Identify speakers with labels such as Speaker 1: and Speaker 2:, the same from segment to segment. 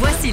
Speaker 1: Voici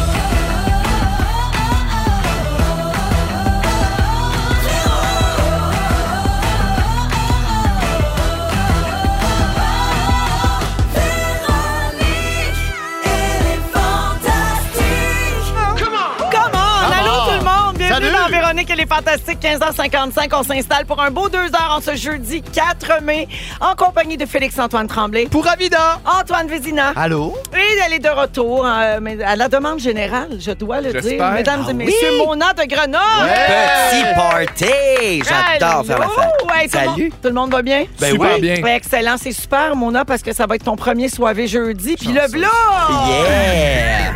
Speaker 2: Ah,
Speaker 3: Allô tout le monde, bienvenue
Speaker 4: Salut!
Speaker 3: dans Véronique et les Fantastiques, 15h55, on s'installe pour un beau deux heures en ce jeudi 4 mai, en compagnie de Félix-Antoine Tremblay,
Speaker 4: Pour Avida.
Speaker 3: Antoine Vézina,
Speaker 4: Allô?
Speaker 2: Ah.
Speaker 3: et elle est de retour, euh, mais à la demande générale, je dois le dire,
Speaker 4: J'espère.
Speaker 3: mesdames et
Speaker 2: Ah oui?
Speaker 3: messieurs, mon an de Grenoble!
Speaker 2: Petit
Speaker 3: Euh,
Speaker 2: party! J'adore faire la
Speaker 3: Allô?
Speaker 2: fête.
Speaker 3: Ouais, tout le monde-
Speaker 2: Salut!
Speaker 3: Tout le monde va bien?
Speaker 4: Ben Super oui. bien.
Speaker 3: Ouais, excellent, c'est super, Mona, parce que ça va être ton premier soirée jeudi. Puis le vlog!
Speaker 2: Yeah!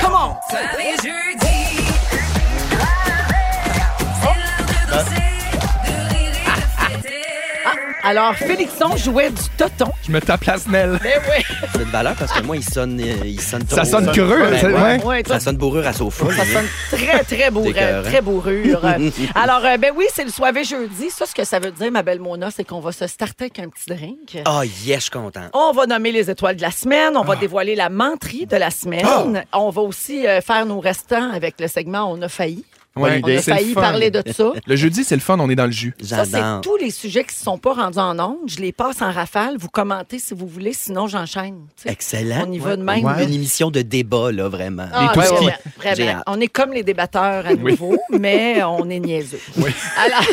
Speaker 3: Comment? Alors, Félixon jouait du toton.
Speaker 4: Je me tape la semelle.
Speaker 3: Ben oui!
Speaker 2: C'est de valeur parce que moi, il sonne. euh, Il sonne
Speaker 4: Ça
Speaker 2: trop.
Speaker 4: sonne creux,
Speaker 2: Ben
Speaker 4: c'est-
Speaker 2: ouais.
Speaker 4: ouais.
Speaker 3: Ouais, toi,
Speaker 2: Ça sonne bourrure à sofa.
Speaker 3: Ça sonne très, très beau, euh,
Speaker 2: T'écœurant.
Speaker 3: très bourrure. Alors, euh, ben oui, c'est le soirée jeudi. Ça, ce que ça veut dire, ma belle Mona, c'est qu'on va se starter avec un petit drink.
Speaker 2: Ah, yeah, je suis content.
Speaker 3: On va nommer les étoiles de la semaine. On va dévoiler la menterie de la semaine. On va aussi euh, faire nos restants avec le segment On a failli.
Speaker 4: Ouais,
Speaker 3: On a
Speaker 4: c'est le
Speaker 3: failli
Speaker 4: fun.
Speaker 3: parler de ça.
Speaker 4: Le jeudi, c'est le fun, on est dans le jus.
Speaker 3: Ça, c'est
Speaker 2: J'adore.
Speaker 3: tous les sujets qui ne sont pas rendus en ondes. Je les passe en rafale. Vous commentez si vous voulez, sinon j'enchaîne. tu sais.
Speaker 2: Excellent.
Speaker 3: On y va de même.
Speaker 4: Ouais.
Speaker 2: Une émission de débat, là, vraiment.
Speaker 3: Ah,
Speaker 4: Les
Speaker 3: ouais,
Speaker 4: Twiskies.
Speaker 3: ouais, ouais.
Speaker 2: J'ai
Speaker 3: Vraiment.
Speaker 2: hâte.
Speaker 3: On est comme les débatteurs à nouveau, mais on est niaiseux. Alors,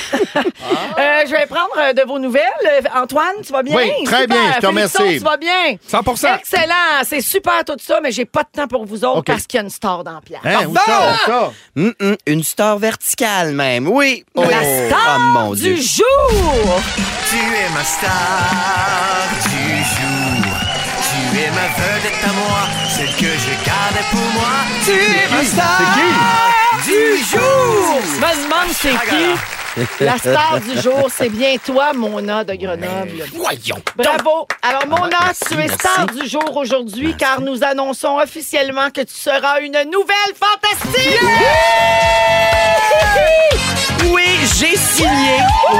Speaker 3: euh, je vais prendre euh, de vos nouvelles. Euh, Antoine, tu vas bien?
Speaker 5: Oui, très
Speaker 3: Super.
Speaker 5: bien, je te
Speaker 3: Félixon,
Speaker 5: remercie.
Speaker 3: tu vas bien?
Speaker 4: 100
Speaker 3: Excellent, c'est super tout ça, mais j'ai pas de temps pour vous autres
Speaker 5: OK.
Speaker 3: parce qu'il y a une star dans la place.
Speaker 5: Hein, où ça, où ça?
Speaker 2: Hum, hum, une star verticale, même. Oui. Oh,
Speaker 3: La star
Speaker 2: oh, mon Dieu.
Speaker 3: du jour!
Speaker 6: Tu es ma star du jour. Tu es ma vedette à moi, celle que je gardais pour moi. Tu es ma star du jour.
Speaker 3: Je me demande c'est qui? La star du jour, c'est bien toi, Mona de Grenoble.
Speaker 2: Voyons.
Speaker 3: Bravo! Alors, Mona, tu es
Speaker 2: merci.
Speaker 3: star du jour aujourd'hui car nous annonçons officiellement que tu seras une nouvelle fantastique!
Speaker 2: Oui, j'ai signé.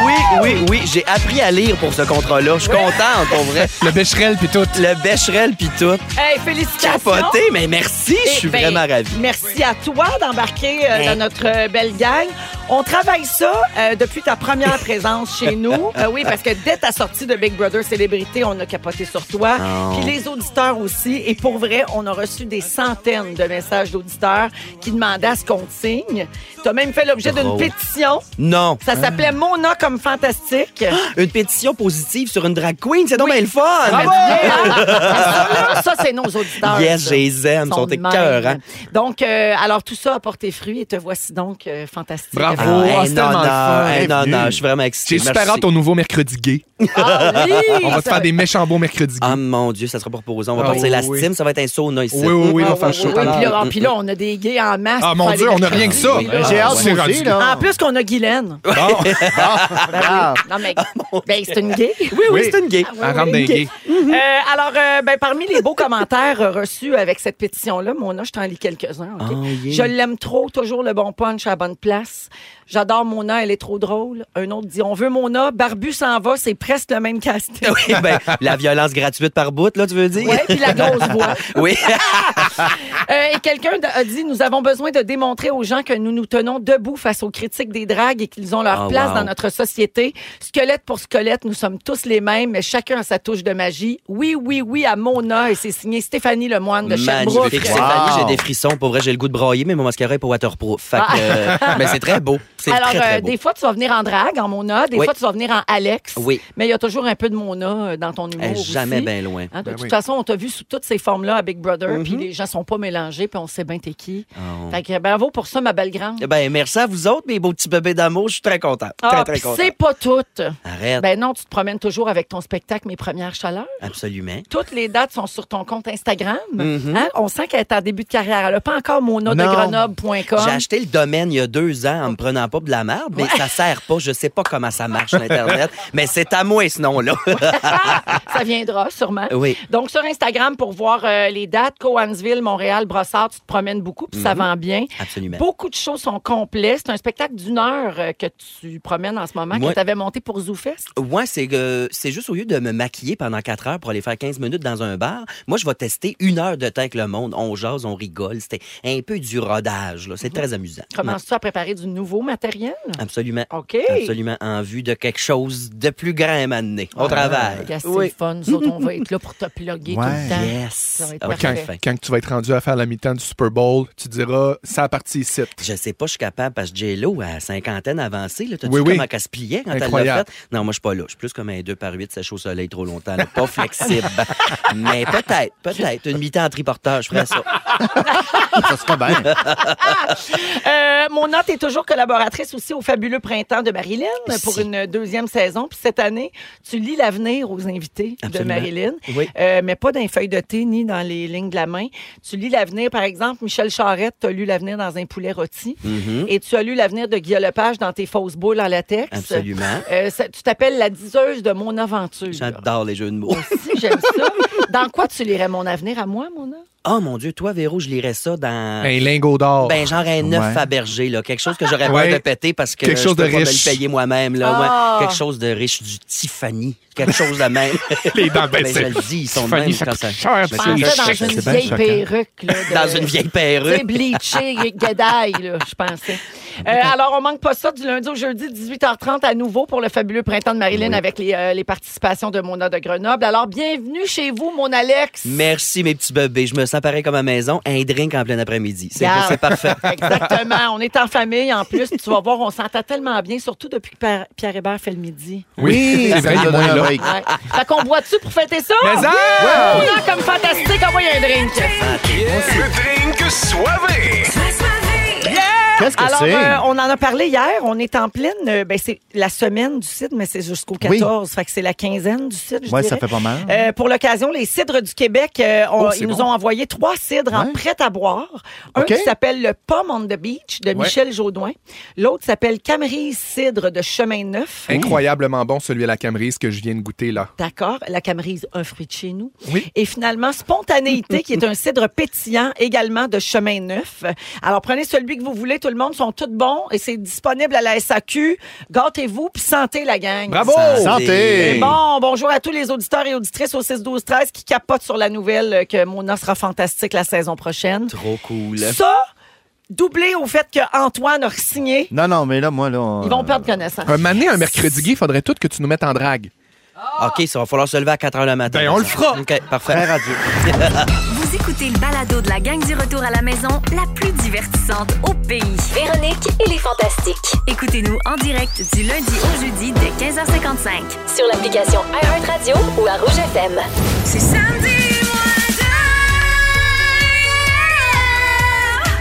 Speaker 2: Oui, oui, oui. J'ai appris à lire pour ce contrat-là. Je suis contente, pour vrai.
Speaker 4: Le bécherel puis tout.
Speaker 2: Le Becherel puis tout.
Speaker 3: Hey, félicitations!
Speaker 2: Capoté, mais merci. Je
Speaker 3: Eh
Speaker 2: suis
Speaker 3: ben,
Speaker 2: vraiment ravi.
Speaker 3: Merci à toi d'embarquer euh, dans notre euh, belle gang. On travaille ça euh, depuis ta première présence chez nous. Euh, oui, parce que dès ta sortie de Big Brother Célébrité, on a capoté sur toi.
Speaker 2: Oh.
Speaker 3: Puis les auditeurs aussi. Et pour vrai, on a reçu des centaines de messages d'auditeurs qui demandaient à ce qu'on te signe. Tu as même fait l'objet d'une
Speaker 2: Drôle.
Speaker 3: pétition.
Speaker 2: Non.
Speaker 3: Ça s'appelait Mona comme fantastique.
Speaker 2: Une pétition positive sur une drag queen, c'est donc bien le fun!
Speaker 3: Ah, hein? ça, là, ça, c'est nos auditeurs.
Speaker 2: Yes,
Speaker 3: ça.
Speaker 2: je les aime, ils
Speaker 3: Son
Speaker 2: sont
Speaker 3: de même.
Speaker 2: écœurants.
Speaker 3: Donc, euh, alors tout ça a porté fruit et te voici donc euh, fantastique.
Speaker 4: Bravo.
Speaker 3: Avec-
Speaker 4: Oh,
Speaker 2: Ah, hey,
Speaker 4: c'est
Speaker 2: non,
Speaker 4: tellement
Speaker 2: non,
Speaker 4: le fun.
Speaker 2: hey, non,
Speaker 4: Bienvenue.
Speaker 2: non, je suis vraiment excité.
Speaker 4: J'ai super
Speaker 2: Merci.
Speaker 4: hâte au nouveau mercredi gay.
Speaker 3: Ah oui,
Speaker 4: On va te
Speaker 3: ça-
Speaker 4: faire des méchants beaux mercredi.
Speaker 2: Ah mon Dieu, ça sera pas reposé. On va
Speaker 4: Ah,
Speaker 2: partir
Speaker 4: oui,
Speaker 2: la
Speaker 4: oui.
Speaker 2: steam, ça va être un sauna ici.
Speaker 4: Oui, oui, oui, on
Speaker 3: Ah,
Speaker 4: va faire
Speaker 3: oui,
Speaker 4: chaud.
Speaker 3: oui,
Speaker 4: tout à
Speaker 3: oui. Puis
Speaker 4: l'heure.
Speaker 3: là, puis là, on a des gays en masse.
Speaker 4: Ah
Speaker 3: pour
Speaker 4: mon
Speaker 3: faire
Speaker 4: Dieu,
Speaker 3: des
Speaker 4: on a rien que ça.
Speaker 3: mercredis, là. Ah,
Speaker 5: J'ai hâte
Speaker 4: ouais. C'est
Speaker 5: moi aussi,
Speaker 4: rendu
Speaker 3: En
Speaker 5: là.
Speaker 3: plus qu'on a Guylaine.
Speaker 4: Bon,
Speaker 5: Ah,
Speaker 3: Non, mais ben, c'est une gay.
Speaker 2: Oui, oui,
Speaker 4: Oui. Ah,
Speaker 2: c'est une gay.
Speaker 4: à rentre d'un gay.
Speaker 3: Euh, alors, euh, ben, parmi les beaux commentaires euh, reçus avec cette pétition-là, Mona, je t'en lis quelques-uns. ok?
Speaker 2: Oh, yeah.
Speaker 3: Je l'aime trop, toujours le bon punch à la bonne place. J'adore Mona, elle est trop drôle. Un autre dit On veut Mona, Barbu s'en va, c'est presque le même casting.
Speaker 2: Oui, ben, la violence gratuite par bout, là, tu veux dire?
Speaker 3: Ouais, puis la grosse voix.
Speaker 2: Oui.
Speaker 3: Euh, et quelqu'un d- a dit Nous avons besoin de démontrer aux gens que nous nous tenons debout face aux critiques des dragues et qu'ils ont leur
Speaker 2: Ah,
Speaker 3: place
Speaker 2: wow.
Speaker 3: dans notre société. Squelette pour squelette, nous sommes tous les mêmes, mais chacun a sa touche de magie. Oui, oui, oui, à Mona, et c'est signé Stéphanie Lemoine de Sherbrooke.
Speaker 2: Magnifique.
Speaker 5: Wow.
Speaker 2: Stéphanie, j'ai des frissons. Pour vrai, j'ai le goût de brailler, mais mon mascara est pas waterproof. Fait que,
Speaker 4: Ah.
Speaker 2: euh, ben, c'est très beau. C'est
Speaker 3: Alors,
Speaker 2: très,
Speaker 3: euh,
Speaker 2: très beau.
Speaker 3: des fois, tu vas venir en drague, en Mona, des
Speaker 2: Oui.
Speaker 3: fois, tu vas venir en Alex.
Speaker 2: Oui.
Speaker 3: Mais il y a toujours un peu de Mona euh, dans ton humour.
Speaker 2: Eh, jamais
Speaker 3: aussi.
Speaker 2: bien loin.
Speaker 3: Hein, de toute
Speaker 4: oui.
Speaker 3: façon, on t'a vu sous toutes ces formes-là à Big Brother,
Speaker 2: Mm-hmm.
Speaker 3: puis les gens sont pas mélangés, puis on sait bien t'es qui.
Speaker 4: Ah.
Speaker 2: Oh.
Speaker 3: Fait que bravo pour ça, ma belle grande.
Speaker 2: Ben, merci à vous autres, mes beaux petits bébés d'amour. Je suis très content.
Speaker 3: Ah,
Speaker 2: Très, très
Speaker 3: puis
Speaker 2: content. Ah.
Speaker 3: c'est pas toutes.
Speaker 2: Arrête.
Speaker 3: Ben non, tu te promènes toujours avec ton spectacle Mes premières chaleurs.
Speaker 2: Absolument.
Speaker 3: Toutes les dates sont sur ton compte Instagram.
Speaker 2: Mm-hmm.
Speaker 3: Hein? On sent qu'elle est en début de carrière. Elle n'a pas encore monodegrenoble.com.
Speaker 2: J'ai acheté le domaine il y a deux ans en me prenant pas de la merde, mais ça sert pas. Je sais pas comment ça marche l'Internet, mais c'est à moi ce nom-là.
Speaker 3: Ah, ça viendra sûrement.
Speaker 2: Oui.
Speaker 3: Donc, sur Instagram, pour voir euh, les dates, Coansville, Drummondville, Montréal, Brossard, tu te promènes beaucoup, puis
Speaker 2: Mm-hmm.
Speaker 3: ça vend bien.
Speaker 2: Absolument.
Speaker 3: Beaucoup de shows sont complets. C'est un spectacle d'une heure euh, que tu promènes en ce moment,
Speaker 2: Moi-
Speaker 3: que tu avais monté pour ZooFest.
Speaker 2: Ouais, c'est que euh, c'est juste au lieu de me maquiller pendant quatre heures pour aller faire 15 minutes dans un bar, moi, je vais tester une heure de temps avec le monde. On jase, on rigole. C'était un peu du rodage. là. C'est
Speaker 3: Mhm.
Speaker 2: très amusant.
Speaker 3: Commences-tu à préparer du nouveau matériel?
Speaker 2: Absolument.
Speaker 3: OK.
Speaker 2: Ah. Absolument en vue de quelque chose de plus grand à m'amener. Au travail.
Speaker 3: Gars, Ah, C'est le fun. Nous autres, on va être là pour te plugger tout le
Speaker 5: Ouais.
Speaker 3: temps. Ça
Speaker 2: Yes.
Speaker 3: va être
Speaker 2: Ah ouais,
Speaker 4: Quand,
Speaker 3: parfait.
Speaker 2: fin.
Speaker 4: quand tu vas être rendu à faire la mi-temps du Super Bowl, tu diras, ça a parti ici.
Speaker 2: Je sais pas, je suis capable parce que J-Lo à cinquantaine avancée. Là, t'as
Speaker 4: Oui,
Speaker 2: vu
Speaker 4: oui.
Speaker 2: comment qu'elle se pliait quand elle l'a
Speaker 4: Incroyable.
Speaker 2: fait? Non, moi, je suis pas là. Je suis plus comme un 2 par 8 sèche au soleil trop longtemps. là. Pas flexible. Mais peut-être, peut-être. Une mi-temps en triporteur, je ferais ça.
Speaker 5: Ça serait bien.
Speaker 3: Euh, mon autre est toujours collaboratrice aussi au fabuleux printemps de Marilyn pour une deuxième saison. Puis cette année, tu lis l'avenir aux invités
Speaker 2: Absolument.
Speaker 3: de Marilyn,
Speaker 2: Oui.
Speaker 3: Euh, mais pas dans les feuilles de thé ni dans les lignes de la main. Tu lis l'avenir, par exemple, Michel Charette, tu as lu l'avenir dans un poulet rôti.
Speaker 2: Mm-hmm.
Speaker 3: Et tu as lu l'avenir de Guillaume Lepage dans tes fausses boules en latex.
Speaker 2: Absolument.
Speaker 3: Euh, ça- tu t'appelles la diseuse de mon aventure.
Speaker 2: J'adore les jeux de mots.
Speaker 3: Si, j'aime ça. Dans quoi tu lirais mon avenir à moi, mon homme?
Speaker 2: Oh mon Dieu, toi, Véro, je lirais ça dans.
Speaker 4: Un lingot d'or.
Speaker 2: Ben, genre un neuf
Speaker 5: Ouais.
Speaker 2: à berger, là. Quelque chose que j'aurais peur
Speaker 4: oh. Ouais.
Speaker 2: de péter parce que
Speaker 4: Quelque
Speaker 2: je
Speaker 4: chose
Speaker 2: peux
Speaker 4: de
Speaker 2: pas me
Speaker 4: riche.
Speaker 2: le payer moi-même, là. ouais.
Speaker 3: Ah.
Speaker 2: Quelque chose de riche, du Tiffany. Quelque chose de même.
Speaker 4: Les dents
Speaker 2: Ben, je
Speaker 4: baissées.
Speaker 2: le dis, ils sont de
Speaker 4: Tiffany,
Speaker 2: même
Speaker 4: ça
Speaker 2: quand
Speaker 4: coûte
Speaker 2: ça-
Speaker 4: cher,
Speaker 2: Je
Speaker 4: ça.
Speaker 2: me
Speaker 3: Pensais
Speaker 2: suis-
Speaker 5: C'est
Speaker 3: dans
Speaker 5: chic,
Speaker 3: une
Speaker 5: c'est bien
Speaker 3: vieille
Speaker 5: choquant.
Speaker 3: perruque. là, de-
Speaker 2: dans une vieille
Speaker 3: Tu sais,
Speaker 2: perruque.
Speaker 3: bleaché, gadaille, là, je pensais. Euh, alors, on manque pas ça du lundi au jeudi, 18h30 à nouveau pour le fabuleux printemps de Marilyn avec les, euh, les participations de Mona de Grenoble. Alors, bienvenue chez vous, mon Alex.
Speaker 2: Merci, mes petits bébés. Je me sens pareil comme à la maison. Un drink en plein après-midi. C'est
Speaker 3: Garde.
Speaker 2: c'est parfait.
Speaker 3: Exactement. On est en famille en plus. Tu vas voir, on s'entend tellement bien, surtout depuis que Pierre- Pierre Hébert fait le midi.
Speaker 4: Oui, c'est
Speaker 3: Ah,
Speaker 4: vrai, il est moins là.
Speaker 5: break.
Speaker 3: Ouais. fait qu'on boit-tu pour fêter ça?
Speaker 4: Mais ça!
Speaker 3: Oui! On a comme fantastique, envoyez un drink.
Speaker 6: Le drink soivé.
Speaker 5: Qu'est-ce que
Speaker 3: Alors,
Speaker 5: c'est?
Speaker 3: euh, on en a parlé hier. On est en pleine. euh, ben, c'est la semaine du cidre, mais c'est jusqu'au 14. Fait que c'est la quinzaine du cidre. je
Speaker 5: Ouais,
Speaker 3: dirais.
Speaker 5: ça fait pas mal.
Speaker 3: Euh, pour l'occasion, les cidres du Québec, euh, ont-
Speaker 4: Oh, c'est
Speaker 3: ils nous
Speaker 4: bon.
Speaker 3: ont envoyé trois cidres en
Speaker 5: Ouais.
Speaker 3: prêt à boire. Un
Speaker 5: OK.
Speaker 3: qui s'appelle le Pomme on the Beach de
Speaker 4: Ouais.
Speaker 3: Michel Jaudoin. L'autre s'appelle Camerise Cidre de Chemin Neuf.
Speaker 4: Incroyablement bon, celui à la Camerise que je viens de goûter, là.
Speaker 3: D'accord, la Camerise, un fruit de chez nous.
Speaker 4: Oui.
Speaker 3: Et finalement, Spontanéité, qui est un cidre pétillant également de Chemin Neuf. Alors, prenez celui que vous voulez. Tout le monde sont tous bons et c'est disponible à la SAQ. Gâtez-vous puis sentez la gang.
Speaker 4: Bravo!
Speaker 5: Santé!
Speaker 2: Ben,
Speaker 3: Et Oh! bon, bonjour à tous les auditeurs et auditrices au 6-12-13 qui capotent sur la nouvelle euh, que Mona sera fantastique la saison prochaine.
Speaker 2: Trop cool.
Speaker 3: Ça, doublé au fait qu'Antoine a signé,
Speaker 5: Non, non, mais là, moi, là. euh, on-
Speaker 3: ils vont perdre connaissance.
Speaker 4: Un mané, un mercredi gay, faudrait tout que tu nous mettes en drague.
Speaker 2: OK, ça va falloir se lever à 4 h le matin.
Speaker 4: Ben, on le fera.
Speaker 2: OK,
Speaker 5: Frère
Speaker 2: parfait.
Speaker 5: à Dieu.
Speaker 1: Vous écoutez le balado de la gang du retour à la maison, la plus divertissante au pays.
Speaker 7: Véronique et les Fantastiques.
Speaker 1: Écoutez-nous en direct du lundi au jeudi dès 15h55.
Speaker 7: Sur l'application iHeartRadio ou à Rouge FM.
Speaker 1: C'est samedi,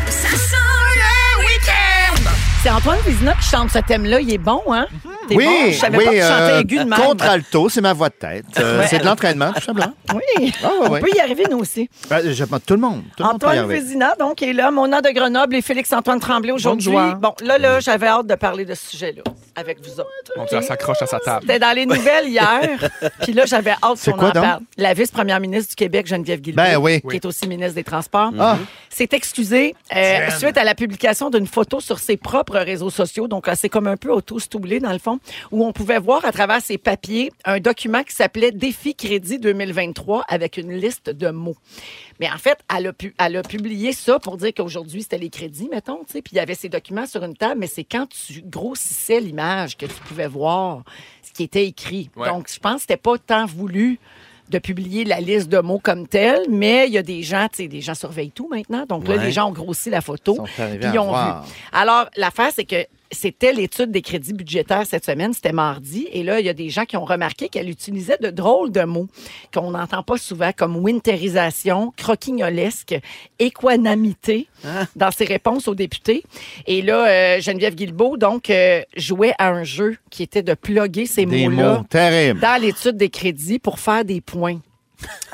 Speaker 1: Ça sent le week-end!
Speaker 3: C'est Antoine Vézina qui chante ce thème-là. Il est bon, hein? T'es
Speaker 5: Oui,
Speaker 3: bon? Je savais
Speaker 5: oui,
Speaker 3: pas que tu chantais
Speaker 5: euh,
Speaker 3: aigu de même.
Speaker 5: contralto, c'est ma voix de tête. Euh, c'est de l'entraînement, tout simplement.
Speaker 3: Oui.
Speaker 5: Ah, ouais, ouais.
Speaker 3: On peut y arriver, nous aussi.
Speaker 5: Ben, je, tout le monde. Tout le monde peut y
Speaker 3: Antoine
Speaker 5: arriver.
Speaker 3: Vézina, donc, est là. Mona de Grenoble et Félix-Antoine Tremblay aujourd'hui.
Speaker 4: Bonjour.
Speaker 3: Bon, là, là, j'avais hâte de parler de ce sujet-là avec vous autres.
Speaker 4: Mon Dieu, elle s'accroche à sa table.
Speaker 3: C'était dans les nouvelles hier. Puis là, j'avais hâte
Speaker 5: C'est
Speaker 3: qu'on
Speaker 5: quoi
Speaker 3: en
Speaker 5: donc?
Speaker 3: parle. La vice-première ministre du Québec, Geneviève Guilbeault,
Speaker 5: Ben oui.
Speaker 4: Oui.
Speaker 3: qui est aussi ministre des Transports,
Speaker 5: Ah.
Speaker 3: s'est excusée euh, suite à la publication d'une photo sur ses propres réseaux sociaux. Donc, euh, c'est comme un peu auto-stoublé, dans le fond, où on pouvait voir à travers ses papiers un document qui s'appelait Défi Crédit 2023 avec une liste de mots. Mais en fait, elle a, pu, elle a publié ça pour dire qu'aujourd'hui, c'était les crédits, mettons, tu sais, puis il y avait ces documents sur une table, mais c'est quand tu grossissais l'image que tu pouvais voir ce qui était écrit.
Speaker 4: Ouais.
Speaker 3: Donc, je pense que c'était pas tant voulu de publier la liste de mots comme telle, mais il y a des gens, tu sais, des gens surveillent tout maintenant. Donc là,
Speaker 2: Ouais.
Speaker 3: les gens ont grossi la photo.
Speaker 5: Ils sont arrivés
Speaker 3: puis
Speaker 5: à
Speaker 3: ils ont
Speaker 5: voir.
Speaker 3: vu. Alors, l'affaire, c'est que c'était l'étude des crédits budgétaires cette semaine, c'était mardi, et là, il y a des gens qui ont remarqué qu'elle utilisait de drôles de mots qu'on n'entend pas souvent, comme winterisation, croquignolesque, équanimité,
Speaker 5: Hein?
Speaker 3: dans ses réponses aux députés. Et là, euh, Geneviève Guilbeault, donc, euh, jouait à un jeu qui était de plugger ces
Speaker 5: Des
Speaker 3: mots-là
Speaker 5: mots terribles.
Speaker 3: dans l'étude des crédits pour faire des points.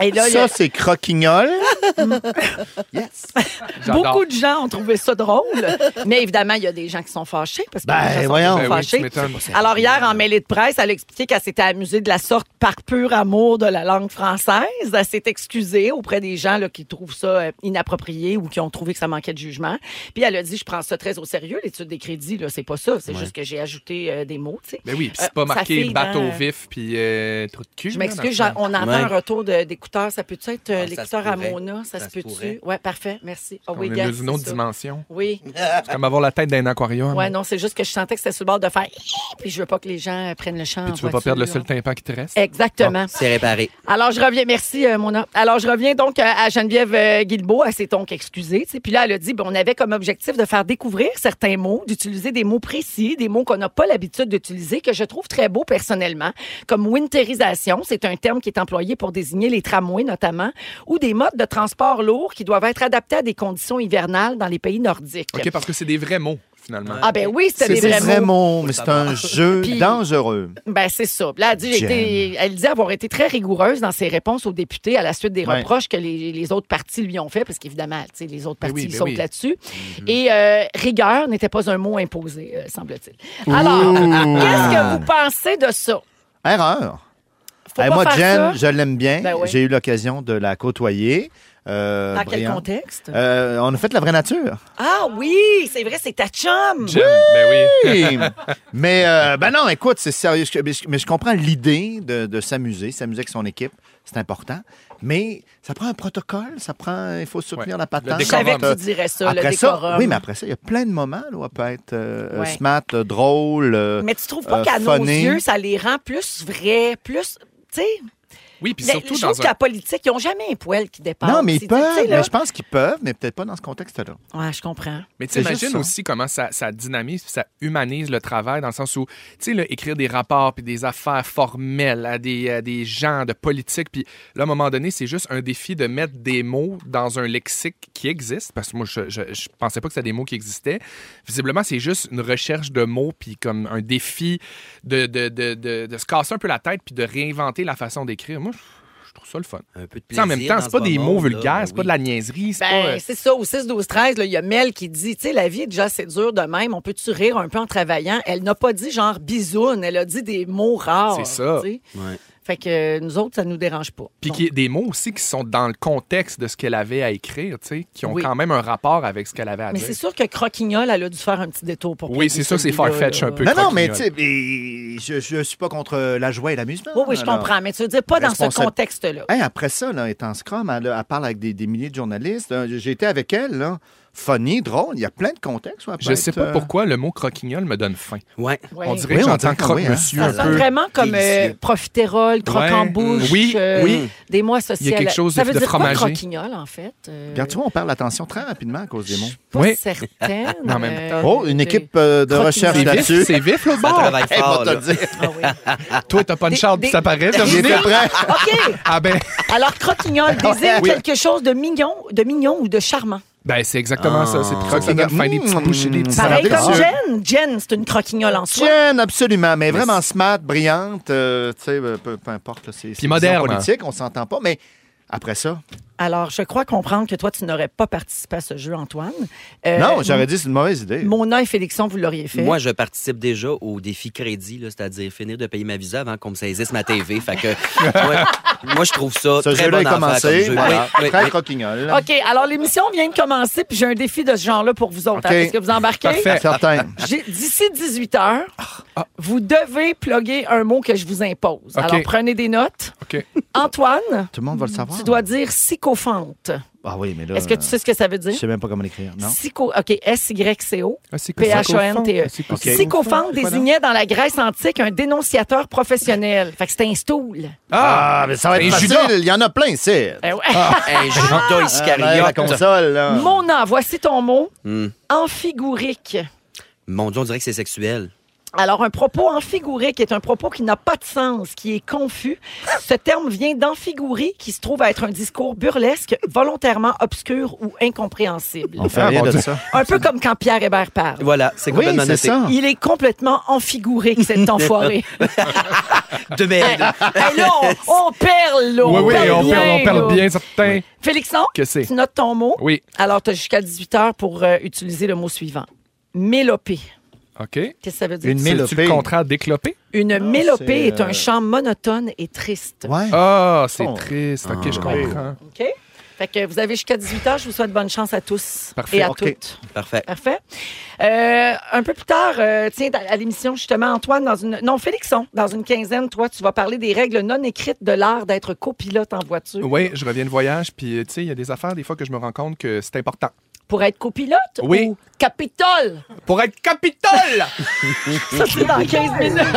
Speaker 3: Et là, il y
Speaker 5: Ça,
Speaker 3: a-
Speaker 5: c'est croquignol. Yes.
Speaker 4: J'adore.
Speaker 3: Beaucoup de gens ont trouvé ça drôle, mais évidemment, il y a des gens qui sont fâchés parce que
Speaker 5: Ben,
Speaker 3: les gens sont
Speaker 5: voyons.
Speaker 3: toujours
Speaker 4: Ben oui, tu
Speaker 3: fâchés.
Speaker 4: m'étonnes.
Speaker 3: Alors hier, en mêlée de presse, elle a expliqué qu'elle s'était amusée de la sorte par pur amour de la langue française. Elle s'est excusée auprès des gens là, qui trouvent ça euh, inapproprié ou qui ont trouvé que ça manquait de jugement. Puis elle a dit, je prends ça très au sérieux, l'étude des crédits, là, c'est pas ça. C'est juste que j'ai ajouté euh, des mots, tu sais.
Speaker 4: Mais Ben oui, puis
Speaker 3: Euh,
Speaker 4: c'est pas
Speaker 3: sa
Speaker 4: marqué
Speaker 3: fille,
Speaker 4: bateau
Speaker 3: dans-
Speaker 4: vif puis euh, trou de cul.
Speaker 3: Je
Speaker 4: là,
Speaker 3: m'excuse,
Speaker 4: dans
Speaker 3: j'en-
Speaker 4: le fond.
Speaker 3: on entend
Speaker 2: Ouais.
Speaker 3: un retour de- d'écouteurs. Ça peut-tu être euh,
Speaker 2: Ah, ça
Speaker 3: l'écouteur
Speaker 2: se
Speaker 3: à
Speaker 2: pourrait.
Speaker 3: Mona? Ça,
Speaker 2: Ça
Speaker 3: se
Speaker 2: se pourrait.
Speaker 3: peut-tu? Oui, parfait, merci. Ah
Speaker 4: On
Speaker 3: oui,
Speaker 4: est
Speaker 3: gars,
Speaker 4: dans une autre
Speaker 3: c'est ça.
Speaker 4: dimension.
Speaker 3: Oui.
Speaker 4: C'est comme avoir la tête d'un aquarium.
Speaker 3: Ouais, non, c'est juste que je sentais que c'était sur le bord de faire. Puis je veux pas que les gens euh, prennent le champ.
Speaker 4: Puis
Speaker 3: en
Speaker 4: tu veux pas perdre le
Speaker 3: voiture.
Speaker 4: seul tympan qui te reste.
Speaker 3: Exactement.
Speaker 2: C'est réparé.
Speaker 3: Alors, je reviens. Merci, euh, Mona. Alors, je reviens donc euh, à Geneviève euh, Guilbeault. Elle s'est donc excusée. tu sais. Puis là, elle a dit ben, on avait comme objectif de faire découvrir certains mots, d'utiliser des mots précis, des mots qu'on n'a pas l'habitude d'utiliser, que je trouve très beaux personnellement, comme winterisation. C'est un terme qui est employé pour désigner les tramways, notamment, ou des modes de transport lourds qui doivent être adaptés à des conditions hivernales dans les pays nordiques.
Speaker 4: OK, parce que c'est des vrais mots, finalement.
Speaker 3: Ah, ben oui, c'était
Speaker 5: C'est
Speaker 3: des
Speaker 5: des
Speaker 3: vrais mots.
Speaker 5: vrais mots, mais c'est un jeu
Speaker 3: Puis-
Speaker 5: dangereux.
Speaker 3: Ben, c'est ça. Là, elle dit, j'ai
Speaker 5: J'aime.
Speaker 3: été- elle dit avoir été très rigoureuse dans ses réponses aux députés à la suite des
Speaker 5: Ouais.
Speaker 3: reproches que les, les autres partis lui ont fait, parce qu'évidemment, tu sais, les autres
Speaker 4: Ben
Speaker 3: partis
Speaker 4: oui,
Speaker 3: ils
Speaker 4: ben
Speaker 3: sautent
Speaker 4: oui.
Speaker 3: là-dessus.
Speaker 5: Mhm.
Speaker 3: Et euh, rigueur n'était pas un mot imposé, euh, semble-t-il. Alors, qu'est-ce que vous pensez de ça?
Speaker 5: Erreur.
Speaker 3: Faut
Speaker 5: Eh,
Speaker 3: pas
Speaker 5: moi,
Speaker 3: faire
Speaker 5: Jen,
Speaker 3: ça.
Speaker 5: je l'aime bien.
Speaker 3: Ben oui.
Speaker 5: J'ai eu l'occasion de la côtoyer. Euh,
Speaker 3: Dans quel
Speaker 5: brillante.
Speaker 3: contexte?
Speaker 5: Euh, on a fait la vraie nature.
Speaker 3: Ah oui, c'est vrai, c'est ta chum.
Speaker 4: J'aime, ben oui.
Speaker 5: mais euh, ben non, écoute, c'est sérieux. ce que- Mais je, mais je comprends l'idée de, de s'amuser, s'amuser avec son équipe, c'est important. Mais ça prend un protocole, ça prend, il faut soutenir
Speaker 4: Ouais.
Speaker 5: la patente. Euh,
Speaker 4: Le
Speaker 3: Je savais que tu
Speaker 4: décorum.
Speaker 3: dirais ça,
Speaker 5: après
Speaker 3: le décorum.
Speaker 5: ça, oui, mais après ça, il y a plein de moments là, où on peut être euh,
Speaker 3: Ouais.
Speaker 5: smart, euh, drôle. euh,
Speaker 3: Mais tu trouves pas
Speaker 5: euh,
Speaker 3: qu'à nos
Speaker 5: funny.
Speaker 3: yeux, ça les rend plus vrais, plus... Tu sais,
Speaker 4: Oui, puis
Speaker 3: Mais
Speaker 4: surtout
Speaker 3: je trouve
Speaker 4: dans
Speaker 3: que
Speaker 4: un...
Speaker 3: la politique, ils n'ont jamais un poil qui dépasse.
Speaker 5: non, mais
Speaker 3: C'est-
Speaker 5: ils peuvent.
Speaker 3: tu sais, là-
Speaker 5: Mais je pense qu'ils peuvent, mais peut-être pas dans ce contexte-là.
Speaker 3: Ouais, je comprends.
Speaker 4: Mais tu
Speaker 5: C'est
Speaker 4: sais,
Speaker 5: juste
Speaker 4: imagines
Speaker 5: ça.
Speaker 4: aussi comment ça, ça dynamise, puis ça humanise le travail dans le sens où, tu sais, là, écrire des rapports puis des affaires formelles à des, à des gens de politique, puis là, à un moment donné, c'est juste un défi de mettre des mots dans un lexique qui existe, parce que moi, je, je, je pensais pas que c'était des mots qui existaient. Visiblement, c'est juste une recherche de mots puis comme un défi de, de, de, de, de se casser un peu la tête puis de réinventer la façon d'écrire. Moi, je, je trouve ça le fun.
Speaker 2: Un peu de
Speaker 4: Tu sais,
Speaker 2: plaisir.
Speaker 4: en même temps,
Speaker 2: dans
Speaker 4: c'est
Speaker 2: ce
Speaker 4: pas
Speaker 2: bas
Speaker 4: des
Speaker 2: monde,
Speaker 4: mots
Speaker 2: là,
Speaker 4: vulgaires,
Speaker 2: ben
Speaker 4: c'est pas de
Speaker 2: oui.
Speaker 4: la niaiserie, c'est pas... euh,
Speaker 3: Ben, c'est ça. Au 6-12-13, là, il y a Mel qui dit, tu sais, la vie est déjà assez dure de même. On peut-tu rire un peu en travaillant? Elle n'a pas dit genre bisoune. Elle a dit des mots rares.
Speaker 4: C'est ça.
Speaker 3: tu sais.
Speaker 2: Ouais.
Speaker 3: Fait que euh, nous autres, ça nous dérange pas.
Speaker 4: Puis
Speaker 3: Donc,
Speaker 4: qu'il y ait des mots aussi qui sont dans le contexte de ce qu'elle avait à écrire, tu sais, qui ont
Speaker 3: Oui.
Speaker 4: quand même un rapport avec ce qu'elle avait à
Speaker 3: Mais
Speaker 4: dire.
Speaker 3: c'est sûr que Croquignol, elle a dû faire un petit détour pour
Speaker 4: Oui,
Speaker 3: plugger
Speaker 4: c'est ça, c'est
Speaker 3: celui-là,
Speaker 4: farfetch
Speaker 3: là.
Speaker 4: un peu.
Speaker 5: Non, non, mais
Speaker 4: croquignol.
Speaker 5: tu sais, mais je, je suis pas contre euh, la joie et l'amusement.
Speaker 3: Oui, oui, je
Speaker 5: Alors,
Speaker 3: comprends. Mais tu veux dire pas dans ce
Speaker 5: Responsable.
Speaker 3: contexte-là.
Speaker 5: Hey, après ça, là, étant Scrum, elle, elle parle avec des, des milliers de journalistes. Euh, J'ai été avec elle, là. Funny, drôle, il y a plein de contextes. où elle peut
Speaker 4: Je sais
Speaker 5: être,
Speaker 4: pas
Speaker 5: euh,
Speaker 4: pourquoi le mot croquignol me donne faim.
Speaker 2: Ouais.
Speaker 3: Ouais.
Speaker 4: On dirait
Speaker 5: Oui,
Speaker 4: que
Speaker 5: on
Speaker 4: j'entends
Speaker 5: dirait que oui, hein.
Speaker 4: croque-monsieur
Speaker 3: Ça
Speaker 4: un
Speaker 3: sonne
Speaker 4: peu.
Speaker 3: vraiment comme euh,
Speaker 2: délicieux.
Speaker 3: profiterole, croque en
Speaker 4: Ouais.
Speaker 3: bouche, euh,
Speaker 4: Oui, oui.
Speaker 3: des mois associés. à
Speaker 4: quelque
Speaker 3: la-
Speaker 4: chose
Speaker 3: Ça
Speaker 4: de-
Speaker 3: veut
Speaker 4: de
Speaker 3: dire quoi,
Speaker 4: fromager.
Speaker 3: croquignol, en fait? Euh,
Speaker 5: Regarde, tu vois, on perd l'attention très rapidement à cause des mots.
Speaker 3: pas
Speaker 4: Oui.
Speaker 3: certaine.
Speaker 4: Mais en même
Speaker 3: euh,
Speaker 5: Oh, une
Speaker 3: des-
Speaker 5: équipe euh, de
Speaker 3: Croquis-
Speaker 5: recherche
Speaker 4: C'est
Speaker 5: là-dessus.
Speaker 4: vif, c'est vif, l'autre
Speaker 2: Ça
Speaker 4: bord.
Speaker 2: travaille
Speaker 5: Hey,
Speaker 2: fort,
Speaker 5: va te
Speaker 2: là.
Speaker 5: le dire.
Speaker 3: Ah oui.
Speaker 4: Toi, t'as pas une
Speaker 3: Des-
Speaker 4: charte,
Speaker 3: des-
Speaker 4: puis ça paraît.
Speaker 5: J'étais
Speaker 4: Dominique.
Speaker 5: prêt.
Speaker 3: OK.
Speaker 4: Ah ben,
Speaker 3: Alors, croquignol désigne
Speaker 4: Oui.
Speaker 3: quelque chose de mignon, de mignon ou de charmant.
Speaker 4: ben c'est exactement ça. C'est pour ça que ça donne
Speaker 5: Mmh.
Speaker 4: faim, des petites bouchées, des petits
Speaker 5: Ça
Speaker 3: Pareil
Speaker 5: rend
Speaker 3: comme
Speaker 5: délicieux.
Speaker 3: Jen. Jen, c'est une croquignole en soi.
Speaker 5: Jen, absolument, mais vraiment smart, brillante, euh, tu sais, euh, peu, peu importe, là, c'est c'est
Speaker 4: moderne. hein.
Speaker 5: vision politique, on s'entend pas, mais après ça,
Speaker 3: Alors, je crois comprendre que toi, tu n'aurais pas participé à ce jeu, Antoine. Euh,
Speaker 5: non, j'aurais dit c'est une mauvaise idée.
Speaker 3: Mona et Félixon, vous l'auriez fait.
Speaker 2: Moi, je participe déjà au défi crédit, là, c'est-à-dire finir de payer ma visa avant qu'on me saisisse ma TV. fait que, ouais, moi, je trouve ça
Speaker 5: Ce
Speaker 2: très
Speaker 5: jeu-là
Speaker 2: bon
Speaker 5: est
Speaker 2: enfant comme
Speaker 5: commencé,
Speaker 2: jeu.
Speaker 5: voilà,
Speaker 2: Oui, oui,
Speaker 5: très
Speaker 2: oui.
Speaker 5: croquignol.
Speaker 3: OK, alors l'émission vient de commencer, puis j'ai un défi de ce genre-là pour vous autres.
Speaker 5: OK.
Speaker 3: hein. Est-ce que vous embarquez?
Speaker 4: Parfait.
Speaker 5: Certain.
Speaker 3: J'ai- D'ici 18 heures, vous devez plugger un mot que je vous impose.
Speaker 4: OK.
Speaker 3: Alors, prenez des notes.
Speaker 4: OK.
Speaker 3: Antoine,
Speaker 5: Tout le monde va le savoir.
Speaker 3: tu dois dire sycophante.
Speaker 5: Ah oui, mais là,
Speaker 3: Est-ce que tu sais ce que ça veut
Speaker 5: je
Speaker 3: dire?
Speaker 5: sais même pas comment l'écrire, non?
Speaker 3: Psycho, OK, S-Y-C-O.
Speaker 4: Ah, c'est quoi ça?
Speaker 3: P-H-O-N-T-E.
Speaker 4: Ah, C'est quoi ça?
Speaker 3: E. Sycophante désignait dans la Grèce antique un dénonciateur professionnel. Fait que c'était un stool.
Speaker 4: Ah,
Speaker 5: mais ça va
Speaker 4: Et
Speaker 5: facile,
Speaker 4: Judas.
Speaker 5: il y en a plein ici.
Speaker 3: Ben ouais.
Speaker 2: Un Judas
Speaker 5: Ah, ben, la
Speaker 2: Iscariote.
Speaker 5: console, là.
Speaker 3: Mon nom, voici ton mot.
Speaker 2: Hmm.
Speaker 3: Amphigourique.
Speaker 2: Mon Dieu, on dirait que c'est sexuel.
Speaker 3: Alors, un propos enfiguré, qui est un propos qui n'a pas de sens, qui est confus. Ce terme vient d'enfiguré, qui se trouve à être un discours burlesque, volontairement obscur ou incompréhensible.
Speaker 5: On fait
Speaker 4: Ah,
Speaker 5: rien
Speaker 4: mon
Speaker 5: de
Speaker 4: Dieu.
Speaker 5: ça.
Speaker 3: Un peu comme quand Pierre Hébert parle.
Speaker 2: Voilà, c'est
Speaker 5: Oui,
Speaker 2: complètement noté.
Speaker 5: c'est ça.
Speaker 3: Il est complètement enfiguré, cet enfoiré.
Speaker 2: De merde.
Speaker 3: Hey, là, on, on perle, là.
Speaker 4: Oui, oui,
Speaker 3: perle
Speaker 4: on perd, on perd
Speaker 3: là.
Speaker 4: bien, certain.
Speaker 3: Félixon,
Speaker 4: Que c'est? Oh.
Speaker 3: tu notes ton mot.
Speaker 4: Oui.
Speaker 3: Alors, tu as jusqu'à 18 heures pour euh, utiliser le mot suivant. Mélopée.
Speaker 4: OK.
Speaker 3: Qu'est-ce que ça veut dire?
Speaker 5: Une
Speaker 4: C'est-tu
Speaker 5: mélopée.
Speaker 4: le contrat déclopé?
Speaker 3: Une mélopée est,
Speaker 5: c'est,
Speaker 3: un
Speaker 5: euh,
Speaker 3: chant monotone et triste.
Speaker 5: Ouais.
Speaker 4: Ah, c'est
Speaker 5: Oh.
Speaker 4: triste. OK, je
Speaker 5: oui.
Speaker 4: comprends.
Speaker 3: OK? Fait que vous avez jusqu'à 18 heures. Je vous souhaite bonne chance à tous
Speaker 4: Parfait.
Speaker 3: et à
Speaker 5: OK.
Speaker 3: toutes.
Speaker 2: Parfait.
Speaker 3: Parfait. Euh, un peu plus tard, euh, tiens, à à l'émission, justement, Antoine, dans une. Non, Félixon, dans une quinzaine, toi, tu vas parler des règles non écrites de l'art d'être copilote en voiture.
Speaker 4: Oui, je reviens de voyage, puis euh, tu sais, il y a des affaires des fois que je me rends compte que c'est important.
Speaker 3: Pour être copilote
Speaker 4: Oui.
Speaker 3: ou capitole?
Speaker 4: Pour être capitole!
Speaker 3: Ça, c'est dans 15 minutes.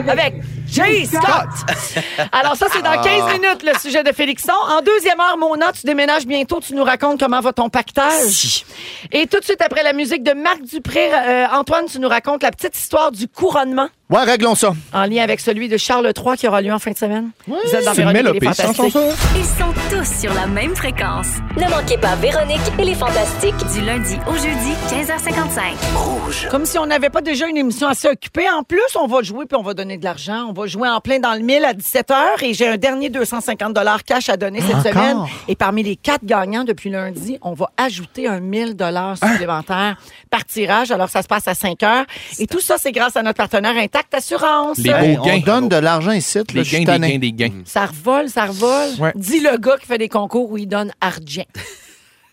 Speaker 3: OK, avec Jay Scott. Alors, ça, c'est dans
Speaker 4: Ah.
Speaker 3: 15 minutes, le sujet de Félixon. En deuxième heure, Mona, tu déménages bientôt. Tu nous racontes comment va ton pactage. Et tout de suite après la musique de Marc Dupré, euh, Antoine, tu nous racontes la petite histoire du couronnement
Speaker 5: Ouais, réglons ça.
Speaker 3: en lien avec celui de Charles III qui aura lieu en fin de semaine. Vous êtes dans
Speaker 4: C'est une
Speaker 3: Véronique et les
Speaker 4: mélopée, ça,
Speaker 3: Fantastiques.
Speaker 1: Ils sont tous sur la même fréquence.
Speaker 7: Ne manquez pas Véronique et les Fantastiques.
Speaker 1: Du lundi au jeudi, 15h55.
Speaker 3: Comme si on n'avait pas déjà une émission assez occupée. En plus, on va jouer puis on va donner de l'argent. On va jouer en plein dans le mille à 17h et j'ai un dernier 250 cash à donner cette
Speaker 5: Encore?
Speaker 3: semaine. Et parmi les quatre gagnants depuis lundi, on va ajouter un 1000 dollars
Speaker 4: Hein?
Speaker 3: supplémentaire par tirage. Alors, ça se passe à 5 heures. Et tout ça, c'est grâce à notre partenaire Intact Assurance.
Speaker 4: Les beaux-
Speaker 5: Hey,
Speaker 4: Au
Speaker 5: on
Speaker 4: gain.
Speaker 5: donne de l'argent ici, là,
Speaker 4: Les
Speaker 5: je suis
Speaker 4: gains, des
Speaker 5: tanné.
Speaker 4: gains, des gains.
Speaker 3: Ça revole, ça revole.
Speaker 4: Ouais.
Speaker 3: Dis le gars qui fait des concours où il donne argent.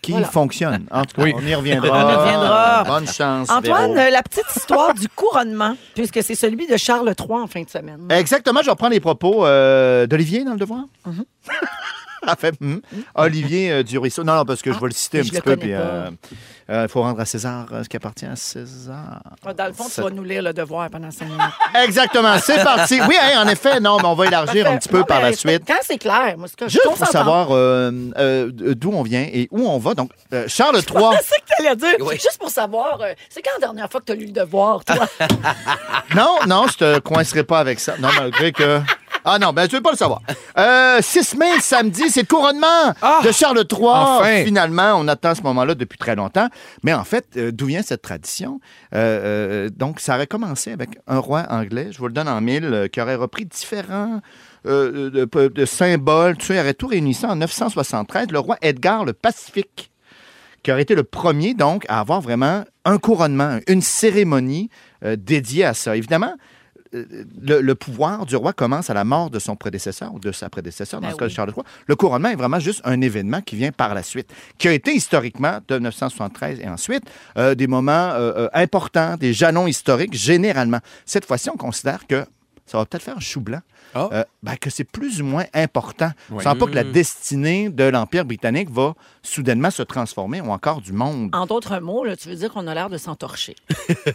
Speaker 5: qui
Speaker 3: Voilà.
Speaker 5: fonctionne. En tout cas,
Speaker 4: Oui.
Speaker 5: on y reviendra.
Speaker 3: On y reviendra.
Speaker 5: Bonne chance.
Speaker 3: Antoine,
Speaker 5: Véro.
Speaker 3: euh, la petite histoire du couronnement, puisque c'est celui de Charles III en fin de semaine.
Speaker 5: Exactement, je reprends les propos euh, d'Olivier dans le devoir.
Speaker 3: Mhm.
Speaker 5: Elle fait, hum. Olivier euh, Durisseau. Non, non, parce que je vais le citer un
Speaker 3: Ah, je
Speaker 5: petit
Speaker 3: le
Speaker 5: peu.
Speaker 3: connais
Speaker 5: puis,
Speaker 3: pas.
Speaker 5: euh, euh, Il faut rendre à César euh, ce qui appartient à César.
Speaker 3: Dans le fond, tu
Speaker 5: Ça-
Speaker 3: vas nous lire le devoir pendant 5 minutes.
Speaker 5: Exactement, c'est parti. Oui, hey, en effet, non, mais on va élargir un petit peu
Speaker 3: Ben, Non,
Speaker 5: par la
Speaker 3: mais
Speaker 5: suite.
Speaker 3: Quand c'est clair, moi, ce que
Speaker 5: Juste
Speaker 3: je
Speaker 5: pour savoir euh, euh, d'où on vient et où on va. Donc, euh, Charles III.
Speaker 3: C'est que t'allais dire.
Speaker 2: Oui.
Speaker 3: Juste pour savoir, euh, c'est quand la dernière fois que t'as lu le devoir, toi?
Speaker 5: Non, non, je te coincerai pas avec ça. Non, malgré que. Ah non, ben tu veux pas le savoir. Euh, 6 mai, samedi, c'est le couronnement
Speaker 4: Ah!
Speaker 5: de Charles III.
Speaker 4: Enfin!
Speaker 5: Finalement, on attend ce moment-là depuis très longtemps. Mais en fait, euh, d'où vient cette tradition? Euh, euh, donc, ça aurait commencé avec un roi anglais, je vous le donne en mille, euh, qui aurait repris différents euh, de, de- de symboles, tu sais, il aurait tout réuni ça en 973, le roi Edgar le Pacifique qui aurait été le premier, donc, à avoir vraiment un couronnement, une cérémonie euh, dédiée à ça. Évidemment, euh, le, le pouvoir du roi commence à la mort de son prédécesseur ou de sa prédécesseur, dans
Speaker 3: Ben
Speaker 5: ce cas de
Speaker 3: oui.
Speaker 5: Charles III. Le couronnement est vraiment juste un événement qui vient par la suite, qui a été historiquement, de 973 et ensuite, euh, des moments euh, euh, importants, des jalons historiques, généralement. Cette fois-ci, on considère que ça va peut-être faire un chou blanc.
Speaker 4: Ah.
Speaker 5: Euh, ben, que c'est plus ou moins important.
Speaker 4: Oui.
Speaker 5: Sans pas que la
Speaker 3: Mm.
Speaker 5: destinée de l'Empire britannique va soudainement se transformer ou encore du monde.
Speaker 3: En d'autres mots, là, tu veux dire qu'on a l'air de s'entorcher.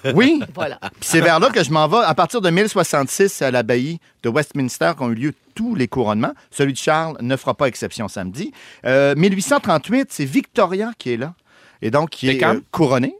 Speaker 4: Mm.
Speaker 5: Oui,
Speaker 3: Voilà.
Speaker 5: Puis c'est vers là que je m'en vais. À partir de 1066, c'est à l'abbaye de Westminster qu'ont eu lieu tous les couronnements. Celui de Charles ne fera pas exception samedi. Euh, 1838, c'est Victoria qui est là. Et donc, qui est
Speaker 4: Beckham?
Speaker 5: euh, couronné.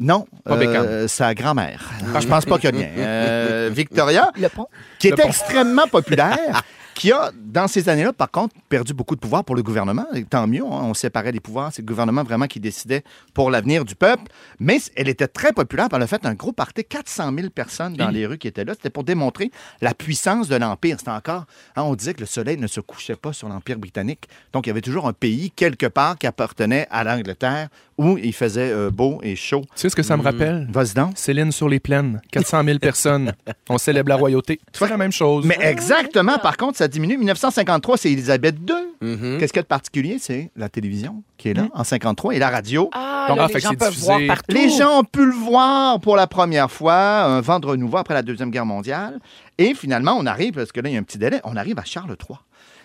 Speaker 5: Non,
Speaker 4: Pas Beckham.
Speaker 5: euh, sa grand-mère. Ah, Je pense pas qu'il y a de lien. Euh, Victoria,
Speaker 3: Le pont.
Speaker 5: qui
Speaker 4: Le
Speaker 5: est
Speaker 4: pont.
Speaker 5: extrêmement populaire, qui a, dans ces années-là, par contre, perdu beaucoup de pouvoir pour le gouvernement. Et tant mieux, hein, on séparait les pouvoirs. C'est le gouvernement vraiment qui décidait pour l'avenir du peuple. Mais c- elle était très populaire par le fait d'un gros party, 400 000 personnes dans les rues qui étaient là. C'était pour démontrer la puissance de l'Empire. C'était encore, hein, on disait que le soleil ne se couchait pas sur l'Empire britannique. Donc, il y avait toujours un pays, quelque part, qui appartenait à l'Angleterre, où il faisait euh, beau et chaud.
Speaker 4: Tu sais ce que ça me rappelle?
Speaker 5: Vas-y donc.
Speaker 4: Céline sur les plaines, 400 000 personnes. On célèbre la royauté. C'est la même chose.
Speaker 5: Mais exactement, par contre, ça diminue. 1953, c'est Elisabeth II.
Speaker 4: Mm-hmm.
Speaker 5: Qu'est-ce qu'il y a de particulier? C'est la télévision qui est là en 53 et la radio.
Speaker 3: Ah,
Speaker 4: Donc,
Speaker 3: là,
Speaker 4: ah,
Speaker 3: les
Speaker 4: fait que
Speaker 3: gens
Speaker 4: c'est
Speaker 3: peuvent
Speaker 4: diffusé.
Speaker 3: voir partout.
Speaker 5: Les gens ont pu le voir pour la première fois, un vendre nouveau après la Deuxième Guerre mondiale. Et finalement, on arrive, parce que là, il y a un petit délai, on arrive à Charles III,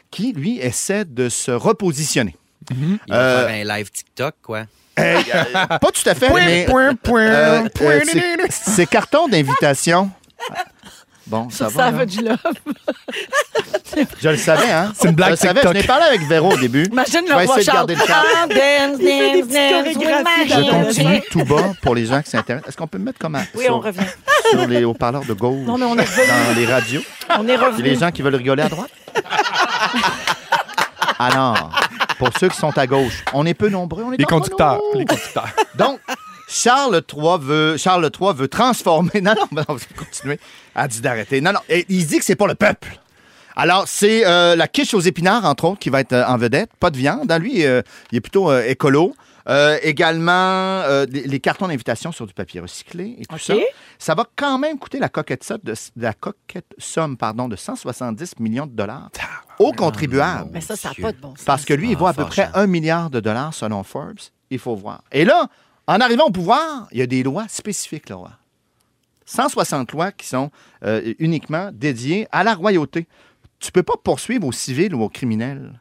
Speaker 5: qui, lui, essaie de se repositionner.
Speaker 2: Il va
Speaker 5: Euh,
Speaker 2: faire un live TikTok, quoi.
Speaker 5: Euh, euh,
Speaker 4: Ah.
Speaker 5: pas tout euh, à fait, mais... euh, euh, c'est- c'est carton d'invitation. Bon, ça
Speaker 3: Sur
Speaker 5: va. là?
Speaker 3: Savage Love.
Speaker 5: Je le savais, hein?
Speaker 4: C'est une blague
Speaker 5: Je le savais. Je
Speaker 4: TikTok.
Speaker 5: n'ai parlé avec Véro au début.
Speaker 3: Imagine
Speaker 5: Je vais
Speaker 3: le roi
Speaker 5: essayer de
Speaker 3: Charles.
Speaker 5: garder le cap.
Speaker 3: Ah, dance, dance, dance, with my
Speaker 5: Je continue
Speaker 3: hands.
Speaker 5: tout bas pour les gens qui s'intéressent. Est-ce qu'on peut me mettre comme un
Speaker 3: Oui,
Speaker 5: sur,
Speaker 3: on revient.
Speaker 5: sur les haut-parleurs de gauche
Speaker 3: Non, mais on est revenu.
Speaker 5: dans les radios?
Speaker 3: On est
Speaker 5: Puis
Speaker 3: revenu.
Speaker 5: les gens qui veulent rigoler à droite? Alors, pour ceux qui sont à gauche, on est peu nombreux. On est
Speaker 4: Les
Speaker 5: en mono.
Speaker 4: conducteurs. Les conducteurs.
Speaker 5: Donc, Charles III veut, Charles III veut transformer. Non, non, non, vous continuez. Elle dit d'arrêter. Non, non, et il dit que c'est pour le peuple. Alors, c'est euh, la quiche aux épinards, entre autres, qui va être euh, en vedette. Pas de viande. Dans lui, euh, il est plutôt euh, écolo. Euh, également, euh, des- les cartons d'invitation sur du papier recyclé et tout
Speaker 3: OK.
Speaker 5: ça. Ça va quand même coûter la coquette somme de, la coquette somme pardon, de 170 millions de dollars aux contribuables.
Speaker 3: Ah, Mais ça, ça n'a pas de bon sens.
Speaker 5: Parce que lui, il
Speaker 2: Ah,
Speaker 5: voit à peu
Speaker 2: fâchant.
Speaker 5: près un milliard de dollars selon Forbes. Il faut voir. Et là, en arrivant au pouvoir, il y a des lois spécifiques, le roi. 160 lois qui sont euh, uniquement dédiées à la royauté. Tu peux pas poursuivre aux civils ou aux criminels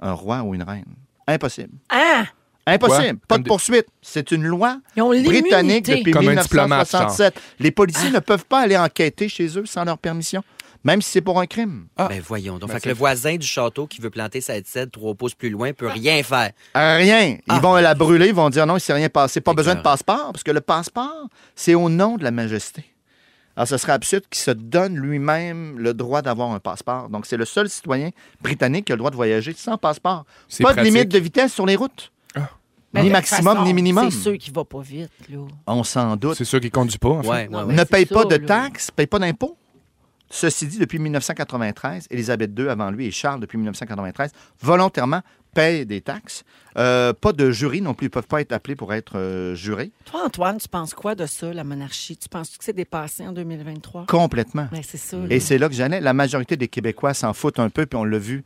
Speaker 5: un roi ou une reine. Impossible.
Speaker 3: Ah!
Speaker 5: Impossible.
Speaker 4: Quoi?
Speaker 5: Pas
Speaker 4: Comme
Speaker 5: de
Speaker 4: des-
Speaker 5: poursuite. C'est une loi
Speaker 3: Ils ont
Speaker 5: britannique
Speaker 3: l'immunité.
Speaker 5: depuis
Speaker 4: Comme un diplomate,
Speaker 5: 1967. Les policiers ne peuvent pas aller enquêter chez eux sans leur permission, même si c'est pour un crime.
Speaker 4: Ah.
Speaker 2: Ben voyons. Donc,
Speaker 4: Ben,
Speaker 2: fait que
Speaker 4: c'est-
Speaker 2: le voisin du château qui veut planter sa tête trois pouces plus loin peut rien faire.
Speaker 5: Euh, Rien. Ils
Speaker 2: Ah.
Speaker 5: vont la brûler, ils vont dire non, il s'est rien passé. Pas besoin de
Speaker 2: Écœurant.
Speaker 5: passeport, parce que le passeport, c'est au nom de la majesté. Alors, ce serait absurde qu'il se donne lui-même le droit d'avoir un passeport. Donc, c'est le seul citoyen britannique qui a le droit de voyager sans passeport.
Speaker 4: C'est
Speaker 5: Pas de
Speaker 4: pratique.
Speaker 5: limite de vitesse sur les routes.
Speaker 3: Mais
Speaker 5: Ni
Speaker 3: Ben, de toute
Speaker 5: maximum,
Speaker 3: façon,
Speaker 5: ni minimum.
Speaker 3: C'est ceux qui ne vont pas vite, là.
Speaker 5: On s'en doute.
Speaker 4: C'est sûr qu'ils conduisent pas. En fait.
Speaker 2: Ouais, ouais,
Speaker 3: Non,
Speaker 2: ouais.
Speaker 3: mais-
Speaker 5: ne
Speaker 3: c'est
Speaker 5: paye pas
Speaker 3: ça,
Speaker 5: de
Speaker 3: là.
Speaker 5: taxes, paye pas d'impôts. Ceci dit, depuis 1993, Élisabeth II avant lui et Charles depuis 1993, volontairement payent des taxes. Euh, pas de jury non plus, ils peuvent pas être appelés pour être euh, jurés.
Speaker 3: Toi, Antoine, tu penses quoi de ça, la monarchie? Tu penses que c'est dépassé en 2023?
Speaker 5: Complètement.
Speaker 3: Mais Ben, c'est ça.
Speaker 5: Et
Speaker 3: là.
Speaker 5: c'est là que j'allais. La majorité des Québécois s'en foutent un peu, puis on l'a vu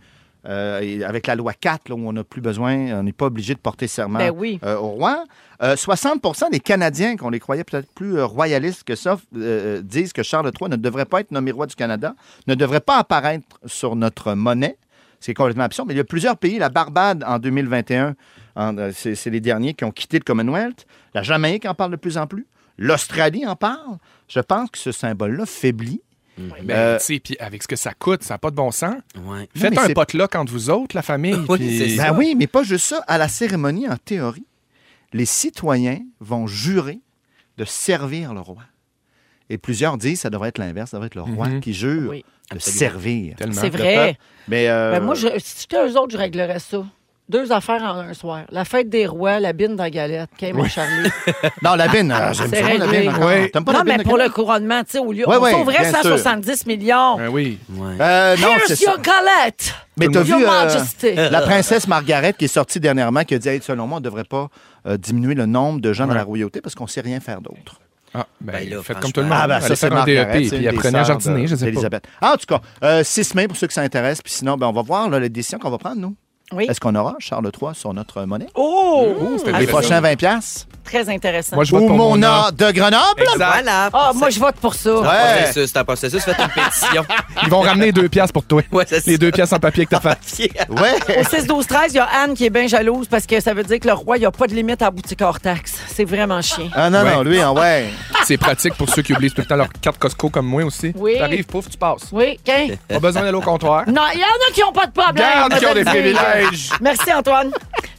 Speaker 5: euh, et avec la loi 4, là, où on n'a plus besoin, on n'est pas obligé de porter serment
Speaker 3: Ben oui.
Speaker 5: euh, au roi. Euh, 60 des Canadiens, qu'on les croyait peut-être plus euh, royalistes que ça, euh, disent que Charles III ne devrait pas être nommé roi du Canada, ne devrait pas apparaître sur notre monnaie. C'est complètement absurde. Mais il y a plusieurs pays, la Barbade en 2021, en, euh, c'est c'est les derniers qui ont quitté le Commonwealth. La Jamaïque en parle de plus en plus. L'Australie en parle. Je pense que ce symbole-là faiblit
Speaker 4: Ben,
Speaker 5: Euh,
Speaker 4: tu sais, puis avec ce que ça coûte, ça n'a pas de bon sens.
Speaker 2: Ouais.
Speaker 5: Non,
Speaker 4: Faites
Speaker 5: mais
Speaker 4: un
Speaker 5: c'est-
Speaker 4: potluck entre vous autres, la famille.
Speaker 2: Oui,
Speaker 4: puis-
Speaker 2: c'est ça.
Speaker 5: Ben oui, mais pas juste ça. À la cérémonie, en théorie, les citoyens vont jurer de servir le roi. Et plusieurs disent que ça devrait être l'inverse, ça devrait être le roi
Speaker 4: Mhm.
Speaker 5: qui jure
Speaker 3: Ah Oui.
Speaker 5: de
Speaker 2: Absolument.
Speaker 5: servir.
Speaker 4: Tellement.
Speaker 3: C'est
Speaker 5: Mm-hmm. le
Speaker 3: vrai.
Speaker 5: peuple. Mais euh,
Speaker 3: Ben, moi, je- si j'étais eux autres, je réglerais ça. Deux affaires en un soir. La fête des rois, la bine dans la galette. Qu'est-ce mon Charlie?
Speaker 5: Non, la bine, euh, j'aime
Speaker 3: Ah, C'est
Speaker 5: ça, la
Speaker 3: réglé.
Speaker 5: bine. encore.
Speaker 4: Oui.
Speaker 5: T'aimes pas
Speaker 3: non,
Speaker 5: la bine
Speaker 3: mais
Speaker 5: de
Speaker 3: pour le
Speaker 5: Québec?
Speaker 3: couronnement, tu sais, au lieu.
Speaker 5: Ouais,
Speaker 3: on
Speaker 5: ouais,
Speaker 3: sauverait
Speaker 5: bien sûr.
Speaker 3: 170 millions.
Speaker 4: Ben oui.
Speaker 2: Ouais.
Speaker 5: Euh, non, c'est
Speaker 3: Here's
Speaker 5: ça.
Speaker 3: your galette!
Speaker 5: Mais t'as vu
Speaker 3: Your
Speaker 5: euh,
Speaker 3: Majesty.
Speaker 5: la princesse Margaret qui est sortie dernièrement qui a dit Hey, selon moi, on ne devrait pas euh, diminuer le nombre de gens dans la royauté parce qu'on ne sait rien faire d'autre.
Speaker 4: Ah, ben,
Speaker 2: Ben là,
Speaker 4: faites comme tout le monde.
Speaker 5: Ah, ben, ça,
Speaker 4: Allez
Speaker 5: c'est
Speaker 4: faire un
Speaker 5: Margaret,
Speaker 4: DEP, puis
Speaker 5: c'est une des
Speaker 4: apprenez à
Speaker 5: sœurs
Speaker 4: jardiner,
Speaker 5: de-
Speaker 4: je sais pas.
Speaker 5: d'Élisabeth. Ah, en tout cas, euh, 6 mai pour ceux qui s'intéressent. Puis sinon, ben, on va voir là, les décisions qu'on va prendre, nous.
Speaker 3: Oui.
Speaker 5: Est-ce qu'on aura Charles III sur notre monnaie?
Speaker 3: Oh!
Speaker 4: Ouh, c'était
Speaker 3: Ah,
Speaker 5: Les
Speaker 4: intéressant.
Speaker 5: prochains 20 piastres?
Speaker 3: Très intéressant.
Speaker 4: Moi, je vote
Speaker 5: Ou
Speaker 4: pour
Speaker 5: mon
Speaker 4: mon
Speaker 5: or
Speaker 4: art.
Speaker 5: de Grenoble?
Speaker 4: Exact.
Speaker 2: Ben, Voilà.
Speaker 3: Ah, moi, je vote pour ça.
Speaker 2: C'est un
Speaker 5: Ouais.
Speaker 2: processus, c'est un processus. Faites une pétition.
Speaker 4: Ils vont ramener deux piastres pour toi.
Speaker 2: Ouais, c'est
Speaker 4: Les
Speaker 2: ça.
Speaker 4: deux piastres en papier que t'as fait.
Speaker 3: Au
Speaker 5: Ouais.
Speaker 3: 6-12-13, il y a Anne qui est bien jalouse parce que ça veut dire que le roi, il n'y a pas de limite à boutique hors taxe. C'est vraiment chien.
Speaker 5: Ah non, non, lui, hein, ouais.
Speaker 4: C'est pratique pour ceux qui oublient tout le temps leur carte Costco comme moi aussi.
Speaker 3: Oui.
Speaker 4: T'arrives, pouf, tu passes.
Speaker 3: Oui, qu'un?
Speaker 4: Pas besoin d'aller au comptoir.
Speaker 3: Non, il y en a qui n'ont pas de problème.
Speaker 4: Garde qui ont des
Speaker 3: Madame Zé.
Speaker 4: privilèges.
Speaker 3: Merci, Antoine.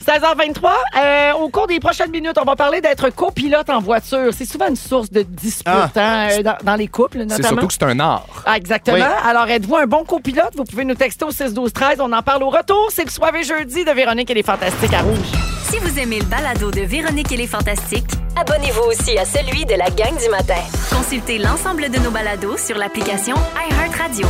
Speaker 3: 16h23, euh, au cours des prochaines minutes, on va parler d'être copilote en voiture. C'est souvent une source de dispute
Speaker 5: Ah.
Speaker 3: hein, euh, dans, dans les couples, notamment.
Speaker 4: C'est surtout que c'est un art.
Speaker 3: Ah, exactement.
Speaker 5: Oui.
Speaker 3: Alors, êtes-vous un bon copilote? Vous pouvez nous texter au 6 12 13 On en parle au retour. C'est le soir et jeudi de Véronique et les Fantastiques à Rouge.
Speaker 1: Si vous aimez le balado de Véronique et les Fantastiques,
Speaker 7: Abonnez-vous aussi à celui de la gang du matin.
Speaker 1: consultez l'ensemble de nos balados sur l'application iHeartRadio.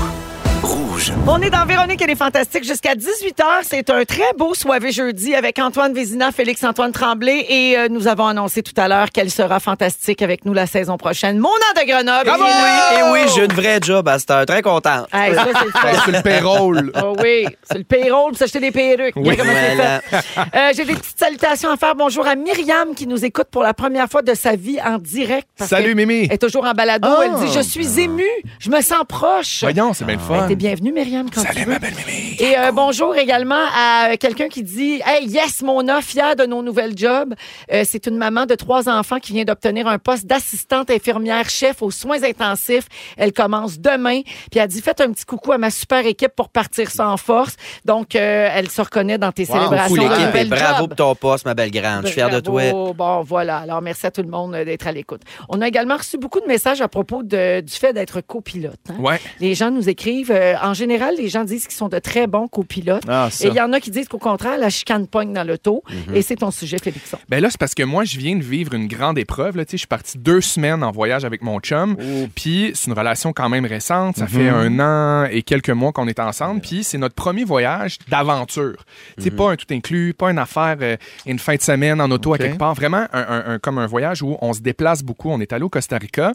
Speaker 3: On est dans Véronique et les Fantastiques jusqu'à 18h. C'est un très beau soirée jeudi avec Antoine Vézina, Félix-Antoine Tremblay et euh, nous avons annoncé tout à l'heure qu'elle sera fantastique avec nous la saison prochaine. Mon an de Grenoble.
Speaker 2: Et Eh oui, j'ai une vraie job à cette heure. Très content.
Speaker 3: Hey, ça, c'est le fun.
Speaker 4: Sur le payroll.
Speaker 3: Oh oui, c'est le payroll pour s'acheter des perruques. Bien comment c'est
Speaker 2: Voilà.
Speaker 3: fait. Euh, J'ai des petites salutations à faire. Bonjour à Myriam qui nous écoute pour la première fois de sa vie en direct. parce
Speaker 4: Salut,
Speaker 3: qu'elle
Speaker 4: Mimi.
Speaker 3: Elle est toujours en balado.
Speaker 5: Ah.
Speaker 3: Elle dit Je suis émue, je me sens proche.
Speaker 4: Voyons, c'est bien le fun.
Speaker 3: Ah, T'es bienvenue, Myriam, quand tu
Speaker 4: Salut,
Speaker 3: veux.
Speaker 4: ma belle Mimi.
Speaker 3: Et euh, bonjour également à euh, quelqu'un qui dit Hey, yes, mon homme, fier de nos nouvelles jobs. Euh, c'est une maman de trois enfants qui vient d'obtenir un poste d'assistante infirmière chef aux soins intensifs. Elle commence demain. Puis elle dit Faites un petit coucou à ma super équipe pour partir sans force. Donc, euh, elle se reconnaît dans tes
Speaker 5: Wow,
Speaker 3: célébrations.
Speaker 2: Fou
Speaker 3: de
Speaker 2: l'équipe et
Speaker 3: nouvelles
Speaker 2: bravo
Speaker 3: jobs.
Speaker 2: pour ton poste, ma belle grande. Je suis fier de toi.
Speaker 3: Bravo. Bon, voilà. Alors, merci à tout le monde euh, d'être à l'écoute. On a également reçu beaucoup de messages à propos de- du fait d'être copilote. hein.
Speaker 4: Ouais.
Speaker 3: Les gens nous écrivent. euh, en général, les gens disent qu'ils sont de très bons copilotes.
Speaker 5: Ah,
Speaker 3: Et
Speaker 5: ça. Mhm.
Speaker 3: il y en a qui disent qu'au contraire, la chicane pogne dans l'auto. Et c'est ton sujet, Félixon.
Speaker 4: Ben là, c'est parce que moi, je viens de vivre une grande épreuve. Là. Tu sais, Je suis parti deux semaines en voyage avec mon chum. Puis c'est une relation quand même récente. Ça fait un an et quelques mois qu'on est ensemble. Puis c'est notre premier voyage d'aventure. Tu sais, Pas un tout inclus, pas une affaire, euh, une fin de semaine en auto
Speaker 5: Ok.
Speaker 4: à quelque part. Vraiment un, un- un- comme un voyage où on se déplace beaucoup. On est allé au Costa Rica.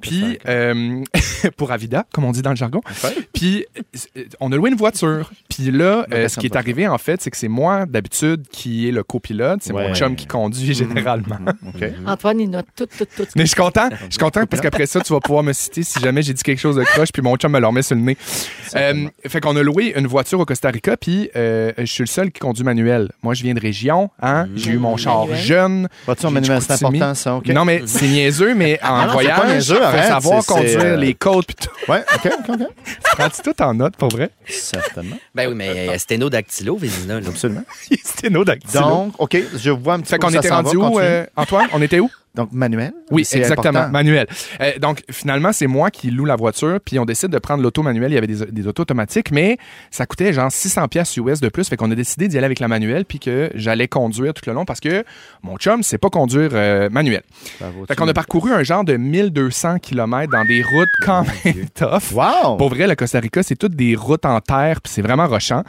Speaker 4: Puis euh, pour Avida, comme on dit dans le jargon. Puis euh, on a loué une voiture. Puis là, euh, ce qui est arrivé en fait, c'est que c'est moi d'habitude qui est le copilote. C'est
Speaker 5: Ouais. Mhm.
Speaker 4: mon chum qui conduit généralement.
Speaker 5: OK.
Speaker 3: Antoine, il note tout, tout, tout.
Speaker 4: Mais je suis content. Je suis content parce qu'après ça, tu vas pouvoir me citer si jamais j'ai dit quelque chose de croche, puis mon chum me le remet sur le nez. Euh, fait qu'on a loué une voiture au Costa Rica, puis euh, je suis le seul qui conduit manuel. Moi, je viens de Région, hein?
Speaker 5: Mhm.
Speaker 4: J'ai eu mon char
Speaker 3: Manuel.
Speaker 4: jeune.
Speaker 5: Voiture
Speaker 4: J'ai
Speaker 5: manuelle,
Speaker 4: du
Speaker 5: c'est
Speaker 4: Chicoutimi.
Speaker 5: important, ça, hein, OK? Ah
Speaker 4: Non, mais c'est niaiseux, mais en
Speaker 5: non, c'est pas
Speaker 4: voyage,
Speaker 5: niaiseux,
Speaker 4: faut
Speaker 5: arrête,
Speaker 4: savoir
Speaker 5: c'est-
Speaker 4: conduire
Speaker 5: c'est, euh,
Speaker 4: les côtes, puis tout.
Speaker 5: Ouais, OK, OK, OK.
Speaker 4: Prends-tu tout en note, pour vrai?
Speaker 5: Certainement.
Speaker 2: Ben oui, mais euh, sténodactylo, Vézina. là.
Speaker 5: Absolument.
Speaker 4: Sténodactylo.
Speaker 5: Donc, OK, je vois un petit
Speaker 4: fait
Speaker 5: peu où
Speaker 4: qu'on
Speaker 5: ça
Speaker 4: était
Speaker 5: s'en
Speaker 4: rendu
Speaker 5: va,
Speaker 4: où,
Speaker 5: continue.
Speaker 4: euh, Antoine? On était où?
Speaker 5: Donc, manuel.
Speaker 4: Oui,
Speaker 5: c'est
Speaker 4: exactement,
Speaker 5: important.
Speaker 4: manuel. Euh, donc, finalement, c'est moi qui loue la voiture, puis on décide de prendre l'auto manuelle. Il y avait des, des autos automatiques, mais ça coûtait genre 600 pièces US de plus. Fait qu'on a décidé d'y aller avec la manuelle, puis que j'allais conduire tout le long parce que mon chum, c'est pas conduire euh, manuel.
Speaker 5: Bravo,
Speaker 4: Fait
Speaker 5: tu
Speaker 4: qu'on
Speaker 5: me-
Speaker 4: a parcouru un genre de 1200 km dans des routes
Speaker 5: Oh
Speaker 4: quand même tough.
Speaker 5: Wow!
Speaker 4: Pour vrai, le Costa Rica, c'est toutes des routes en terre, puis c'est vraiment rochant.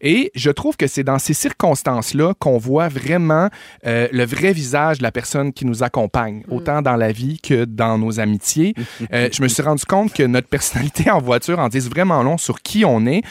Speaker 4: Et je trouve que c'est dans ces circonstances-là qu'on voit vraiment euh, le vrai visage de la personne qui nous accompagne,
Speaker 5: Mm.
Speaker 4: autant dans la vie que dans nos amitiés. Euh, je me suis rendu compte que notre personnalité en voiture en dit vraiment long sur qui on est.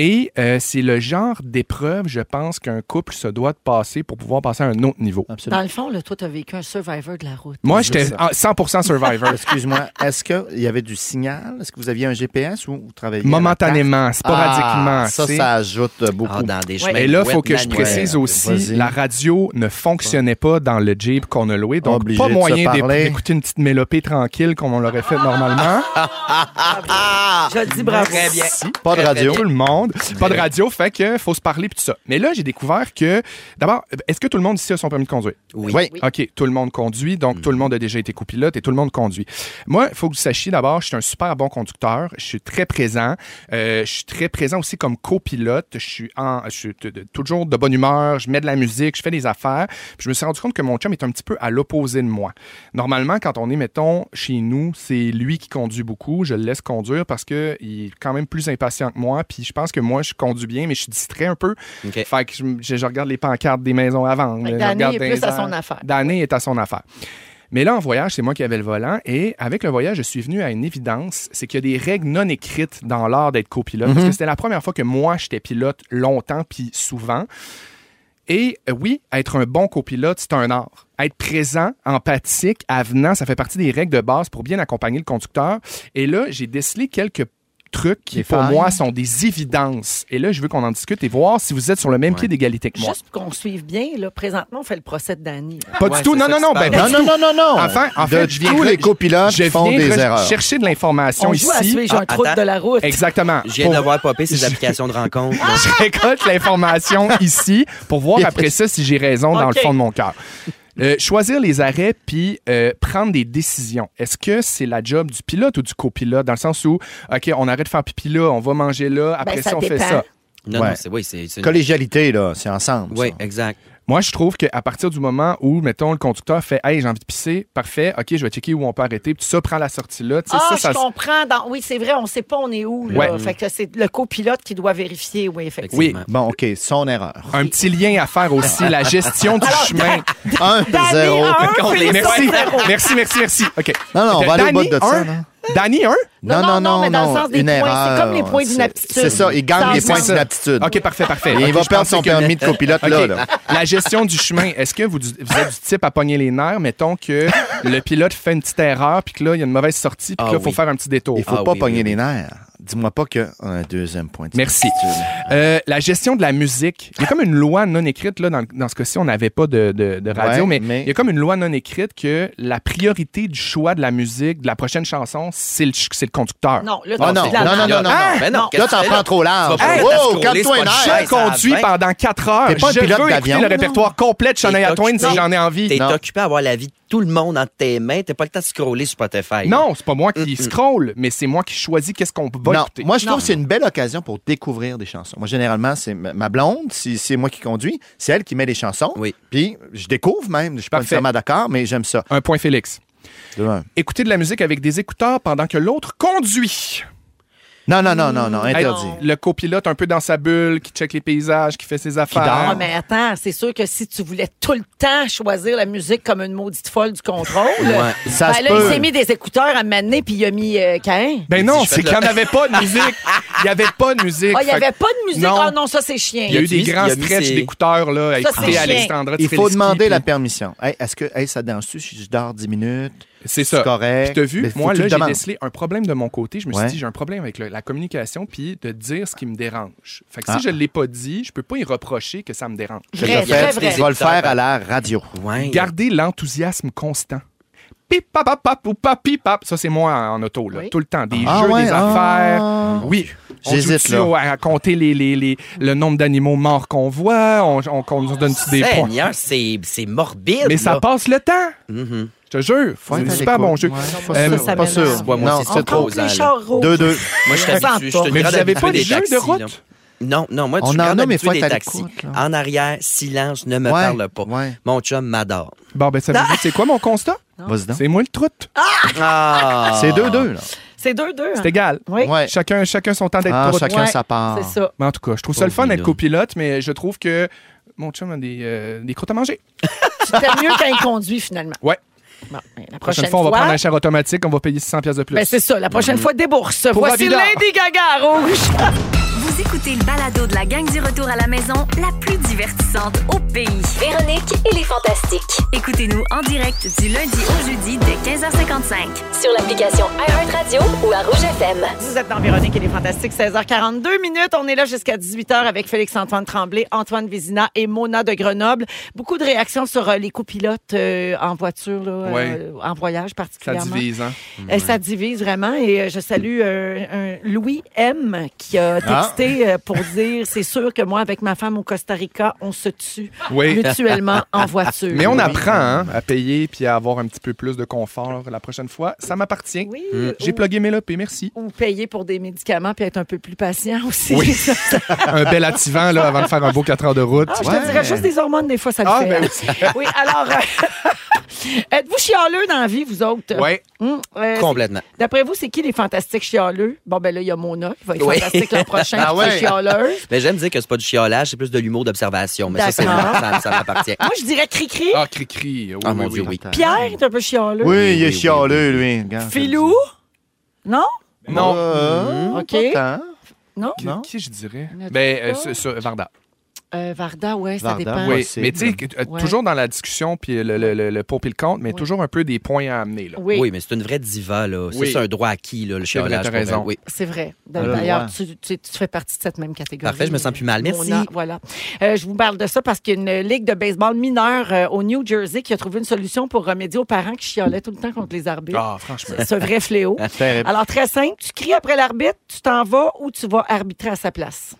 Speaker 4: Et euh, c'est le genre d'épreuve, je pense, qu'un couple se doit de passer pour pouvoir passer à un autre niveau.
Speaker 5: Absolument.
Speaker 3: Dans le fond, là, toi, tu as vécu un survivor de la route.
Speaker 4: Moi, j'étais en 100% survivor.
Speaker 5: Excuse-moi, est-ce qu'il y avait du signal? Est-ce que vous aviez un GPS ou vous travailliez? à la
Speaker 4: Momentanément,
Speaker 5: carte?
Speaker 4: sporadiquement.
Speaker 5: Ah, ça,
Speaker 4: tu sais.
Speaker 5: ça ajoute beaucoup.
Speaker 2: Ah, dans des chemins.
Speaker 4: Et là,
Speaker 2: de
Speaker 4: il faut
Speaker 2: couette
Speaker 4: que je
Speaker 2: manuels.
Speaker 4: précise aussi,
Speaker 5: Vas-y.
Speaker 4: la radio ne fonctionnait pas dans le Jeep qu'on a loué, donc
Speaker 5: Obligé
Speaker 4: pas
Speaker 5: de
Speaker 4: moyen
Speaker 5: se
Speaker 4: d'é-
Speaker 5: parler.
Speaker 4: d'écouter une petite mélopée tranquille comme on l'aurait fait normalement.
Speaker 3: Je le dis bravo.
Speaker 2: Très bien.
Speaker 5: Pas
Speaker 2: Très,
Speaker 5: de
Speaker 2: très
Speaker 5: radio.
Speaker 4: Tout le monde, pas de radio, fait que faut se parler pis tout ça. Mais là, j'ai découvert que, d'abord, est-ce que tout le monde ici a son permis de conduire?
Speaker 2: Oui.
Speaker 5: Oui. Hmm.
Speaker 4: OK, tout le monde conduit, donc tout le monde a déjà été copilote et tout le monde conduit. Moi, il faut que vous sachiez d'abord, je suis un super bon conducteur, je suis très présent, euh, je suis très présent aussi comme copilote, je suis, en, je suis t- t- toujours de bonne humeur, je mets de la musique, je fais des affaires. Puis je me suis rendu compte que mon chum est un petit peu à l'opposé de moi. Normalement, quand on est, mettons, chez nous, c'est lui qui conduit beaucoup, je le laisse conduire parce qu'il est quand même plus impatient que moi, puis je pense que moi, je conduis bien, mais je suis distrait un peu.
Speaker 2: OK.
Speaker 4: Fait que je, je- je regarde les pancartes des maisons avant.
Speaker 3: Fait que
Speaker 4: je
Speaker 3: Danny
Speaker 4: regarde
Speaker 3: est
Speaker 4: dans
Speaker 3: plus
Speaker 4: les
Speaker 3: à
Speaker 4: airs.
Speaker 3: son affaire.
Speaker 4: Danny est à son affaire. Mais là, en voyage, c'est moi qui avais le volant. Et avec le voyage, je suis venu à une évidence, c'est qu'il y a des règles non écrites dans l'art d'être copilote.
Speaker 3: Mhm.
Speaker 4: Parce que c'était la première fois que moi, j'étais pilote longtemps, puis souvent. Et euh, oui, être un bon copilote, c'est un art. Être présent, empathique, avenant, ça fait partie des règles de base pour bien accompagner le conducteur. Et là, j'ai décelé quelques trucs qui,
Speaker 5: Des
Speaker 4: pour
Speaker 5: failles.
Speaker 4: moi, sont des évidences. Et là, je veux qu'on en discute et voir si vous êtes sur le même pied d'égalité que moi.
Speaker 3: Juste pour qu'on suive bien, là, présentement, on fait le procès de Danny. là.
Speaker 4: Pas
Speaker 2: Ouais,
Speaker 4: du tout.
Speaker 2: c'est
Speaker 4: Non,
Speaker 2: ça
Speaker 4: non,
Speaker 2: que
Speaker 4: non.
Speaker 2: tu
Speaker 4: ben,
Speaker 2: parles.
Speaker 4: pas
Speaker 5: Non,
Speaker 4: du
Speaker 5: non,
Speaker 4: tout.
Speaker 5: non, non, non.
Speaker 4: Enfin, en fait,
Speaker 5: de
Speaker 4: je viens
Speaker 5: tous
Speaker 4: re-
Speaker 5: les copilotes
Speaker 4: je
Speaker 5: font
Speaker 4: viens
Speaker 5: des
Speaker 4: re-
Speaker 5: erreurs.
Speaker 4: chercher de l'information
Speaker 3: On
Speaker 4: ici.
Speaker 3: joue à suivre, j'ai un
Speaker 2: Ah,
Speaker 3: trou
Speaker 2: attends.
Speaker 3: de la route.
Speaker 4: Exactement.
Speaker 2: Je viens
Speaker 4: Pour-
Speaker 2: de voir popper ces applications de rencontre.
Speaker 3: Ah!
Speaker 2: là.
Speaker 4: Je récolte l'information ici pour voir après ça si j'ai raison dans
Speaker 3: OK.
Speaker 4: le fond de mon cœur. Euh, choisir les arrêts puis euh, prendre des décisions. Est-ce que c'est la job du pilote ou du copilote dans le sens où OK, on arrête de faire pipi là, on va manger là, après
Speaker 3: Ben,
Speaker 4: ça,
Speaker 3: ça
Speaker 4: on fait
Speaker 3: dépend.
Speaker 4: ça.
Speaker 2: Non,
Speaker 5: Ouais.
Speaker 2: non, c'est oui, c'est. c'est-
Speaker 5: Collégialité, là, c'est ensemble.
Speaker 2: Oui,
Speaker 5: ça.
Speaker 2: exact.
Speaker 4: Moi, je trouve qu'à partir du moment où mettons le conducteur fait "Hey, j'ai envie de pisser, parfait. OK, je vais checker où on peut arrêter." Puis tout ça prend la sortie là, tu sais,
Speaker 3: Ah,
Speaker 4: ça, ça
Speaker 3: je comprends. Dans... Oui, c'est vrai, on sait pas on est où. Là.
Speaker 4: Ouais.
Speaker 3: Fait que c'est le copilote qui doit vérifier. Oui, effectivement.
Speaker 4: Oui.
Speaker 5: Bon, OK, son erreur.
Speaker 4: un petit lien à faire aussi la gestion du chemin.
Speaker 5: 1-0.
Speaker 3: un, Félixon,
Speaker 4: Merci.
Speaker 3: zéro.
Speaker 4: Merci, merci, merci. OK.
Speaker 5: Non, non, on va aller au
Speaker 4: Danny,
Speaker 5: bout de ça.
Speaker 4: un.
Speaker 5: non?
Speaker 4: Danny 1
Speaker 3: Non, non, non, mais dans le sens des
Speaker 5: une
Speaker 3: points, c'est
Speaker 5: erreur,
Speaker 3: comme les points
Speaker 5: c'est-
Speaker 3: d'inaptitude.
Speaker 5: C'est ça, il
Speaker 3: Dans
Speaker 5: gagne les
Speaker 3: le
Speaker 5: points
Speaker 3: sens.
Speaker 5: d'inaptitude.
Speaker 4: OK, parfait, parfait.
Speaker 5: Et
Speaker 4: OK,
Speaker 5: il va
Speaker 4: je
Speaker 5: perdre
Speaker 4: pensais
Speaker 5: son
Speaker 4: que-
Speaker 5: permis de copilote,
Speaker 4: OK. Ah,
Speaker 5: là, là.
Speaker 4: La gestion du chemin, est-ce que vous, vous êtes du type à pogner les nerves? Mettons que le pilote fait une petite erreur, puis que là, il y a une mauvaise sortie, puis que
Speaker 2: Ah
Speaker 4: là, il faut
Speaker 2: oui.
Speaker 4: faire un petit détour.
Speaker 5: Il faut
Speaker 2: Ah
Speaker 5: pas
Speaker 2: oui,
Speaker 5: pogner
Speaker 2: oui, oui.
Speaker 5: les nerfs. Dis-moi pas qu'on a un deuxième point. de
Speaker 4: Merci.
Speaker 5: certitude.
Speaker 4: Euh, la gestion de la musique. Il y a comme une loi non écrite, là, dans, dans ce cas-ci, on n'avait pas de, de- de radio,
Speaker 5: Ouais,
Speaker 4: mais,
Speaker 5: mais-
Speaker 4: il y a comme une loi non écrite que la priorité du choix de la musique, de la prochaine chanson, c'est le, ch- c'est le conducteur.
Speaker 3: Non, là,
Speaker 5: Non,
Speaker 3: c'est
Speaker 5: Oh, non,
Speaker 3: de la
Speaker 5: non, non,
Speaker 3: merde.
Speaker 5: non, non.
Speaker 4: Ah!
Speaker 2: Ben
Speaker 3: Non.
Speaker 2: non, qu'est-ce
Speaker 5: Là,
Speaker 2: que
Speaker 5: t'en
Speaker 2: tu fais,
Speaker 5: prends trop large.
Speaker 2: Tu vas pas
Speaker 5: Wow,
Speaker 2: te scroller,
Speaker 5: calme-toi
Speaker 2: c'est pas
Speaker 5: un air.
Speaker 2: de
Speaker 4: Je
Speaker 2: Hey, ça
Speaker 4: conduis
Speaker 2: va bien.
Speaker 4: pendant quatre heures.
Speaker 5: T'es pas un
Speaker 4: je
Speaker 5: pilote
Speaker 4: veux écouter
Speaker 5: d'avion.
Speaker 4: le répertoire complet de Shania
Speaker 2: T'es
Speaker 4: Twain si
Speaker 2: occupé.
Speaker 4: j'en ai envie.
Speaker 2: T'es
Speaker 5: Non.
Speaker 2: occupé à avoir la vie de tout le monde entre tes mains. T'as pas le temps de scroller sur Spotify.
Speaker 4: Non, c'est pas moi qui scroll, mais c'est moi qui choisis qu'est-ce qu'on va
Speaker 5: Non,
Speaker 4: écouter.
Speaker 5: moi, je trouve que c'est une belle occasion pour découvrir des chansons. Moi, généralement, c'est ma ma blonde, si c'est moi qui conduis, c'est elle qui met les chansons.
Speaker 2: Oui.
Speaker 5: Puis, je découvre même. Je suis pas
Speaker 4: Parfait.
Speaker 5: nécessairement d'accord, mais j'aime ça.
Speaker 4: Un point, Félix.
Speaker 5: De un.
Speaker 4: Écouter de la musique avec des écouteurs pendant que l'autre conduit.
Speaker 5: Non, non, non, non, non, interdit.
Speaker 4: Être Le copilote un peu dans sa bulle, qui check les paysages, qui fait ses affaires.
Speaker 3: Ah, mais attends, c'est sûr que si tu voulais tout le temps choisir la musique comme une maudite folle du contrôle,
Speaker 5: Ça
Speaker 3: ben
Speaker 5: se
Speaker 3: là, il
Speaker 5: peut.
Speaker 3: s'est mis des écouteurs à m'amener puis il a mis euh, Caïn.
Speaker 4: Ben
Speaker 2: Il
Speaker 4: non,
Speaker 2: dit, je
Speaker 4: c'est
Speaker 2: fais de
Speaker 4: qu'il n'y en avait pas de musique. Il n'y avait pas de musique.
Speaker 3: Ah, il n'y
Speaker 4: Fait
Speaker 3: avait
Speaker 4: que
Speaker 3: pas de musique.
Speaker 4: Non.
Speaker 3: Ah non, ça, c'est
Speaker 4: Il y a
Speaker 3: chien.
Speaker 4: eu des
Speaker 2: mis-
Speaker 4: grands
Speaker 2: il a mis
Speaker 4: stretchs
Speaker 2: ses-
Speaker 4: d'écouteurs là,
Speaker 3: Ça,
Speaker 4: à
Speaker 3: c'est
Speaker 4: écouter
Speaker 3: chien.
Speaker 4: Alexandra
Speaker 5: Il faut
Speaker 4: Tsfelski,
Speaker 5: demander la
Speaker 4: puis-
Speaker 5: permission. Hey, Est-ce que hey, ça danse-tu si je dors 10 minutes?
Speaker 4: C'est ça.
Speaker 5: correct.
Speaker 4: Puis t'as vu,
Speaker 5: Mais faut
Speaker 4: moi
Speaker 5: que tu
Speaker 4: là,
Speaker 5: le
Speaker 4: j'ai
Speaker 5: demandes.
Speaker 4: décelé un problème de mon côté. Je me suis
Speaker 5: Ouais.
Speaker 4: dit, j'ai un problème avec le- la communication puis de dire ce qui me dérange. Fait que
Speaker 5: Ah.
Speaker 4: si je ne l'ai pas dit, je peux pas y reprocher que ça me dérange.
Speaker 5: Je
Speaker 3: Vrai,
Speaker 5: le fais,
Speaker 3: très vrai.
Speaker 5: Je vais le faire à la radio.
Speaker 2: Ouais.
Speaker 4: Garder l'enthousiasme constant. Pip, pap, pap, pap, ou pap, pip, pap. Ça, c'est moi en auto, là.
Speaker 3: Oui.
Speaker 4: Tout le temps. Des
Speaker 5: Ah
Speaker 4: jeux,
Speaker 5: ouais,
Speaker 4: des
Speaker 5: ah.
Speaker 4: affaires. Oui. On
Speaker 5: J'hésite,
Speaker 4: joue-tu
Speaker 5: là.
Speaker 4: au- à compter les, les- les- le nombre d'animaux morts qu'on voit. On, on, on nous donne des points.
Speaker 2: Seigneur, c'est c'est morbide.
Speaker 4: Mais ça
Speaker 2: là. Mm-hmm.
Speaker 4: passe le temps. Je te jure.
Speaker 5: Faut
Speaker 4: C'est
Speaker 5: être
Speaker 4: un
Speaker 5: à
Speaker 4: super
Speaker 5: l'écoute.
Speaker 4: bon jeu.
Speaker 5: Ouais,
Speaker 3: ça,
Speaker 5: pas sûr.
Speaker 3: ça
Speaker 5: pas
Speaker 3: m'énerve.
Speaker 5: sûr.
Speaker 2: Ouais, moi
Speaker 5: non,
Speaker 2: aussi,
Speaker 3: On
Speaker 2: c'est trop,
Speaker 3: compte les
Speaker 2: Zal.
Speaker 3: chars rouges.
Speaker 5: 2-2.
Speaker 2: Moi, je suis
Speaker 3: Invente
Speaker 2: habitué, je suis une
Speaker 4: Mais
Speaker 2: grande
Speaker 4: vous avez pas
Speaker 2: habituée
Speaker 4: de jeu de
Speaker 2: taxis,
Speaker 4: route?
Speaker 2: là. Non, non, moi, je
Speaker 5: On
Speaker 2: suis
Speaker 5: en
Speaker 2: grande
Speaker 5: a, mais
Speaker 2: habituée
Speaker 5: faut
Speaker 2: des
Speaker 5: être à
Speaker 2: taxis.
Speaker 5: l'écoute, là.
Speaker 2: En arrière, silence, ne me
Speaker 5: Ouais,
Speaker 2: parle pas.
Speaker 5: ouais.
Speaker 2: Mon chum m'adore.
Speaker 4: Bon, ben, ça
Speaker 5: Ah!
Speaker 4: veut dire, c'est quoi mon constat?
Speaker 5: Vas-y donc.
Speaker 4: C'est moi le troute.
Speaker 2: Ah!
Speaker 5: C'est 2-2, là.
Speaker 3: C'est deux, deux. hein.
Speaker 4: C'est égal.
Speaker 3: Oui.
Speaker 5: Ouais.
Speaker 4: Chacun, chacun son temps d'être
Speaker 5: Ah,
Speaker 4: troute.
Speaker 5: chacun
Speaker 3: Ouais,
Speaker 5: sa part.
Speaker 3: C'est ça.
Speaker 4: Mais en tout cas, je trouve ça le
Speaker 2: Pauvre
Speaker 4: fun d'être
Speaker 2: Lila.
Speaker 4: copilote, mais je trouve que mon chum a des, euh, des croûtes à manger.
Speaker 3: Tu t'aimes mieux quand il conduit, finalement.
Speaker 4: Ouais.
Speaker 3: Bon, ben, la prochaine,
Speaker 4: La prochaine fois, on va prendre un char automatique, on va payer 600 pièces de plus.
Speaker 3: Ben, c'est ça. La prochaine fois, débourse.
Speaker 4: Pour
Speaker 3: Voici
Speaker 4: Babydor.
Speaker 3: Lady Gaga à rouge.
Speaker 1: Vous écoutez le balado de la gang du retour à la maison, la plus divertissante au pays.
Speaker 7: Véronique et les Fantastiques.
Speaker 1: Écoutez-nous en direct du lundi au jeudi dès 15h55.
Speaker 7: Sur l'application iHeartRadio ou à Rouge FM.
Speaker 3: Vous êtes dans Véronique et les Fantastiques, 16h42 minutes. On est là jusqu'à 18h avec Félix-Antoine Tremblay, Antoine Vézina et Mona de Grenoble. Beaucoup de réactions sur euh, les copilotes euh, en voiture, là, euh,
Speaker 4: Ouais.
Speaker 3: en voyage
Speaker 4: ça
Speaker 3: particulièrement.
Speaker 4: divise, hein?
Speaker 3: Euh, ça divise vraiment. Et euh, je salue euh, un Louis M qui
Speaker 4: Ah.
Speaker 3: a texté euh, pour dire c'est sûr que moi, avec ma femme au Costa Rica, on se tue
Speaker 4: Oui.
Speaker 3: mutuellement en voiture.
Speaker 4: Mais on
Speaker 3: a
Speaker 4: apprend hein, à payer puis à avoir un petit peu plus de confort la prochaine fois. Ça m'appartient.
Speaker 3: Oui,
Speaker 4: Hum. J'ai plugué mes lopés, merci.
Speaker 3: ou payer pour des médicaments puis être un peu plus patient aussi.
Speaker 4: Oui. un bel attivant là, avant de faire un beau 4 heures de route.
Speaker 3: Ah, je
Speaker 5: Ouais.
Speaker 3: te dirais juste des hormones, des fois, ça le
Speaker 4: Ah,
Speaker 3: fait.
Speaker 4: ben
Speaker 3: oui, alors, euh, êtes-vous chialeux dans la vie, vous autres?
Speaker 4: Ouais.
Speaker 3: Hum, euh, c'est-
Speaker 2: Ah, Complètement.
Speaker 3: D'après vous, c'est qui les fantastiques chialeux? Bon, ben là, il y a Mona qui va être
Speaker 2: Oui.
Speaker 3: fantastique l'an prochain,
Speaker 5: Ah
Speaker 3: qui sera
Speaker 5: ouais.
Speaker 3: chialeuse.
Speaker 2: Mais j'aime dire que c'est pas du chiolage, c'est plus de l'humour d'observation. Mais ça, c'est-
Speaker 3: D'accord.
Speaker 2: ça, ça m'appartient.
Speaker 3: Moi, je dirais Cricri.
Speaker 4: Ah, cri-cri. Oui,
Speaker 2: Ah, mon
Speaker 4: oui,
Speaker 2: Dieu,
Speaker 4: oui.
Speaker 2: oui.
Speaker 3: Pierre est un peu chialeux.
Speaker 5: Oui, il
Speaker 2: oui,
Speaker 5: est
Speaker 2: oui,
Speaker 5: chialeux, lui. hein, Regarde, je le
Speaker 3: Philou? Non?
Speaker 5: dis.
Speaker 4: Non.
Speaker 5: Euh,
Speaker 3: OK.
Speaker 5: pas tant.
Speaker 3: Non?
Speaker 4: Qui-
Speaker 5: Non.
Speaker 4: Qui je dirais?
Speaker 3: Notre
Speaker 4: Ben, euh,
Speaker 3: gars.
Speaker 4: ce- ce- Varda.
Speaker 3: Euh, Varda, ouais, ça
Speaker 5: Varda,
Speaker 2: Ah,
Speaker 3: dépend.
Speaker 5: ouais.
Speaker 4: Oui,
Speaker 5: c'est-
Speaker 4: mais tu sais, que, euh,
Speaker 3: Ouais.
Speaker 4: toujours dans la discussion, puis le, le, le, le pour puis le contre, mais
Speaker 3: Oui.
Speaker 4: toujours un peu des points à amener. Là.
Speaker 3: Oui,
Speaker 2: Oui, mais c'est une vraie diva, là. Ça,
Speaker 4: Oui.
Speaker 2: c'est un droit acquis, là, le
Speaker 4: C'est vrai,
Speaker 2: chiolage.
Speaker 4: t'as raison.
Speaker 2: Oui.
Speaker 3: c'est vrai.
Speaker 5: Alors,
Speaker 3: D'ailleurs,
Speaker 5: ouais.
Speaker 3: tu, tu- tu fais partie de cette même catégorie.
Speaker 2: Euh, Parfait, je me sens plus mal. Merci.
Speaker 3: Mona, voilà. Euh, je vous parle de ça parce qu'il y a une ligue de baseball mineure euh, au New Jersey qui a trouvé une solution pour remédier aux parents qui chiolaient tout le temps contre les arbitres.
Speaker 4: Ah, franchement.
Speaker 3: C'est un vrai fléau.
Speaker 5: Terrible.
Speaker 3: Alors, très simple, tu cries après l'arbitre, tu t'en vas ou tu vas arbitrer à sa place.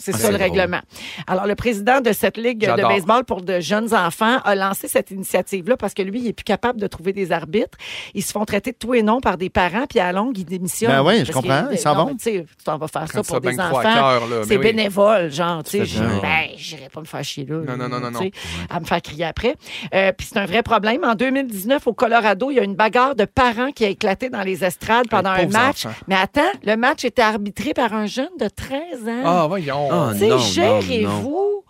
Speaker 3: C'est
Speaker 5: Ah,
Speaker 3: ça
Speaker 2: c'est
Speaker 3: le
Speaker 2: drôle.
Speaker 3: règlement. Alors, le président de cette ligue de
Speaker 4: J'adore.
Speaker 3: baseball pour de jeunes enfants a lancé cette initiative-là parce que lui, il est plus capable de trouver des arbitres. Ils se font traiter de tout et non par des parents, puis à la longue, ils démissionnent.
Speaker 5: Ben oui, je
Speaker 3: Parce
Speaker 5: comprends,
Speaker 3: qu'il y a eu des-
Speaker 5: ils s'en
Speaker 3: Non,
Speaker 5: vont.
Speaker 3: mais Tu sais, tu t'en vas faire ça
Speaker 4: Prends
Speaker 3: pour
Speaker 4: ça
Speaker 3: des
Speaker 4: ben
Speaker 3: enfants.
Speaker 4: trois cœurs, là.
Speaker 3: C'est
Speaker 4: mais oui.
Speaker 3: bénévole, genre, tu sais,
Speaker 5: Tu
Speaker 3: je
Speaker 5: fais bien.
Speaker 3: ben, j'irai pas me faire chier là.
Speaker 4: Non, non, non, non, non.
Speaker 3: tu sais, À me faire crier après. Euh, Puis c'est un vrai problème. En 2019, au Colorado, il y a une bagarre de parents qui a éclaté dans les estrades pendant un
Speaker 4: pauvres
Speaker 3: match.
Speaker 4: enfants.
Speaker 3: Mais attends, le match était arbitré par un jeune de 13 ans.
Speaker 4: Ah, voyons.
Speaker 2: Ah,
Speaker 3: tu sais,
Speaker 2: non, non,
Speaker 3: gérez-vous.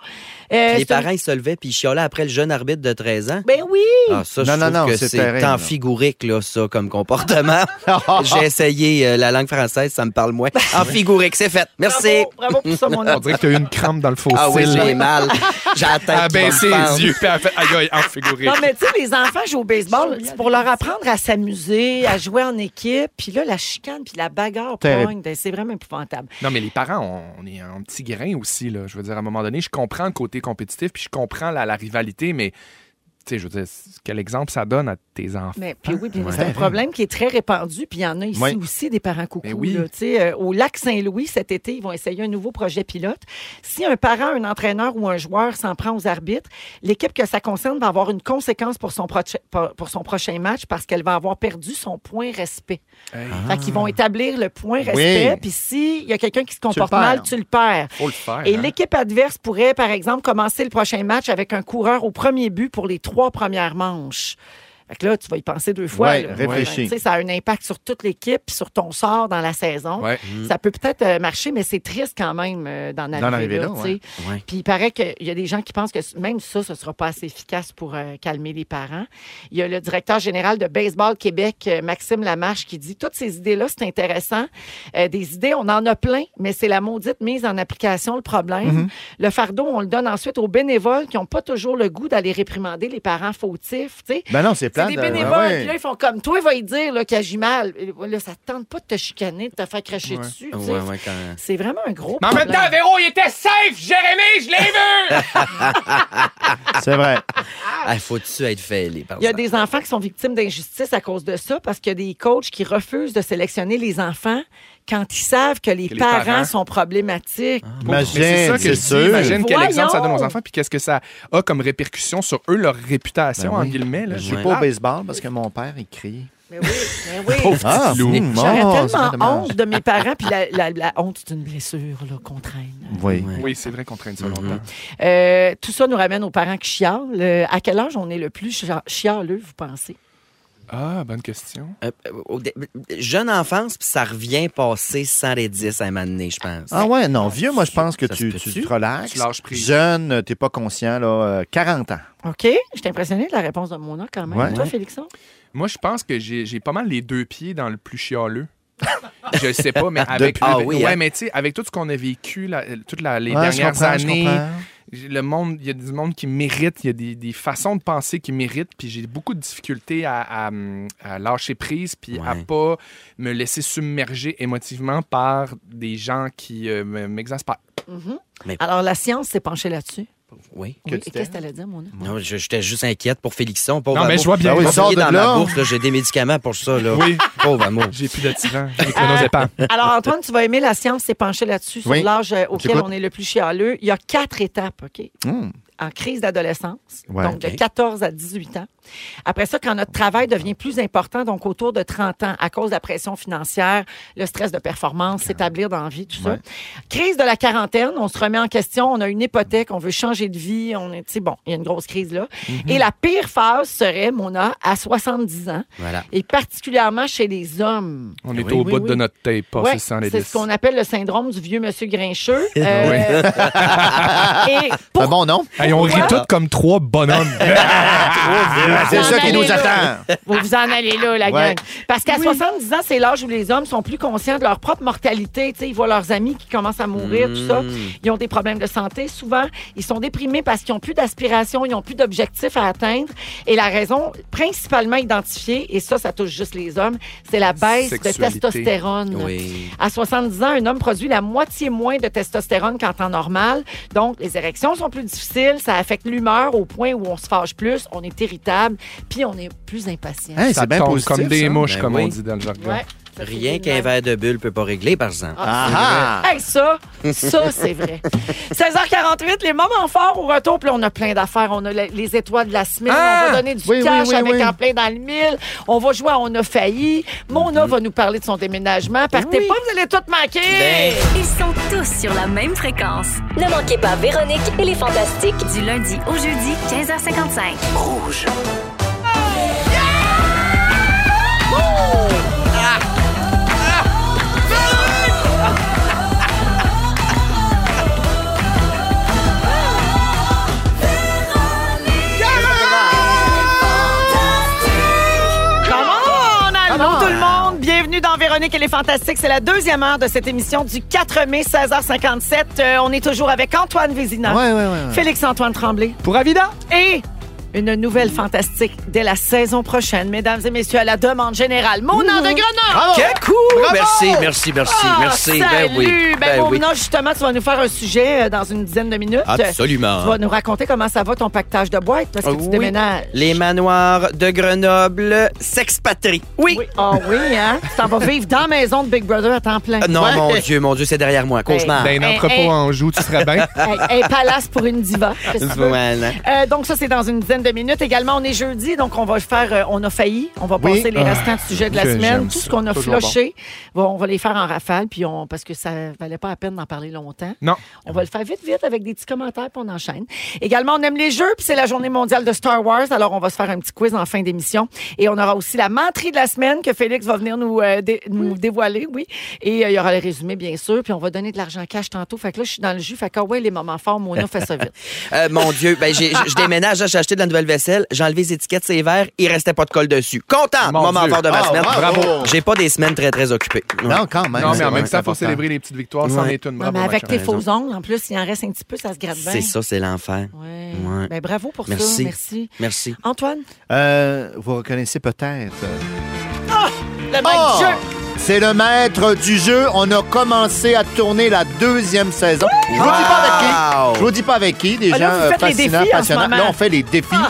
Speaker 3: Euh,
Speaker 2: Les
Speaker 3: c'est une-
Speaker 2: parents, ils se levaient puis ils chialaient après le jeune arbitre de 13 ans.
Speaker 3: Ben oui!
Speaker 2: Ah, ça, je
Speaker 5: Non, non,
Speaker 2: trouve
Speaker 5: non,
Speaker 2: que
Speaker 5: c'est
Speaker 2: c'est
Speaker 5: terrible,
Speaker 2: en
Speaker 5: là. Ah.
Speaker 2: figurique, là, ça, comme comportement. J'ai essayé euh, la langue française, ça me parle moins. En figurique, c'est fait. Merci.
Speaker 3: Bravo, bravo pour ça, mon
Speaker 4: On dirait que t'as eu une crampe dans le fossile.
Speaker 2: Ah oui, j'ai mal. J'ai la tête
Speaker 4: Ah
Speaker 2: qui
Speaker 4: ben
Speaker 2: va me
Speaker 4: ses
Speaker 2: pendre.
Speaker 4: yeux, puis elle fait aïe aïe en figuré.
Speaker 3: Non, mais tu sais, les enfants jouent au baseball c'est pour leur apprendre à s'amuser, à jouer en équipe. Puis là, la chicane, puis la bagarre
Speaker 5: Terrible.
Speaker 3: pogne. C'est vraiment épouvantable.
Speaker 4: Non, mais les parents, on, on est un petit grain aussi, là. Je veux dire, à un moment donné, je comprends le côté compétitif, puis je comprends la, la rivalité, mais, tu sais, je veux dire, c- quel exemple ça donne à tes enfants?
Speaker 3: Mais puis oui, puis c'est un problème qui est très répandu. Puis il y en a ici
Speaker 5: Oui.
Speaker 3: aussi des parents coucous.
Speaker 4: Mais oui.
Speaker 3: là. Tu sais, euh, au lac Saint-Louis, cet été, ils vont essayer un nouveau projet pilote. Si un parent, un entraîneur ou un joueur s'en prend aux arbitres, l'équipe que ça concerne va avoir une conséquence pour son, proche- pour pour son prochain match parce qu'elle va avoir perdu son point respect.
Speaker 4: Hey,
Speaker 3: Fait qu'ils vont établir le point respect.
Speaker 5: Oui.
Speaker 3: Puis s'il y a quelqu'un qui se
Speaker 5: le
Speaker 3: comporte
Speaker 5: perds.
Speaker 3: mal, tu le perds.
Speaker 4: faut le faire.
Speaker 3: Et
Speaker 4: hein.
Speaker 3: l'équipe adverse pourrait, par exemple, commencer le prochain match avec un coureur au premier but pour les trois premières manches. Fait que là, tu vas y penser deux fois.
Speaker 5: Ouais,
Speaker 3: là.
Speaker 5: réfléchis.
Speaker 3: Tu sais, ça a un impact sur toute l'équipe, puis sur ton sort dans la saison.
Speaker 4: Ouais.
Speaker 3: Ça peut peut-être euh, marcher, mais c'est triste quand même euh, d'en arriver,
Speaker 5: arriver
Speaker 3: là.
Speaker 5: là,
Speaker 3: tu sais.
Speaker 2: Ouais.
Speaker 3: Puis il paraît qu'il y a des gens qui pensent que même ça, ce ne sera pas assez efficace pour euh, calmer les parents. Il y a le directeur général de Baseball Québec, euh, Maxime Lamarche, qui dit toutes ces idées-là, c'est intéressant. Euh, des idées, on en a plein, mais c'est la maudite mise en application le
Speaker 4: Mhm.
Speaker 3: problème. Le fardeau, on le donne ensuite aux bénévoles qui n'ont pas toujours le goût d'aller réprimander les parents fautifs. tu sais.
Speaker 5: Ben non, c'est
Speaker 3: C'est
Speaker 5: plein
Speaker 3: des bénévoles, puis là, ils font comme toi, va y dire là, qu'il agit mal. Et Là, ça te tente pas de te chicaner, de te faire cracher
Speaker 4: Ouais.
Speaker 3: dessus. tu sais.
Speaker 2: Ouais, ouais, quand...
Speaker 3: C'est vraiment un gros
Speaker 4: Mais en même
Speaker 3: problème.
Speaker 4: temps, Véro, il était safe! Jérémy, je l'ai vu!
Speaker 5: C'est vrai.
Speaker 2: Ah, faut-tu être fêlé? par
Speaker 3: Il y a
Speaker 2: exemple?
Speaker 3: des enfants qui sont victimes d'injustice à cause de ça parce qu'il y a des coachs qui refusent de sélectionner les enfants quand ils savent que les,
Speaker 4: Que les
Speaker 3: parents, Ah.
Speaker 4: parents-
Speaker 3: sont problématiques.
Speaker 4: Mais c'est ça
Speaker 5: Imagine,
Speaker 4: que je
Speaker 5: c'est
Speaker 4: dis. Imagine
Speaker 5: sûr.
Speaker 4: quel exemple ça donne aux
Speaker 3: Voyons.
Speaker 4: enfants, puis qu'est-ce que ça a comme répercussion sur eux, leur réputation,
Speaker 5: Ben oui.
Speaker 4: en guillemets. Là.
Speaker 2: Ben
Speaker 4: C'est
Speaker 2: oui.
Speaker 5: Pas au
Speaker 4: pas-
Speaker 5: baseball parce que mon père, il crie.
Speaker 3: Mais oui, mais oui.
Speaker 5: Ah,
Speaker 4: loup.
Speaker 5: hum,
Speaker 3: J'aurais
Speaker 5: oh, c'est
Speaker 3: tellement
Speaker 5: dommage.
Speaker 3: honte de mes parents, puis la, la- la honte, c'est une blessure là, qu'on traîne.
Speaker 5: Oui.
Speaker 4: Oui, c'est vrai qu'on traîne ça
Speaker 5: Mm-hmm.
Speaker 4: longtemps.
Speaker 3: Euh, tout ça nous ramène aux parents qui chialent. Euh, à quel âge on est le plus chia- chialeux, vous pensez?
Speaker 4: Ah, bonne question.
Speaker 2: Euh, euh, au dé- jeune enfance, puis ça revient passer 110 à un moment donné, je pense.
Speaker 5: Ah ouais, non, vieux, moi, je pense que
Speaker 2: Ça
Speaker 5: tu,
Speaker 2: se
Speaker 5: tu
Speaker 2: peut-tu?
Speaker 5: te relaxes.
Speaker 4: Tu lâches prise.
Speaker 5: Jeune, t'es pas conscient, là, euh, 40 ans.
Speaker 3: OK? Je suis impressionnée de la réponse de Mona quand même.
Speaker 5: Ouais.
Speaker 3: Toi, Félixon?
Speaker 4: Moi, je pense que j'ai j'ai pas mal les deux pieds dans le plus chialeux. je sais pas, mais avec,
Speaker 2: Depuis- Ah
Speaker 4: avec-
Speaker 2: oui,
Speaker 4: ouais,
Speaker 2: hein?
Speaker 4: mais tu sais, avec tout ce qu'on a vécu là, euh, toutes la- les
Speaker 5: Ouais, je
Speaker 4: dernières
Speaker 5: comprends, je
Speaker 4: années,
Speaker 5: comprends.
Speaker 4: j'ai- le monde, il y a du monde qui mérite, il y a des, des façons de penser qui méritent, puis j'ai beaucoup de difficultés à, à, hum, à lâcher prise, puis à
Speaker 2: Ouais.
Speaker 4: pas me laisser submerger émotivement par des gens qui euh, me- m'exaspèrent.
Speaker 3: Alors, la science s'est penchée là-dessus.
Speaker 2: Oui.
Speaker 3: Oui, et Qu'est-ce que t'allais dire, Mona?
Speaker 2: Non, je- j'étais juste inquiète pour Félixon. Pauvre
Speaker 4: Non, mais
Speaker 2: amour.
Speaker 4: je vois bien.
Speaker 3: Ah
Speaker 5: Ben oui,
Speaker 2: Pas
Speaker 5: sors
Speaker 2: payé
Speaker 5: de
Speaker 2: dans
Speaker 5: là.
Speaker 2: ma bourse, là, j'ai des médicaments pour ça. Là.
Speaker 4: Oui.
Speaker 2: Pauvre amour.
Speaker 4: J'ai plus d'attirant. J'ai des chronozépam.
Speaker 3: Alors, Antoine, tu vas aimer la science s'est penchée là-dessus, sur
Speaker 5: Oui.
Speaker 3: l'âge euh, auquel
Speaker 5: J'écoute.
Speaker 3: on est le plus chialeux. Il y a quatre étapes, OK?
Speaker 5: Hum.
Speaker 3: En crise d'adolescence,
Speaker 5: Ouais,
Speaker 3: donc
Speaker 2: OK.
Speaker 3: de 14 à 18 ans. Après ça, quand notre travail devient plus important, donc autour de 30 ans, à cause de la pression financière, le stress de performance, s'établir dans la vie, tout ça. Crise de la quarantaine, on se remet en question, on a une hypothèque, on veut changer de vie, on est, tu sais, bon, il y a une grosse crise là.
Speaker 5: Mm-hmm.
Speaker 3: Et la pire phase serait, Mona, à 70 ans,
Speaker 2: Voilà.
Speaker 3: et particulièrement chez les hommes.
Speaker 4: On est
Speaker 2: Oui,
Speaker 4: au
Speaker 2: oui,
Speaker 4: bout
Speaker 2: oui.
Speaker 4: de notre tape, pas
Speaker 3: Ouais,
Speaker 4: c'est sans les
Speaker 3: c'est ce qu'on appelle le syndrome du vieux monsieur grincheux. Euh, et
Speaker 5: Un
Speaker 3: pour-
Speaker 5: Ah bon nom?
Speaker 4: Hey, on rit tous comme trois bonhommes.
Speaker 5: C'est
Speaker 3: vous
Speaker 5: ça
Speaker 3: en
Speaker 5: qui nous
Speaker 3: allez là.
Speaker 5: attend.
Speaker 3: vous vous en allez là, la
Speaker 5: Ouais.
Speaker 3: gang. Parce qu'à 70 ans, c'est l'âge où les hommes sont plus conscients de leur propre mortalité. Tu sais, ils voient leurs amis qui commencent à mourir, tout
Speaker 5: Hmm.
Speaker 3: ça. Ils ont des problèmes de santé souvent. Ils sont déprimés parce qu'ils n'ont plus d'aspiration, ils n'ont plus d'objectifs à atteindre. Et la raison principalement identifiée, et ça, ça touche juste les hommes, c'est la baisse de
Speaker 4: Sexualité.
Speaker 3: testostérone.
Speaker 2: Oui.
Speaker 3: À 70 ans, un homme produit la moitié moins de testostérone qu'en temps normal. Donc, les érections sont plus difficiles, ça affecte l'humeur au point où on se fâche plus, on est irritable, puis on est plus impatient.
Speaker 5: Hey,
Speaker 4: Ça
Speaker 5: c'est bien
Speaker 4: tombe
Speaker 5: positif,
Speaker 4: comme des
Speaker 5: ça.
Speaker 4: mouches,
Speaker 2: Ben
Speaker 4: comme on
Speaker 2: oui.
Speaker 4: dit dans le jargon.
Speaker 3: Ouais, ça
Speaker 2: Rien
Speaker 3: fait
Speaker 2: qu'un
Speaker 3: mal.
Speaker 2: verre de bulle peut pas régler, par exemple.
Speaker 5: Ah ah!
Speaker 3: Hey, ça, ça, c'est vrai. 16h48, les moments forts au retour. Puis là, on a plein d'affaires. On a le- les étoiles de la semaine.
Speaker 5: Ah!
Speaker 3: on va donner du
Speaker 5: Oui, oui,
Speaker 3: cash
Speaker 5: oui,
Speaker 3: avec
Speaker 5: oui.
Speaker 3: en plein dans le mille. On va jouer à On a failli. Mona
Speaker 5: Mm-hmm.
Speaker 3: va nous parler de son déménagement. Partez pas, vous allez tout manquer.
Speaker 2: Ben,
Speaker 1: Ils sont tous sur la même fréquence.
Speaker 7: Ne manquez pas Véronique et les Fantastiques.
Speaker 1: Du lundi au jeudi, 15h55.
Speaker 3: Bienvenue dans Véronique et les Fantastiques. C'est la deuxième heure de cette émission du 4 mai, 16h57. Euh, on est toujours avec Antoine Vézina,
Speaker 5: Ouais, ouais, ouais, ouais.
Speaker 3: Félix-Antoine Tremblay
Speaker 4: Pour Avida!
Speaker 3: et une nouvelle fantastique dès la saison prochaine. Mesdames et messieurs, à la demande générale, Mona de Grenoble!
Speaker 2: Quel coup! Merci, merci, merci,
Speaker 3: Ah,
Speaker 2: merci.
Speaker 3: Salut!
Speaker 2: Ben oui.
Speaker 3: Ben,
Speaker 2: Ben oui.
Speaker 3: Mona, justement, tu vas nous faire un sujet euh, dans une dizaine de minutes. Tu
Speaker 2: Absolument.
Speaker 3: vas nous raconter comment ça va ton pactage de boîte parce que tu
Speaker 2: Oui.
Speaker 3: déménages.
Speaker 2: Les manoirs de Grenoble s'expatrient. Oui.
Speaker 3: Oui. Ah oui, hein? Tu t'en vas vivre dans la maison de Big Brother à temps plein.
Speaker 2: Ah, Non,
Speaker 3: Ouais. Ben,
Speaker 2: mon Dieu, mon Dieu, c'est derrière moi. Cauchemar.
Speaker 4: D'un
Speaker 3: Ah, Hey,
Speaker 4: entrepôt
Speaker 3: hey.
Speaker 4: en joue, tu serais bien.
Speaker 3: Hey, hey, palace pour une diva. Qu'est-ce que tu veux?
Speaker 2: Voilà.
Speaker 3: Euh, donc ça, c'est dans une dizaine de minutes. Également, on est jeudi, donc on va faire, euh, on a failli, on va
Speaker 5: Oui.
Speaker 3: passer les restants de sujets de la
Speaker 4: que
Speaker 3: semaine,
Speaker 4: Ah. j'aime
Speaker 3: tout ce
Speaker 4: ça.
Speaker 3: qu'on a
Speaker 4: Toujours
Speaker 3: floché, bon, on va les faire en rafale, puis on, parce que ça valait pas la peine d'en parler longtemps.
Speaker 4: Non.
Speaker 3: On va le faire vite, vite, avec des petits commentaires, puis on enchaîne. Également, on aime les jeux, puis c'est la journée mondiale de Star Wars, alors on va se faire un petit quiz en fin d'émission. Et on aura aussi la menterie de la semaine que Félix va venir nous, euh, dé- nous dévoiler, oui. Et euh, il y aura le résumé, bien sûr, puis on va donner de l'argent cash tantôt. Fait que là, je suis dans le jus, fait que ah ouais, les moments forts, Mona, fait ça vite.
Speaker 2: Euh, mon Dieu, ben, j'ai- je je déménage, j'ai acheté de la nouvelle vaisselle, j'ai enlevé les étiquettes, c'est vert, il restait pas de colle dessus. Content,
Speaker 4: Mon
Speaker 2: moment
Speaker 4: Dieu.
Speaker 2: fort de ma
Speaker 5: Ah,
Speaker 2: semaine.
Speaker 5: bravo.
Speaker 2: J'ai pas des semaines très, très occupées. Ouais.
Speaker 5: Non, quand
Speaker 4: Non,
Speaker 5: même.
Speaker 4: mais en
Speaker 5: c'est
Speaker 4: même temps, il faut
Speaker 5: important.
Speaker 4: célébrer les petites victoires, c'en
Speaker 2: Ouais.
Speaker 4: est une.
Speaker 3: Non,
Speaker 4: Bravo,
Speaker 3: mais
Speaker 4: ma
Speaker 3: avec
Speaker 4: chère.
Speaker 3: tes
Speaker 2: raison.
Speaker 3: faux ongles, en plus, il en reste un petit peu, ça se gratte bien.
Speaker 2: C'est ça, c'est l'enfer.
Speaker 3: Ouais.
Speaker 2: Ouais.
Speaker 3: Ben, bravo pour ça.
Speaker 2: Merci.
Speaker 3: Merci.
Speaker 2: Merci.
Speaker 3: Antoine,
Speaker 5: Euh, vous reconnaissez peut-être. euh,
Speaker 3: le même
Speaker 5: Oh!
Speaker 3: jeu.
Speaker 5: C'est le maître du jeu. On a commencé à tourner la deuxième saison. Je vous dis pas avec
Speaker 2: Wow!
Speaker 5: qui. Je vous dis pas avec qui. Des
Speaker 3: Ah,
Speaker 5: gens
Speaker 3: là, vous
Speaker 5: euh,
Speaker 3: faites les
Speaker 5: fascinants,
Speaker 3: défis en ce
Speaker 5: passionnants.
Speaker 3: moment.
Speaker 5: Là, on fait les défis.
Speaker 4: Ah,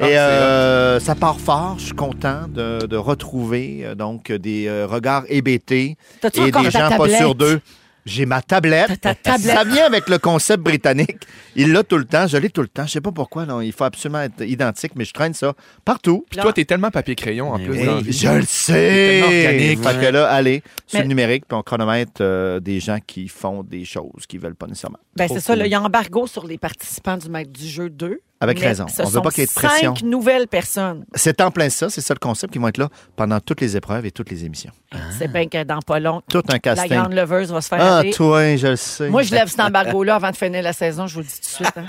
Speaker 4: c'est
Speaker 5: Et euh, ça part fort. Je suis content de, de retrouver euh, donc des euh, regards hébétés
Speaker 3: T'as-tu
Speaker 5: et
Speaker 3: encore
Speaker 5: des
Speaker 3: ta
Speaker 5: gens pas
Speaker 3: tablette?
Speaker 5: sûrs d'eux. J'ai ma tablette.
Speaker 3: T'as ta tablette.
Speaker 5: Ça vient avec le concept britannique. Il l'a tout le temps. Je l'ai tout le temps. Je sais pas pourquoi. non. Il faut absolument être identique, mais je traîne ça partout.
Speaker 4: Puis toi, t'es tellement papier-crayon en
Speaker 2: Mais
Speaker 4: plus. hein.
Speaker 2: oui.
Speaker 4: dans la
Speaker 5: Oui,
Speaker 4: vie.
Speaker 5: je le
Speaker 4: C'est
Speaker 5: sais.
Speaker 4: tellement organique.
Speaker 5: Fait que là, allez, sur
Speaker 3: Mais-
Speaker 5: le numérique, puis on chronomètre euh, des gens qui font des choses qu'ils veulent pas nécessairement.
Speaker 3: Ben,
Speaker 2: Trop
Speaker 3: c'est ça, là,
Speaker 2: cool.
Speaker 3: il y a embargo sur les participants du maître du jeu 2.
Speaker 5: Avec
Speaker 3: mais
Speaker 5: raison.
Speaker 3: Ce
Speaker 5: On veut
Speaker 3: sont
Speaker 5: pas qu'il y ait de pression.
Speaker 3: cinq nouvelles personnes.
Speaker 5: C'est en plein ça, c'est ça le concept qui vont être là pendant toutes les épreuves et toutes les émissions.
Speaker 3: C'est bien que dans pas long,
Speaker 5: Tout un
Speaker 3: la
Speaker 5: casting.
Speaker 3: grande leveuse va se faire
Speaker 5: Ah,
Speaker 3: aller.
Speaker 5: toi, je le sais.
Speaker 3: Moi, je lève cet embargo-là avant de finir la saison, je vous le dis tout de suite. hein.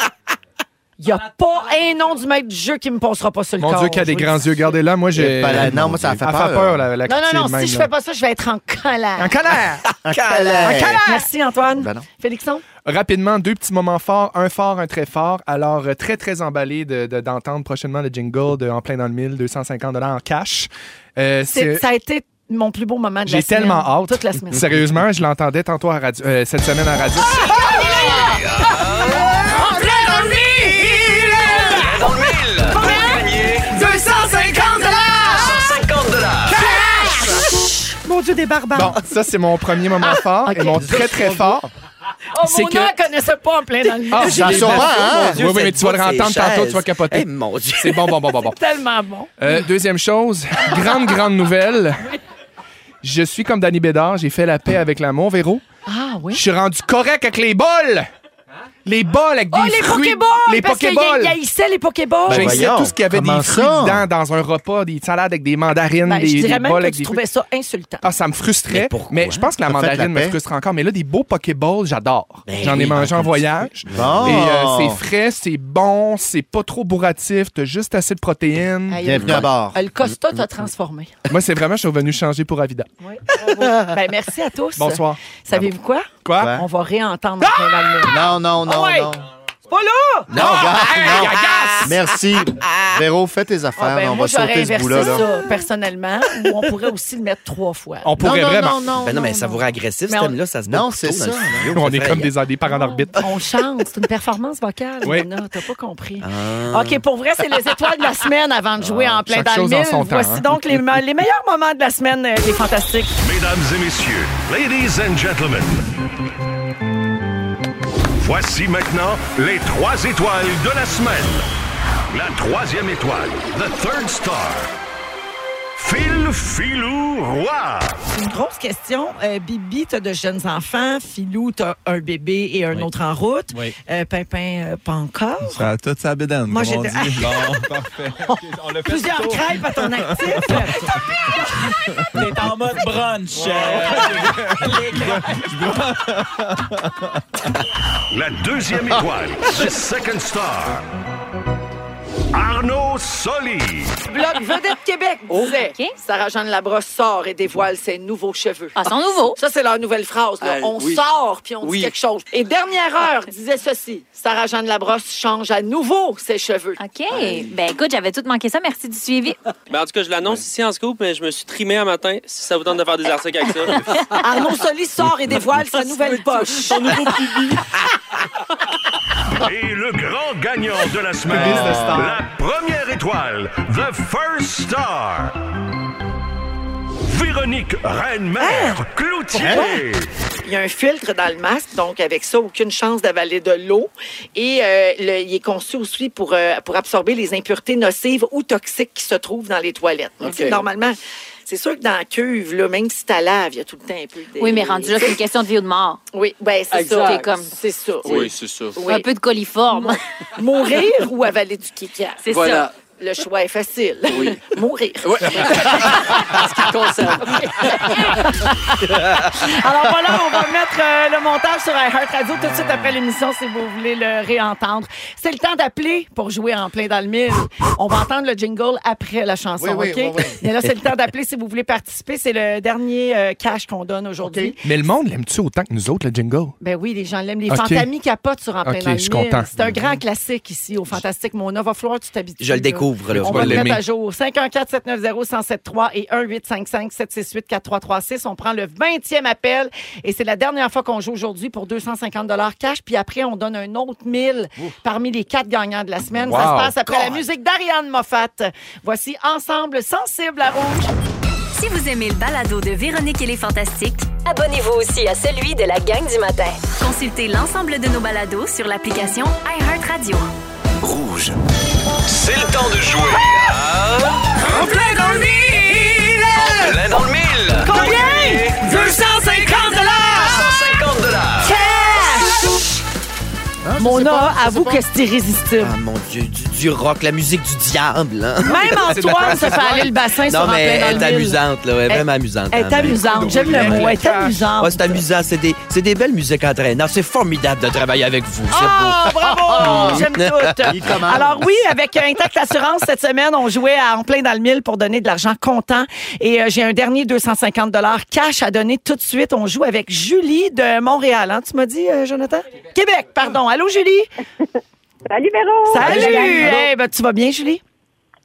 Speaker 3: Il n'y a pas un nom du maître du jeu qui me passera pas sur le
Speaker 4: Mon
Speaker 3: corps,
Speaker 4: Dieu, qui a
Speaker 3: je
Speaker 4: des
Speaker 3: vous le
Speaker 4: grands
Speaker 3: dis tout
Speaker 4: yeux.
Speaker 3: de suite.
Speaker 4: Regardez-la, moi, j'ai.
Speaker 5: pas- non, moi, ça a fait
Speaker 4: Elle
Speaker 5: peur.
Speaker 4: la, la
Speaker 3: Non, non, non,
Speaker 4: critique
Speaker 3: si
Speaker 4: même,
Speaker 3: je
Speaker 4: là.
Speaker 3: fais pas ça, je vais être en colère. Ah,
Speaker 4: En colère!
Speaker 5: Un
Speaker 3: euh,
Speaker 5: calais.
Speaker 3: Merci, Antoine.
Speaker 5: Ben non.
Speaker 3: Félixon?
Speaker 4: Rapidement, deux petits moments forts, un fort, un très fort. Alors, euh, très, très emballé d'entendre de, d'entendre prochainement le jingle de En plein dans le mille, 250 en cash. Euh,
Speaker 3: C'est-
Speaker 4: c'est-
Speaker 3: Ça a été mon plus beau moment de la
Speaker 4: J'ai
Speaker 3: semaine.
Speaker 4: tellement hâte.
Speaker 3: Toute la semaine.
Speaker 4: Sérieusement, je l'entendais tantôt à radio, euh, cette semaine à radio.
Speaker 3: Mon Dieu, des barbares. Ah,
Speaker 4: Bon, ça, c'est mon premier moment fort et mon très, très fort.
Speaker 3: oh,
Speaker 4: c'est
Speaker 3: Mona
Speaker 4: que-
Speaker 3: connaissait pas en plein dans le milieu.
Speaker 4: Ah,
Speaker 5: J'en
Speaker 4: j'ai-
Speaker 5: sûrement, hein?
Speaker 4: Oui, oui, mais tu vas le rentendre tantôt, tu vas capoter.
Speaker 2: Eh, mon Dieu.
Speaker 4: C'est bon, bon, bon, bon, bon.
Speaker 3: tellement bon.
Speaker 4: Euh, deuxième chose, grande, grande nouvelle. Je suis comme Danny Bédard, j'ai fait la paix avec l'amour, Véro.
Speaker 3: Ah
Speaker 4: Je
Speaker 3: oui.
Speaker 4: suis rendu correct avec les bols. Les bols avec des
Speaker 3: Oh, les
Speaker 4: fruits.
Speaker 3: Pokéballs!
Speaker 4: Les
Speaker 3: parce qu'il
Speaker 4: Pokéballs.
Speaker 3: y- y haïssait les Pokéballs.
Speaker 5: Ben,
Speaker 4: J'ai essayé
Speaker 5: voyons,
Speaker 4: tout ce qu'il y avait
Speaker 5: comment
Speaker 4: des fruits
Speaker 5: ça?
Speaker 4: dedans dans un repas, des salades avec des mandarines,
Speaker 3: Ben,
Speaker 4: des,
Speaker 3: je
Speaker 4: des
Speaker 3: dirais même
Speaker 4: bols
Speaker 3: que
Speaker 4: avec
Speaker 3: tu
Speaker 4: des
Speaker 3: trouvais
Speaker 4: fruits.
Speaker 3: ça insultant.
Speaker 4: Ah, ça me frustrait.
Speaker 2: Mais
Speaker 4: Mais,
Speaker 2: pourquoi?
Speaker 4: je pense que la
Speaker 5: T'as fait la
Speaker 4: mandarine me
Speaker 5: paix?
Speaker 4: frustre encore. Mais là, des beaux Pokéballs, j'adore.
Speaker 2: Ben
Speaker 4: J'en
Speaker 2: oui,
Speaker 4: ai mangé
Speaker 2: en
Speaker 4: en
Speaker 2: plus.
Speaker 4: voyage.
Speaker 5: Bon.
Speaker 4: Et euh, c'est frais, c'est bon, c'est pas trop bourratif, t'as juste assez de protéines.
Speaker 3: Aïe,
Speaker 5: Bienvenue à bord.
Speaker 3: Le Costa t'a transformé.
Speaker 4: Moi, c'est vraiment, je suis revenu changer pour Avida.
Speaker 3: Oui, bravo. ben, merci à tous.
Speaker 4: Bonsoir. Ben. Ah!
Speaker 3: Savez-vous quoi?
Speaker 4: Quoi?
Speaker 5: Ouais.
Speaker 3: On va réentendre en plein dans le milieu.
Speaker 5: Non, non, non,
Speaker 3: Ah ouais. Ah,
Speaker 5: non.
Speaker 3: C'est pas là!
Speaker 5: Non, gars, non.
Speaker 4: agace!
Speaker 5: Merci. Véro, fais tes affaires.
Speaker 3: Ah, ben,
Speaker 5: là, on
Speaker 3: moi,
Speaker 5: va sauter
Speaker 3: j'aurais
Speaker 5: ce
Speaker 3: inversé
Speaker 5: bout-là. là.
Speaker 3: ça personnellement, ou on pourrait aussi le mettre trois fois.
Speaker 4: On pourrait
Speaker 5: non,
Speaker 4: vraiment.
Speaker 5: non, non,
Speaker 2: Ben non, mais
Speaker 5: non,
Speaker 2: ça vous rend agressif,
Speaker 3: Mais
Speaker 2: ce
Speaker 3: on-
Speaker 2: thème-là, ça se bat
Speaker 5: Non,
Speaker 2: plutôt
Speaker 5: c'est
Speaker 2: dans le
Speaker 5: ça,
Speaker 2: studio,
Speaker 4: On
Speaker 2: ça
Speaker 4: est
Speaker 2: fait-
Speaker 4: comme des, des parents en orbite.
Speaker 3: On chante, c'est une performance vocale.
Speaker 4: Oui. Ah.
Speaker 3: Mona, t'as pas compris. OK, pour vrai, c'est les étoiles de la semaine avant de jouer en plein
Speaker 4: chaque
Speaker 3: dans le
Speaker 4: chose en
Speaker 3: mille.
Speaker 4: son temps,
Speaker 3: Voici
Speaker 4: hein.
Speaker 3: donc les, me- les meilleurs moments de la semaine, euh, les fantastiques.
Speaker 8: Mesdames et messieurs, ladies and gentlemen. Voici maintenant les trois étoiles de la semaine. La troisième étoile, the third star. Phil Filou Roy.
Speaker 3: Une grosse question. Euh, Bibi, t'as de jeunes enfants. Filou, t'as un bébé et un autre en route.
Speaker 9: Oui.
Speaker 3: Euh, Pimpin, euh, pas encore.
Speaker 9: Ça a toute sa bédane,
Speaker 3: Moi,
Speaker 9: comme on
Speaker 3: j'étais-
Speaker 9: dit. Bon, parfait. Ok, on l'a fait
Speaker 3: Plusieurs
Speaker 9: tôt.
Speaker 3: crêpes à ton actif.
Speaker 9: T'es en mode brunch.
Speaker 8: La deuxième étoile, the second star. Arnaud Soli.
Speaker 3: Bloc Vedette Québec disait
Speaker 10: OK.
Speaker 3: Sarah-Jeanne Labrosse sort et dévoile ses nouveaux cheveux.
Speaker 10: Ah, sont nouveaux.
Speaker 3: Ça, c'est leur nouvelle phrase. là.
Speaker 2: Euh,
Speaker 3: on
Speaker 2: oui.
Speaker 3: sort, puis on
Speaker 2: Oui.
Speaker 3: dit quelque chose. Et Dernière Heure disait ceci. Sarah-Jeanne Labrosse change à nouveau ses cheveux.
Speaker 10: OK. Ben écoute, j'avais tout manqué ça. Merci du suivi.
Speaker 11: Ben, en tout cas, je l'annonce ici en scoop, mais je me suis trimé un matin. Si ça vous tente de faire des articles avec ça.
Speaker 3: Arnaud Soli sort et dévoile sa nouvelle poche.
Speaker 8: Et le grand gagnant de la semaine,
Speaker 4: Public de star.
Speaker 8: la première étoile, The First Star. Véronique Reine-Mère Cloutier.
Speaker 3: Il y a un filtre dans le masque, donc avec ça, aucune chance d'avaler de l'eau. Et euh, le- il est conçu aussi pour, euh, pour absorber les impuretés nocives ou toxiques qui se trouvent dans les toilettes. Donc,
Speaker 5: OK.
Speaker 3: tu sais, Normalement, c'est sûr que dans la cuve, là, même si t'as lave, il y a tout le temps un peu de...
Speaker 10: Oui, mais rendu là, c'est une question de vie ou de mort.
Speaker 3: Oui, ben, c'est
Speaker 10: Exact.
Speaker 3: ça.
Speaker 10: T'es comme-
Speaker 3: C'est ça.
Speaker 11: oui, c'est ça.
Speaker 3: Oui.
Speaker 10: Un peu de coliforme.
Speaker 3: Mourir ou avaler du kika?
Speaker 10: C'est
Speaker 2: Voilà.
Speaker 3: Le choix est facile. Mourir. Alors voilà, on va mettre euh, le montage sur iHeart Radio tout de suite après l'émission si vous voulez le réentendre. C'est le temps d'appeler pour jouer en plein dans le mille. On va entendre le jingle après la chanson,
Speaker 5: Oui,
Speaker 3: OK?
Speaker 5: oui, oui, oui.
Speaker 3: Mais là, c'est le temps d'appeler si vous voulez participer. C'est le dernier euh, cash qu'on donne aujourd'hui.
Speaker 4: Mais le monde l'aime-tu autant que nous autres, le jingle?
Speaker 3: Ben oui, les gens l'aiment. Les
Speaker 4: OK.
Speaker 3: Fantamis capotent sur En plein
Speaker 4: OK,
Speaker 3: dans le
Speaker 4: je suis
Speaker 3: mille.
Speaker 4: content.
Speaker 3: C'est un grand classique ici au Fantastique Mona. Va falloir que tu t'habitues.
Speaker 2: Je le
Speaker 3: là.
Speaker 2: découvre, là.
Speaker 4: On
Speaker 3: On
Speaker 4: Tu
Speaker 3: va
Speaker 4: vas
Speaker 3: le mettre
Speaker 4: l'aimer.
Speaker 3: à jour. 514-790-1073 et 1-855-768-4336. On prend le 20e appel et c'est la dernière fois qu'on joue aujourd'hui pour 250 cash. Puis après, on donne un autre 1000 parmi les quatre gagnants de la semaine. Ça
Speaker 4: Wow.
Speaker 3: se passe après la musique d'Ariane Moffat. Voici Ensemble Sensible à Rouge.
Speaker 1: Si vous aimez le balado de Véronique et les Fantastiques,
Speaker 7: Abonnez-vous aussi à celui de la gang du matin.
Speaker 1: consultez l'ensemble de nos balados sur l'application iHeartRadio.
Speaker 6: Rouge. C'est le temps de jouer. En plein dans le mille. En plein dans le mille. Combien? 250
Speaker 3: 250
Speaker 6: dollars.
Speaker 5: Hein, je sais pas,
Speaker 3: Mona,
Speaker 5: je sais
Speaker 3: avoue
Speaker 5: pas.
Speaker 3: que c'est irrésistible.
Speaker 2: Ah, mon Dieu, du, du rock, la musique du diable. hein.
Speaker 3: Même Antoine se fait aller le bassin sur
Speaker 2: Non,
Speaker 3: En
Speaker 2: mais
Speaker 3: plein dans le
Speaker 2: elle est
Speaker 3: mille.
Speaker 2: amusante, là. Elle est vraiment amusante.
Speaker 3: Elle est
Speaker 2: hein, mais-
Speaker 3: amusante. J'aime le mot. Elle est amusante.
Speaker 2: Ouais, c'est amusant. C'est des, c'est des belles musiques entraînantes. C'est formidable de travailler avec vous. C'est
Speaker 3: Ah, bravo! J'aime
Speaker 5: Il
Speaker 3: tout.
Speaker 5: commande.
Speaker 3: Alors oui, avec Intact Assurance, cette semaine, on jouait à en plein dans le mille pour donner de l'argent comptant. Et euh, j'ai un dernier 250 cash à donner tout de suite. On joue avec Julie de Montréal. hein. Tu m'as dit, euh, Jonathan? Québec. pardon. Allô, Julie?
Speaker 12: Salut Véro!
Speaker 3: Salut! Hey, ben, tu vas bien, Julie?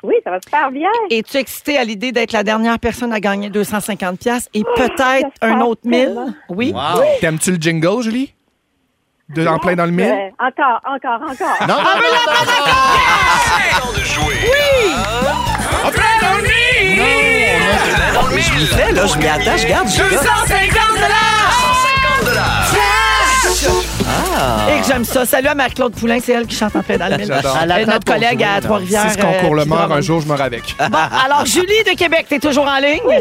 Speaker 12: Oui, ça va super bien.
Speaker 3: Es-tu excitée à l'idée d'être la dernière personne à gagner 250 pièces et peut-être un
Speaker 12: Oh, j'espère
Speaker 3: autre 1000?
Speaker 12: tellement.
Speaker 3: Oui.
Speaker 2: Ah
Speaker 4: T'aimes-tu le jingle, Julie? De, en plein dans le mille?
Speaker 12: Euh, encore, encore, encore.
Speaker 5: Non, non, non,
Speaker 6: En plein dans le mille.
Speaker 2: pas vrai, là. Je m'y attends. Je garde. je garde.
Speaker 6: 250 dollars.
Speaker 3: Et que j'aime ça. Salut à Marie-Claude Poulain, c'est elle qui chante en plein dans le mille.
Speaker 4: J'adore.
Speaker 3: Euh,
Speaker 5: Elle attend
Speaker 3: notre
Speaker 5: pour
Speaker 3: collègue
Speaker 5: jouer,
Speaker 3: à
Speaker 5: donc.
Speaker 3: Trois-Rivières.
Speaker 4: Si ce concours
Speaker 3: euh,
Speaker 4: le
Speaker 3: qui
Speaker 4: meurt
Speaker 3: doit-
Speaker 4: un jour, je meurs avec.
Speaker 2: Ah.
Speaker 3: Bon, alors Julie de Québec, t'es toujours en ligne?
Speaker 12: Oui,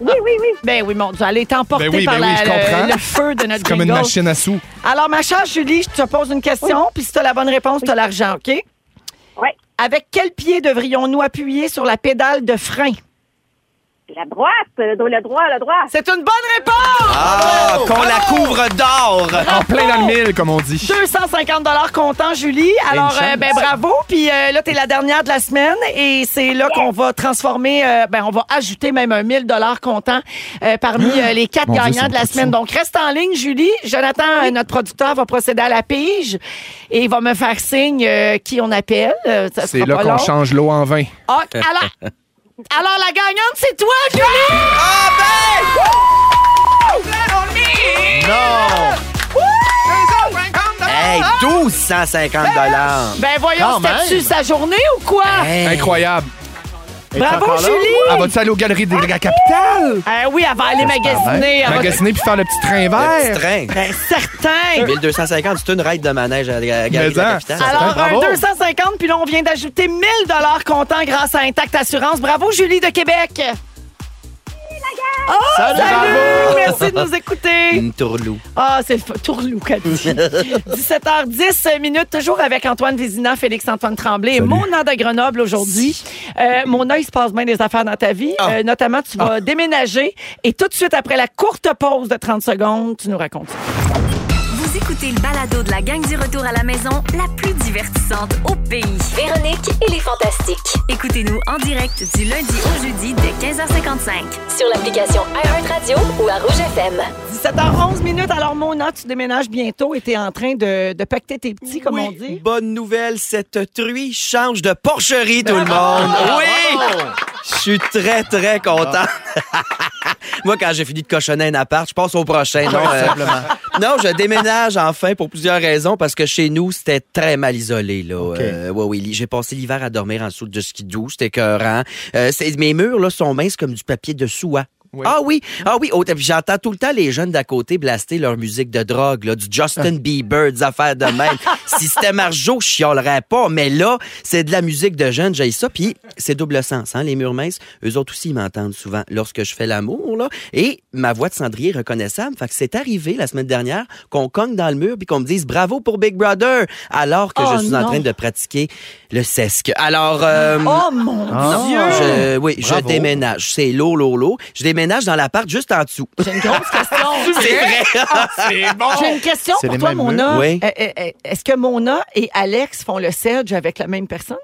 Speaker 12: oui, oui.
Speaker 3: Ben oui, mon Dieu, elle est emportée
Speaker 4: Ben oui,
Speaker 3: par
Speaker 4: ben oui,
Speaker 3: la-
Speaker 4: je
Speaker 3: le-
Speaker 4: comprends.
Speaker 3: le, feu de notre
Speaker 4: Comme une
Speaker 3: jingle.
Speaker 4: machine à sous.
Speaker 3: Alors, ma chère Julie, je te pose une question, puis si t'as la bonne réponse, t'as l'argent, OK?
Speaker 12: Oui.
Speaker 3: Avec quel pied devrions-nous appuyer sur la pédale de frein?
Speaker 12: La droite, euh, dans le droit, le droit.
Speaker 3: C'est une bonne réponse!
Speaker 2: Ah, qu'on la couvre d'or.
Speaker 3: Ah,
Speaker 4: En plein dans le mille, comme on dit.
Speaker 3: 250 comptant, Julie. Alors,
Speaker 2: Une chance.
Speaker 3: euh, ben bravo. Puis euh, là, t'es la dernière de la semaine et c'est là qu'on va transformer, euh, ben on va ajouter même un 1000 comptant euh, parmi euh, les quatre
Speaker 4: Mon Dieu,
Speaker 3: gagnants
Speaker 4: c'est
Speaker 3: de la
Speaker 4: beaucoup de
Speaker 3: semaine.
Speaker 4: sous.
Speaker 3: Donc, reste en ligne, Julie. Jonathan, euh, notre producteur, va procéder à la pige et il va me faire signe euh, qui on appelle. Euh, ça
Speaker 4: C'est
Speaker 3: sera
Speaker 4: là
Speaker 3: pas
Speaker 4: qu'on
Speaker 3: long.
Speaker 4: change l'eau en vin.
Speaker 3: Ah, alors, alors, la gagnante, c'est toi, Julie!
Speaker 4: Ah!
Speaker 5: non.
Speaker 2: Hey, 1250 dollars.
Speaker 3: Ben voyons,
Speaker 5: Quand
Speaker 3: c'était-tu
Speaker 5: même.
Speaker 3: sa journée ou quoi?
Speaker 4: Eh,
Speaker 2: Eh.
Speaker 4: Incroyable.
Speaker 3: Bravo,
Speaker 5: encore là?
Speaker 4: Elle
Speaker 3: Julie!
Speaker 4: va-tu aller aux galeries de la capitale?
Speaker 3: Ah oui, elle va aller magasiner. elle va-
Speaker 4: Magasiner puis faire le petit train
Speaker 2: Le
Speaker 4: vert?
Speaker 2: petit train.
Speaker 3: Ben, certain!
Speaker 2: Euh, 1250, c'est une raide de manège à la
Speaker 4: Mais hein.
Speaker 2: galerie de la
Speaker 4: en.
Speaker 2: capitale.
Speaker 3: Alors,
Speaker 5: certain, bravo.
Speaker 3: un 250, puis là, on vient d'ajouter 1000 dollars comptant grâce à Intact Assurance. Bravo, Julie de Québec! Oh, salut,
Speaker 5: bravo.
Speaker 3: Merci de nous écouter!
Speaker 2: Une tourlou.
Speaker 3: Ah, c'est le f- tourlou qu'elle dit. 17h10 minutes, toujours avec Antoine Vézina, Félix-Antoine Tremblay et Mona de Grenoble aujourd'hui. Euh, Mona, il se passe bien des affaires dans ta vie. Euh, notamment, tu vas déménager et tout de suite après la courte pause de 30 secondes, tu nous racontes. ça.
Speaker 1: Vous Vous écoutez le balado de la gang du retour à la maison la plus divertissante au pays. Véronique et les Fantastiques. Écoutez-nous en direct du lundi au jeudi dès 15h55 sur l'application iHeartRadio ou à Rouge FM.
Speaker 3: 17h11 minutes. Alors, Mona, tu déménages bientôt et t'es en train de, de pacter tes petits, comme on dit.
Speaker 2: Bonne nouvelle, cette truie change de porcherie, tout le monde. Oui! Je suis très, très content. Moi, quand j'ai fini de cochonner un appart, je passe au prochain. Non, euh,
Speaker 6: Ouais, simplement.
Speaker 2: non, je déménage enfin pour plusieurs raisons parce que chez nous, c'était très mal isolé. Là. Euh, ouais, oui, j'ai passé l'hiver à dormir en dessous de ski doux, c'était écœurant. Euh, c'est- mes murs là, sont minces comme du papier de soie. Ah oui, ah oui, oh, puis j'entends tout le temps les jeunes d'à côté blaster leur musique de drogue, là, du Justin
Speaker 6: Ah.
Speaker 2: Bieber, des affaires de même. si c'était Marjo, je chialerais pas, mais là, c'est de la musique de jeunes, j'ai ça, puis c'est double sens, hein, les murs minces, eux autres aussi ils m'entendent souvent lorsque je fais l'amour, là, et ma voix de cendrier est reconnaissable, fait que c'est arrivé la semaine dernière qu'on cogne dans le mur puis qu'on me dise bravo pour Big Brother, alors que
Speaker 6: Oh,
Speaker 2: je suis en
Speaker 6: non.
Speaker 2: train de pratiquer le sesque. Alors, euh,
Speaker 6: Oh, mon
Speaker 2: non,
Speaker 6: Dieu!
Speaker 2: je- oui,
Speaker 6: Bravo.
Speaker 2: je déménage, c'est lourd, lourd, lourd, je déménage dans l'appart juste en dessous.
Speaker 3: question.
Speaker 6: C'est vrai.
Speaker 2: C'est bon.
Speaker 3: J'ai une question
Speaker 2: C'est
Speaker 3: pour
Speaker 2: les
Speaker 3: toi,
Speaker 2: mêmes
Speaker 3: Mona.
Speaker 2: murs. Oui.
Speaker 3: Euh, euh, euh, Est-ce que Mona et Alex font le sedge avec la même personne?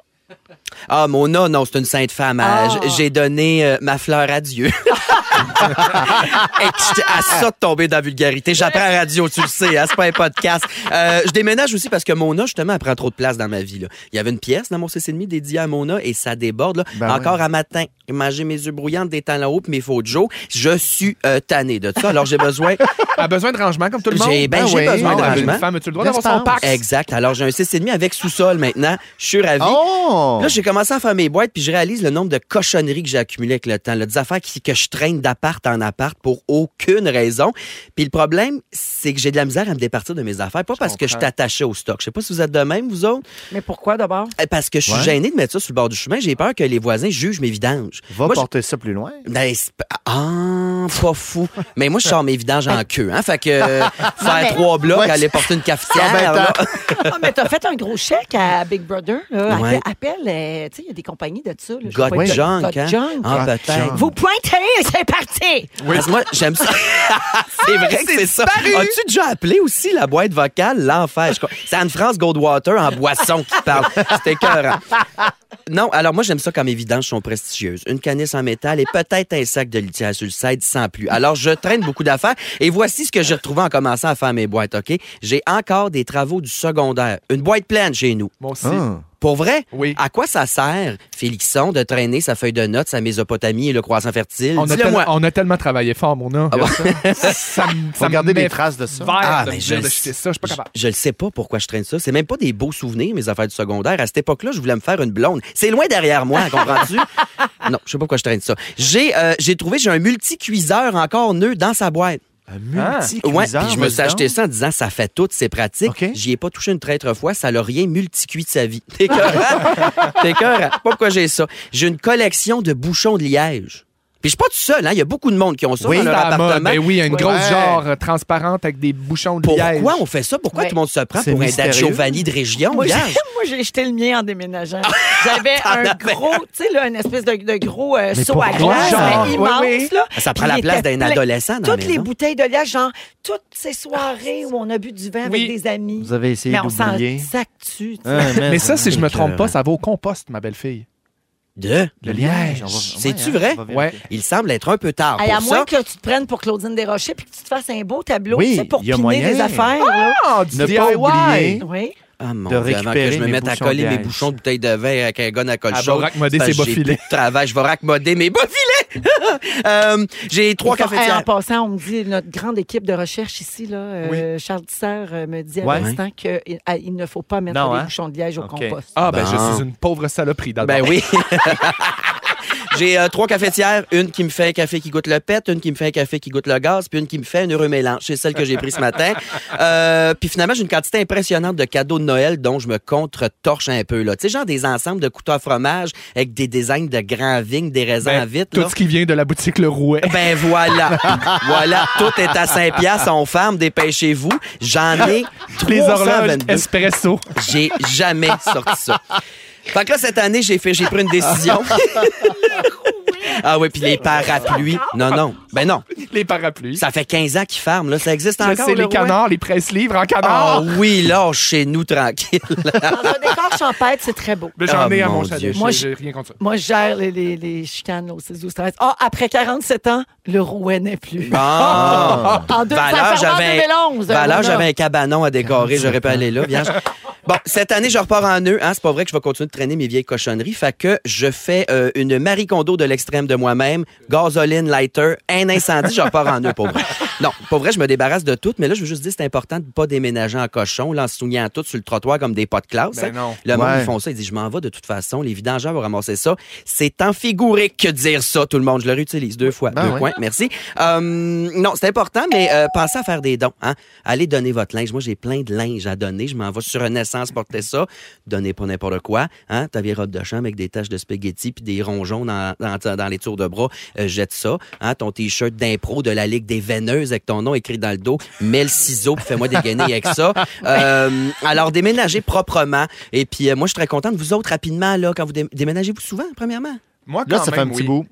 Speaker 2: Ah, Mona, non, c'est une sainte femme. Ah, j- J'ai donné euh, ma fleur à Dieu. Et que j'étais à ça de tomber dans la vulgarité. J'apprends à la radio, tu le sais, hein, c'est pas un podcast. Euh, je déménage aussi parce que Mona, justement, elle prend trop de place dans ma vie. là. Il y avait une pièce dans mon 6,5 dédiée à Mona et ça déborde. là. Encore à matin, manger mes œufs brouillants, des talons hauts puis mes faux Joe. Je suis euh, tanné de ça. Alors, j'ai besoin...
Speaker 4: a besoin de rangement, comme tout le monde.
Speaker 2: J'ai ben,
Speaker 4: Ah
Speaker 2: j'ai
Speaker 4: oui.
Speaker 2: besoin
Speaker 4: Ah,
Speaker 2: de rangement.
Speaker 4: Une femme, tu as le droit d'avoir son pack.
Speaker 2: Exact. Alors, j'ai un 6,5 avec sous-sol maintenant. Je suis ravi.
Speaker 3: Ah.
Speaker 5: Oh!
Speaker 2: Là, j'ai commencé à faire mes boîtes, puis je réalise le nombre de cochonneries que j'ai accumulées avec le temps. là, des affaires qui- que je traîne d'appart en appart pour aucune raison. Puis le problème, c'est que j'ai de la misère à me départir de mes affaires. Pas parce que je
Speaker 3: comprends.
Speaker 2: suis attaché au stock. Je sais pas si vous êtes de même, vous autres.
Speaker 3: Mais pourquoi d'abord?
Speaker 2: Euh, Parce que je suis
Speaker 5: Ouais.
Speaker 2: gêné de mettre ça sur le bord du chemin. J'ai peur que les voisins jugent mes vidanges.
Speaker 5: Va
Speaker 2: Moi, je-
Speaker 5: porter ça plus loin.
Speaker 2: ben, c'est pas- ah, pas fou. Mais moi, je sors mes vidanges en queue. Hein? Fait que euh,
Speaker 3: Non,
Speaker 2: faire
Speaker 3: mais-
Speaker 2: trois blocs,
Speaker 3: Ouais.
Speaker 2: aller porter une cafetière.
Speaker 3: Ah, ben,
Speaker 2: là.
Speaker 3: Ah, mais t'as fait un gros chèque à Big Brother. Là.
Speaker 2: Ouais.
Speaker 3: Appelle, euh, tu sais, il y a des compagnies de ça. là. Je sais
Speaker 2: Got
Speaker 3: pas, Got-
Speaker 2: junk,
Speaker 3: Got
Speaker 2: hein?
Speaker 3: Junk.
Speaker 2: Ah, peut-être.
Speaker 3: Vous pointez, c'est parti!
Speaker 2: Parce que moi, j'aime ça. c'est vrai que
Speaker 3: C'est
Speaker 2: c'est ça.
Speaker 3: disparu.
Speaker 2: As-tu déjà appelé aussi la boîte vocale L'enfer? Je crois- C'est Anne-France Goldwater en boisson qui parle. C'était écœurant. Non, alors moi, j'aime ça quand mes vidanges sont prestigieuses. Une canisse en métal et peut-être un sac de litière sur le side sans plus. Alors, je traîne beaucoup d'affaires et voici ce que j'ai retrouvé en commençant à faire mes boîtes, OK? J'ai encore des travaux du secondaire. Une boîte pleine chez nous.
Speaker 4: Moi aussi.
Speaker 6: Ah.
Speaker 2: Pour vrai? Oui. À quoi ça sert, Félixon, de traîner sa feuille de notes, sa Mésopotamie et le croissant fertile?
Speaker 4: On a, tel-
Speaker 2: Dis-le-moi.
Speaker 4: on a tellement travaillé fort, mon
Speaker 2: Ah
Speaker 4: homme. ça, me- ça
Speaker 2: Regardez
Speaker 4: me
Speaker 2: des
Speaker 4: met
Speaker 2: traces de ça.
Speaker 4: vert
Speaker 2: Ah,
Speaker 4: de
Speaker 2: mais
Speaker 4: me
Speaker 2: je
Speaker 4: dire
Speaker 2: le
Speaker 4: de jeter ça. Je suis pas capable.
Speaker 2: Je ne sais pas pourquoi je traîne ça. C'est même pas des beaux souvenirs, mes affaires du secondaire. À cette époque-là, je voulais me faire une blonde. C'est loin derrière moi, comprends-tu? non, je sais pas pourquoi je traîne ça. J'ai euh, j'ai trouvé, j'ai un multicuiseur encore neuf dans sa boîte. Un
Speaker 4: Ah,
Speaker 5: multicuiseur,
Speaker 2: Ouais, puis je me suis
Speaker 5: vas-y
Speaker 2: acheté
Speaker 5: donc.
Speaker 2: ça en disant ça fait tout, c'est pratique. J'y ai pas touché une traître fois, ça l'a rien multicuit de sa vie. T'es écœurant. T'es écœurant. Pas Pourquoi j'ai ça? J'ai une collection de bouchons de liège. Puis je suis pas tout seul, hein. Il y a beaucoup de monde qui ont ça
Speaker 4: Oui,
Speaker 2: dans
Speaker 4: c'est
Speaker 2: leur
Speaker 4: à la mode.
Speaker 2: appartement.
Speaker 4: Ben oui, une
Speaker 2: Ouais.
Speaker 4: grosse genre euh, transparente avec des bouchons de
Speaker 2: Pourquoi
Speaker 4: liège.
Speaker 2: on fait ça? Pourquoi
Speaker 3: Ouais.
Speaker 2: tout le monde se prend
Speaker 4: C'est
Speaker 2: pour un
Speaker 4: mystérieux.
Speaker 2: Giovanni de région?
Speaker 3: Moi, j'ai-
Speaker 2: Gage?
Speaker 3: moi, j'ai jeté le mien en déménageant.
Speaker 2: Ah,
Speaker 3: J'avais un gros, tu sais, là, une espèce de, de gros euh,
Speaker 2: Mais
Speaker 3: seau à
Speaker 2: pourquoi?
Speaker 3: glace
Speaker 2: Genre,
Speaker 3: mais immense,
Speaker 2: oui, oui.
Speaker 3: là.
Speaker 2: Ça prend
Speaker 3: Puis
Speaker 2: la
Speaker 3: il
Speaker 2: place
Speaker 3: était
Speaker 2: d'un
Speaker 3: plein.
Speaker 2: adolescent dans la
Speaker 3: Toutes les
Speaker 2: maison. Ah,
Speaker 3: bouteilles de liège, genre, toutes ces soirées où on a bu du vin avec des amis.
Speaker 5: Vous avez essayé
Speaker 3: Mais on s'en
Speaker 5: d'oublier.
Speaker 3: sac dessus.
Speaker 2: Hein,
Speaker 3: tu sais.
Speaker 4: mais ça, si je me trompe pas, ça va au compost, ma belle-fille.
Speaker 2: De?
Speaker 4: Le liège.
Speaker 2: C'est-tu
Speaker 5: hein,
Speaker 2: vrai?
Speaker 4: Ouais.
Speaker 2: Il semble être un peu tard
Speaker 3: Hey, à
Speaker 2: pour
Speaker 3: moins
Speaker 2: ça.
Speaker 3: que tu te prennes pour Claudine Desrochers puis que tu te fasses un beau tableau
Speaker 2: Oui,
Speaker 3: tu sais, pour
Speaker 2: il y a
Speaker 3: piner
Speaker 2: moyen.
Speaker 3: des affaires. là.
Speaker 4: Ah,
Speaker 2: du Ne pas DIY. oublier
Speaker 3: Oui.
Speaker 2: Ah mon
Speaker 5: de
Speaker 2: Dieu, avant que
Speaker 5: récupérer
Speaker 2: je me
Speaker 5: mes
Speaker 2: mette à
Speaker 5: bouchons Ah,
Speaker 2: coller
Speaker 5: de
Speaker 2: mes
Speaker 5: liège.
Speaker 2: bouchons de bouteille de vin avec un gun à colle
Speaker 4: Elle va
Speaker 2: chaude,
Speaker 4: raccommoder
Speaker 2: bah,
Speaker 4: ses
Speaker 2: parce que
Speaker 4: bas
Speaker 2: j'ai
Speaker 4: filets.
Speaker 2: plus de travail, je vais raccommoder mes bas filets! Euh, j'ai trois
Speaker 3: Ils font- hey, eh, en
Speaker 2: cafetières.
Speaker 3: passant, on me dit, notre grande équipe de recherche ici, là, euh, Charles Tisser euh, me dit à
Speaker 2: Ouais.
Speaker 3: l'instant qu'il il ne faut pas mettre
Speaker 4: Non,
Speaker 3: les
Speaker 4: hein?
Speaker 3: bouchons de liège au compost.
Speaker 4: Ah, ben,
Speaker 2: Bon.
Speaker 4: je suis une pauvre saloperie, d'abord.
Speaker 2: Ben oui. J'ai euh, trois cafetières, une qui me fait un café qui goûte le pet, une qui me fait un café qui goûte le gaz, puis une qui me fait un heureux mélange. C'est celle que j'ai prise ce matin. Euh, puis finalement, j'ai une quantité impressionnante de cadeaux de Noël dont je me contre-torche un peu. là. Tu sais, genre des ensembles de couteaux à fromage avec des designs de grands vignes, des raisins
Speaker 4: Ben,
Speaker 2: en vite.
Speaker 4: Tout
Speaker 2: là.
Speaker 4: ce qui vient de la boutique Le Rouet.
Speaker 2: Ben voilà. voilà, tout est à 5 piastres. On ferme, dépêchez-vous. J'en ai
Speaker 4: Les horloges
Speaker 2: 322.
Speaker 4: espresso.
Speaker 2: J'ai jamais sorti ça. Fait que là, cette année, j'ai fait, j'ai pris une décision. Ah oui, puis les parapluies. Non, non. Ben non.
Speaker 4: Les parapluies.
Speaker 2: Ça fait 15 ans qu'ils ferment, là. Ça existe
Speaker 4: Je
Speaker 2: encore.
Speaker 4: sais,
Speaker 2: le
Speaker 4: les
Speaker 2: Rouen?
Speaker 4: canards, les presse-livres en
Speaker 2: Ah
Speaker 4: canard.
Speaker 2: oui, là, chez nous, tranquille.
Speaker 3: Dans un décor champêtre, c'est très beau.
Speaker 4: Mais Ben, j'en
Speaker 2: Ah,
Speaker 4: ai à
Speaker 2: mon
Speaker 4: mon
Speaker 2: Dieu.
Speaker 4: chalet.
Speaker 2: Moi,
Speaker 4: J'ai j'ai rien contre ça.
Speaker 3: Moi, je gère les, les, les chicanes au 6 12 13. Ah, après 47 ans, le Rouen n'est plus.
Speaker 2: Ah!
Speaker 3: en deux, euh,
Speaker 2: Valeur,
Speaker 3: ça a fermé
Speaker 2: j'avais-
Speaker 3: en 2011.
Speaker 2: Valeur,
Speaker 3: Rona.
Speaker 2: j'avais un cabanon à décorer, j'aurais pu aller là, vierge. Bon, cette année, je repars en nœud. Hein? C'est pas vrai que je vais continuer de traîner mes vieilles cochonneries. Fait que je fais euh, une Marie Kondo de l'extrême de moi-même, gasoline, lighter, un incendie, je repars en nœud, pour vrai. Non, pour vrai, je me débarrasse de tout, mais là, je veux juste dire, c'est important de pas déménager en cochon, là, en se souillant tout sur le trottoir comme des pas de classe. hein.
Speaker 4: Ben non.
Speaker 2: Le monde,
Speaker 5: Ouais.
Speaker 2: ils font ça, ils disent, je m'en vais de toute façon, les vidangeurs vont ramasser ça. C'est en figurique que de dire ça, tout le monde. Je le réutilise deux fois.
Speaker 5: Ben
Speaker 2: deux
Speaker 5: ouais.
Speaker 2: points. Merci. Euh, non, c'est important, mais euh, pensez à faire des dons. Hein? Allez donner votre linge. Moi, j'ai plein de linge à donner. Je m'en vais sur Renaissance porter ça. Donnez pas n'importe quoi. Hein? T'as des robes de chambre avec des taches de spaghettis puis des rongeons dans, dans- dans les tours de bras. Euh, jette ça. Hein? Ton T-shirt d'impro de la Ligue des Veineuses avec ton nom écrit dans le dos. Mets le ciseau puis fais-moi dégainer avec ça. Euh, alors, déménagez proprement. Et puis, euh, moi, je suis très contente. Vous autres, rapidement, là, quand vous dé- déménagez, vous souvent, premièrement?
Speaker 4: Moi,
Speaker 5: Là,
Speaker 4: quand
Speaker 5: ça fait
Speaker 4: même,
Speaker 5: un petit
Speaker 4: oui.
Speaker 5: bout.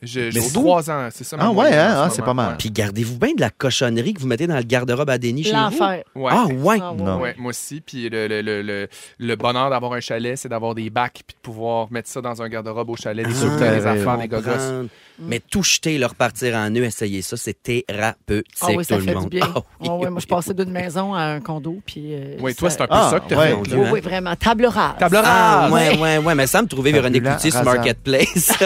Speaker 4: J'ai
Speaker 5: Mais
Speaker 4: j'ai
Speaker 5: c'est
Speaker 4: trois ans, c'est ça. ma
Speaker 5: Ah
Speaker 4: moyenne
Speaker 5: ouais,
Speaker 4: en
Speaker 5: hein?
Speaker 4: ce
Speaker 5: Ah, c'est
Speaker 4: moment.
Speaker 5: pas mal.
Speaker 4: Ouais.
Speaker 2: Puis gardez-vous bien de la cochonnerie que vous mettez dans le garde-robe à déni chez vous.
Speaker 3: L'enfer.
Speaker 4: Ouais.
Speaker 2: Ah ouais.
Speaker 3: Ah,
Speaker 5: Non.
Speaker 4: Ouais, moi aussi. Puis le, le, le, le, le bonheur d'avoir un chalet, c'est d'avoir des bacs puis de pouvoir mettre ça dans un garde-robe au chalet, des
Speaker 2: Ah,
Speaker 4: souvenirs, des
Speaker 5: ouais,
Speaker 4: affaires,
Speaker 2: On
Speaker 4: des gogos.
Speaker 2: prend.
Speaker 3: Mm.
Speaker 2: Mais tout jeter, le repartir en eux, essayez ça, c'est thérapeutique
Speaker 3: Ah oui, ça
Speaker 2: tout
Speaker 3: fait
Speaker 2: le monde.
Speaker 3: du bien.
Speaker 2: Ah oui,
Speaker 3: Ah oui, moi,
Speaker 2: oui.
Speaker 3: je passais d'une maison à un condo. Puis, euh,
Speaker 4: Oui, toi,
Speaker 3: ça-
Speaker 4: c'est un peu
Speaker 5: Ah,
Speaker 4: ça que
Speaker 5: ouais.
Speaker 4: t'as fait.
Speaker 3: Oui,
Speaker 4: là.
Speaker 3: oui, vraiment. Table rase.
Speaker 4: Table
Speaker 2: Ah,
Speaker 4: rase.
Speaker 2: ouais, ouais, ouais, mais ça me trouvait Véronique
Speaker 5: Fabulant,
Speaker 2: Cloutier sur
Speaker 5: rasant.
Speaker 2: Marketplace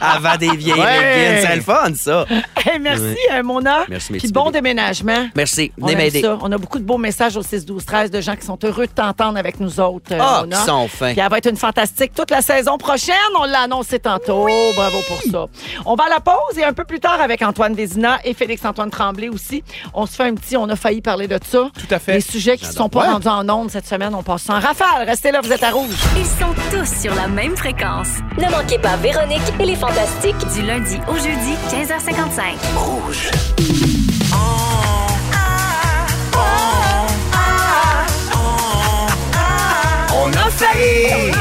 Speaker 2: avant des vieilles
Speaker 5: Ouais.
Speaker 2: leggings. C'est le fun, ça.
Speaker 3: Hey, merci, euh, Mona.
Speaker 2: Merci, mes
Speaker 3: Puis
Speaker 2: petits
Speaker 3: bon
Speaker 2: bébés.
Speaker 3: déménagement.
Speaker 2: Merci.
Speaker 3: On
Speaker 2: Venez
Speaker 3: aime
Speaker 2: m'aider.
Speaker 3: ça. On a beaucoup de beaux messages au 6-12-13 de gens qui sont heureux de t'entendre avec nous autres. euh,
Speaker 2: Ah,
Speaker 3: Mona.
Speaker 2: qui sont fins.
Speaker 3: Puis elle va être une fantastique toute la saison prochaine. On l'a annoncé tantôt. Bravo pour ça. On va à la pause et un peu plus tard avec Antoine Vézina et Félix-Antoine Tremblay aussi. On se fait un petit, on a failli parler de ça.
Speaker 4: Tout à fait.
Speaker 3: Les sujets qui ne sont pas
Speaker 5: Ouais.
Speaker 3: rendus en ondes cette semaine, on passe ça en rafale. Restez là, vous êtes à rouge.
Speaker 2: Oh,
Speaker 1: Ils sont tous sur la même fréquence.
Speaker 7: Ne manquez pas Véronique et les Fantastiques.
Speaker 1: Du lundi au jeudi, 15h55.
Speaker 6: On a failli.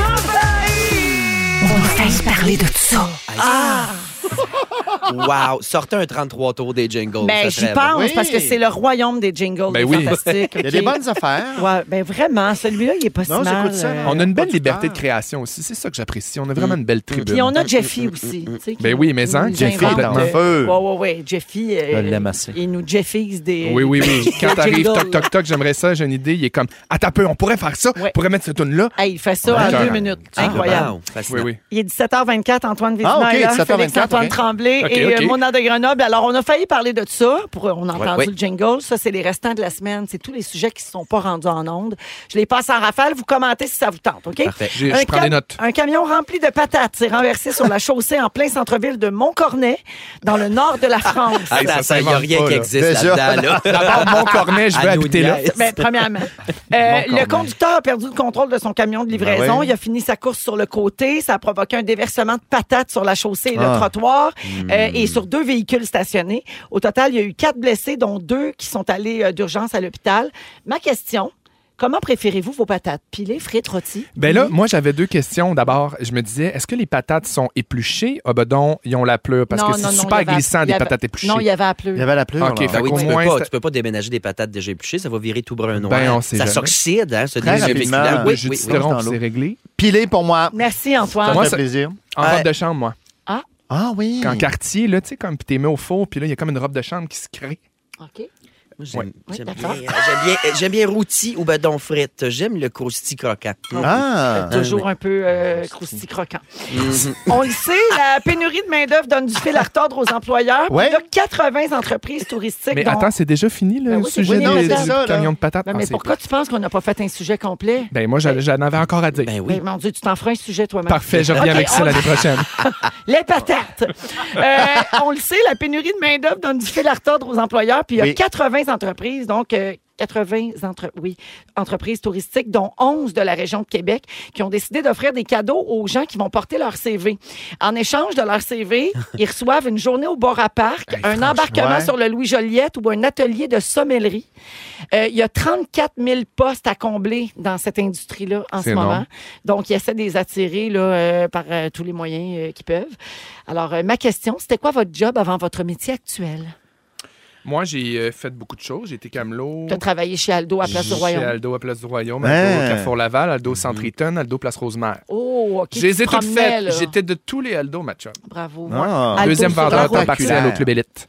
Speaker 2: Wow. Sortez un 33 tours des jingles.
Speaker 3: Ben,
Speaker 2: ça
Speaker 3: j'y
Speaker 2: serait
Speaker 3: pense
Speaker 2: bon.
Speaker 5: Oui.
Speaker 3: parce que c'est le royaume des jingles. des
Speaker 4: Ben oui.
Speaker 3: Fantastiques.
Speaker 5: Il y a des
Speaker 3: OK?
Speaker 5: bonnes affaires.
Speaker 3: Ouais, ben vraiment, celui-là, il est pas
Speaker 5: Non,
Speaker 3: si mal.
Speaker 5: j'écoute ça,
Speaker 3: euh.
Speaker 5: non.
Speaker 4: On a une
Speaker 5: Pas
Speaker 4: belle
Speaker 5: du
Speaker 4: liberté
Speaker 5: temps.
Speaker 4: de création aussi. C'est ça que j'apprécie. On a vraiment une belle tribune.
Speaker 3: Puis on a Jeffy aussi. tu sais, qui
Speaker 4: Ben
Speaker 3: nous-
Speaker 4: oui, mais
Speaker 3: nous
Speaker 4: hein,
Speaker 3: invente,
Speaker 4: Jeffy,
Speaker 5: complètement.
Speaker 3: euh,
Speaker 5: Feu.
Speaker 3: Ouais, ouais, ouais. Jeffy. euh,
Speaker 9: Je l'aime assez.
Speaker 3: Il nous Jeffy's des.
Speaker 4: Oui, oui, oui.
Speaker 3: des
Speaker 4: Quand t'arrives,
Speaker 3: jingles.
Speaker 4: toc, toc, toc, j'aimerais ça, j'ai une idée. Il est comme, attends un peu, on pourrait faire ça,
Speaker 3: Ouais.
Speaker 4: on pourrait mettre cette tune là
Speaker 3: Hey, il fait ça
Speaker 4: Ouais.
Speaker 3: en deux
Speaker 4: Ah,
Speaker 3: minutes.
Speaker 2: Ah,
Speaker 3: Incroyable.
Speaker 2: wow,
Speaker 4: Oui,
Speaker 2: fascinant.
Speaker 4: oui.
Speaker 3: Il est 17h24, Antoine Vézina
Speaker 5: Ah, OK,
Speaker 3: est là,
Speaker 5: 17h24,
Speaker 3: Félix Antoine
Speaker 5: OK.
Speaker 3: Tremblay
Speaker 4: OK,
Speaker 3: et
Speaker 4: OK.
Speaker 3: euh, Mona de Grenoble. Alors, on a failli parler de ça. Pour, euh, on a entendu
Speaker 2: oui.
Speaker 3: le jingle. Ça, c'est les restants de la semaine. C'est tous les sujets qui ne sont pas rendus en ondes. Je les passe en rafale. Vous commentez si ça vous tente, OK?
Speaker 2: Parfait.
Speaker 4: J'ai- je prends des notes.
Speaker 3: Un camion rempli de patates s'est renversé sur la chaussée en plein centre-ville de Montcornet, dans le nord de la France.
Speaker 2: Attends,
Speaker 4: ça
Speaker 2: ça, il n'y a
Speaker 4: s'invente
Speaker 2: rien
Speaker 4: pas,
Speaker 2: qui
Speaker 4: là.
Speaker 2: existe
Speaker 5: Déjà.
Speaker 2: là-dedans. Là.
Speaker 4: D'abord, Montcornet, je veux
Speaker 2: À nous
Speaker 4: habiter
Speaker 2: de
Speaker 4: là.
Speaker 2: niaise.
Speaker 3: Ben, premièrement, euh, le conducteur a perdu le contrôle de son camion de livraison.
Speaker 5: Ben oui.
Speaker 3: Il a fini sa course sur le côté. Ça a provoqué un déversement de patates sur la chaussée et le
Speaker 5: Ah.
Speaker 3: trottoir
Speaker 4: Hmm.
Speaker 3: euh, et sur deux véhicules stationnés. Au total, il y a eu quatre blessés, dont deux qui sont allés euh, d'urgence à l'hôpital. Ma question, comment préférez-vous vos patates? Pilées, frites, rôties?
Speaker 4: Ben là, moi, j'avais deux questions. D'abord, je me disais, est-ce que les patates sont épluchées? Ah ben donc, ils ont la pleure, parce que c'est super
Speaker 3: il y avait-
Speaker 4: glissant,
Speaker 3: il y
Speaker 4: des
Speaker 3: avait-
Speaker 4: patates épluchées.
Speaker 3: Non, il y avait à pleu.
Speaker 5: Il y avait la pluie.
Speaker 4: OK,
Speaker 2: Ben
Speaker 4: Fait
Speaker 2: oui,
Speaker 4: qu'au
Speaker 2: tu peux,
Speaker 4: moins,
Speaker 2: pas,
Speaker 4: c'est-
Speaker 2: tu peux pas déménager des patates déjà épluchées, ça va virer tout brun noir.
Speaker 4: Ben, on sait
Speaker 2: ça
Speaker 4: jamais.
Speaker 2: s'oxyde, hein, ce
Speaker 5: Très
Speaker 2: délicieux
Speaker 5: rapidement,
Speaker 2: féculent.
Speaker 5: euh,
Speaker 2: Oui,
Speaker 4: jus de
Speaker 2: oui, oui.
Speaker 4: citron,
Speaker 5: dans
Speaker 4: c'est
Speaker 5: l'eau.
Speaker 4: réglé.
Speaker 5: Pilé pour moi.
Speaker 3: Merci,
Speaker 5: Ça
Speaker 3: Antoine.
Speaker 4: Moi,
Speaker 5: me fait
Speaker 4: ça-
Speaker 5: plaisir.
Speaker 4: En
Speaker 2: Ouais.
Speaker 4: robe de chambre, moi.
Speaker 5: Ah oui.
Speaker 4: Quand quartier, là, tu sais, comme, puis t'es mis au four, puis là, il y a comme une robe de chambre qui se crée.
Speaker 3: OK.
Speaker 2: Moi, J'aime
Speaker 3: Oui,
Speaker 2: j'aime bien, euh,
Speaker 3: d'accord.
Speaker 2: j'aime bien, j'aime bien rôti ou bedon frite. J'aime le crousty croquant.
Speaker 5: Ah.
Speaker 3: Toujours un peu euh, croustillant croquant.
Speaker 2: Mm.
Speaker 3: On le sait, la pénurie de main-d'œuvre donne du fil à retordre aux employeurs.
Speaker 5: Ouais.
Speaker 3: Il y a 80 entreprises touristiques.
Speaker 4: Mais
Speaker 3: dont-
Speaker 4: attends, c'est déjà fini, le
Speaker 3: Ben oui, c'est-
Speaker 4: sujet
Speaker 3: oui, non,
Speaker 4: des,
Speaker 3: c'est
Speaker 4: du
Speaker 5: ça, là.
Speaker 4: camion de patates?
Speaker 3: Ben,
Speaker 4: Ah,
Speaker 3: mais
Speaker 4: c'est
Speaker 3: pourquoi tu penses qu'on n'a pas fait un sujet complet?
Speaker 4: plate. Ben moi, j'en j'en avais encore à dire.
Speaker 2: Ben oui.
Speaker 3: Ben, mon Dieu, tu t'en feras un sujet toi-même.
Speaker 4: Parfait, je reviens
Speaker 3: Ok,
Speaker 4: avec ça
Speaker 3: on-
Speaker 4: l'année prochaine.
Speaker 3: Les patates. Euh, on le sait, la pénurie de main-d'œuvre donne du fil à retordre aux employeurs. Puis il y a
Speaker 5: Oui.
Speaker 3: 80 entreprises donc, euh, 80 entre, oui, entreprises touristiques, dont 11 de la région de Québec, qui ont décidé d'offrir des cadeaux aux gens qui vont porter leur CV. En échange de leur CV, ils reçoivent une journée au bord à parc, un embarquement
Speaker 13: ouais.
Speaker 3: sur le Louis-Joliette ou un atelier de sommellerie. Euh, il y a 34 000 postes à combler dans cette industrie-là en ce
Speaker 13: C'est
Speaker 3: moment.
Speaker 13: énorme.
Speaker 3: Donc, ils essaient de les attirer là, euh, par euh, tous les moyens euh, qu'ils peuvent. Alors, euh, ma question, c'était quoi votre job avant votre métier actuel?
Speaker 4: Moi, j'ai euh, fait beaucoup de choses. J'ai été camelot.
Speaker 3: Tu as travaillé chez Aldo à Place du
Speaker 4: Chez
Speaker 3: Royaume.
Speaker 4: Aldo à Place du Royaume,
Speaker 5: Hein?
Speaker 4: Aldo au Carrefour Laval, Aldo Centre Eaton, Aldo Place Rosemère.
Speaker 3: Oh, OK.
Speaker 4: Je les ai
Speaker 3: tu te
Speaker 4: toutes
Speaker 3: promenais,
Speaker 4: faites.
Speaker 3: là.
Speaker 4: J'étais de tous les Aldo, ma chum.
Speaker 3: Bravo.
Speaker 5: Ah.
Speaker 3: Aldo
Speaker 4: Deuxième
Speaker 3: sur la
Speaker 4: vendeur à temps
Speaker 3: route.
Speaker 4: partiel au Club Élite.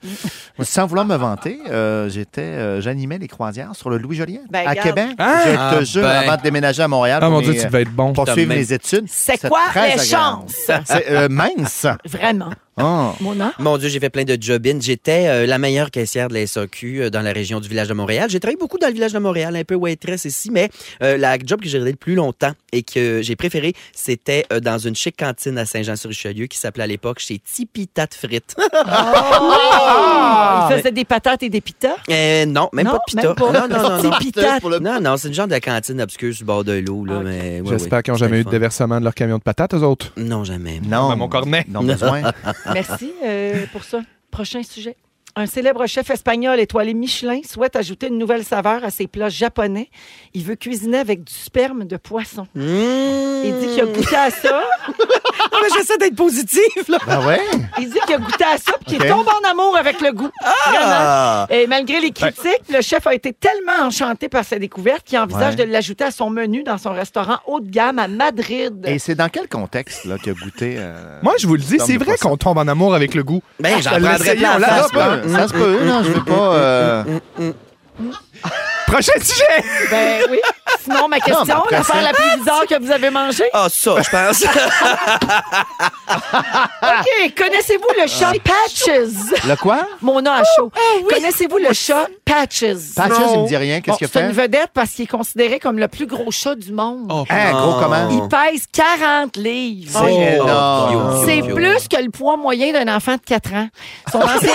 Speaker 5: Sans vouloir me vanter, euh, j'étais, euh, j'animais les croisières sur le Louis Joliette
Speaker 3: Ben,
Speaker 5: à
Speaker 3: regarde.
Speaker 5: Québec.
Speaker 4: Ah!
Speaker 5: je te
Speaker 4: Ah,
Speaker 5: jure,
Speaker 4: ben.
Speaker 5: avant de déménager à Montréal,
Speaker 4: Ah, mon
Speaker 5: pour
Speaker 4: Dieu,
Speaker 5: mes-
Speaker 4: tu devais être bon.
Speaker 5: Poursuivre
Speaker 4: T'as
Speaker 5: les études.
Speaker 3: C'est
Speaker 5: C'était
Speaker 3: quoi
Speaker 5: très
Speaker 3: les
Speaker 5: agréable.
Speaker 3: chances?
Speaker 5: C'est euh, mince.
Speaker 3: Vraiment.
Speaker 5: Oh.
Speaker 3: Mon nom?
Speaker 2: Mon Dieu, j'ai fait plein de job-in. J'étais euh, la meilleure caissière de la SAQ euh, dans la région du village de Montréal. J'ai travaillé beaucoup dans le village de Montréal, un peu waitress ici, mais euh, la job que j'ai gardée le plus longtemps et que j'ai préférée, c'était euh, dans une chic cantine à Saint-Jean-sur-Richelieu qui s'appelait à l'époque chez Tipita de frites.
Speaker 3: Oh! Il faisait des patates et des pitas.
Speaker 2: Euh, non, même
Speaker 3: Non,
Speaker 2: pas pita.
Speaker 3: même pas.
Speaker 2: Non, non, non, non.
Speaker 3: Tipita.
Speaker 2: Non, non, c'est une genre de cantine obscure sur le bord de l'eau. là, mais ouais,
Speaker 4: J'espère
Speaker 2: ouais,
Speaker 4: qu'ils n'ont jamais eu de
Speaker 2: c'était le fun.
Speaker 4: déversement de leur camion de patates, eux autres.
Speaker 2: Non, jamais.
Speaker 5: Non.
Speaker 4: Ah, Ben, mon cornet.
Speaker 5: Non besoin.
Speaker 3: Merci euh, pour ça. Prochain sujet. Un célèbre chef espagnol étoilé Michelin souhaite ajouter une nouvelle saveur à ses plats japonais. Il veut cuisiner avec du sperme de poisson. Il dit qu'il
Speaker 5: Hmm.
Speaker 3: a goûté à ça.
Speaker 2: mais j'essaie d'être positif, là.
Speaker 5: Ah ouais?
Speaker 3: Il dit qu'il a goûté à ça puis qu'il
Speaker 5: Ok.
Speaker 3: tombe en amour avec le goût. Vraiment.
Speaker 2: Ah!
Speaker 3: Et malgré les critiques, le chef a été tellement enchanté par sa découverte qu'il envisage
Speaker 5: Ouais.
Speaker 3: de l'ajouter à son menu dans son restaurant haut de gamme à Madrid.
Speaker 5: Et c'est dans quel contexte là, qu'il a goûté? euh,
Speaker 4: Moi, je vous le dis,
Speaker 5: Tom
Speaker 4: c'est
Speaker 5: de
Speaker 4: vrai
Speaker 5: poisson.
Speaker 4: qu'on tombe en amour avec le goût.
Speaker 2: Ben, j'en
Speaker 4: Je l'ai
Speaker 2: prendrais
Speaker 4: essayé,
Speaker 2: plein
Speaker 4: on
Speaker 2: en
Speaker 4: l'a
Speaker 2: face,
Speaker 5: Ça se
Speaker 4: pas.
Speaker 5: peut, ça se peut. Non, je veux pas...
Speaker 4: Mm,
Speaker 5: euh,
Speaker 4: Prochain sujet!
Speaker 3: Ben oui. Sinon, ma question,
Speaker 5: mais après
Speaker 3: l'affaire
Speaker 5: ça-
Speaker 3: la plus bizarre que vous avez mangée.
Speaker 2: Ah, ça, je pense.
Speaker 3: OK. Connaissez-vous le chat Patches?
Speaker 5: Le quoi?
Speaker 3: Mon nom
Speaker 5: Oh,
Speaker 3: à chaud. Connaissez-vous le chat Patches?
Speaker 5: Patches, il me dit rien. Qu'est-ce
Speaker 3: Bon,
Speaker 5: qu'il a
Speaker 3: C'est une
Speaker 5: fait?
Speaker 3: vedette parce qu'il est considéré comme le plus gros chat du monde.
Speaker 5: Hein,
Speaker 3: Ah.
Speaker 5: gros comment?
Speaker 3: Il pèse 40 livres. Oh.
Speaker 5: C'est énorme.
Speaker 2: Oh,
Speaker 3: C'est
Speaker 2: yo.
Speaker 3: plus que le poids moyen d'un enfant de 4 ans. Son ancien...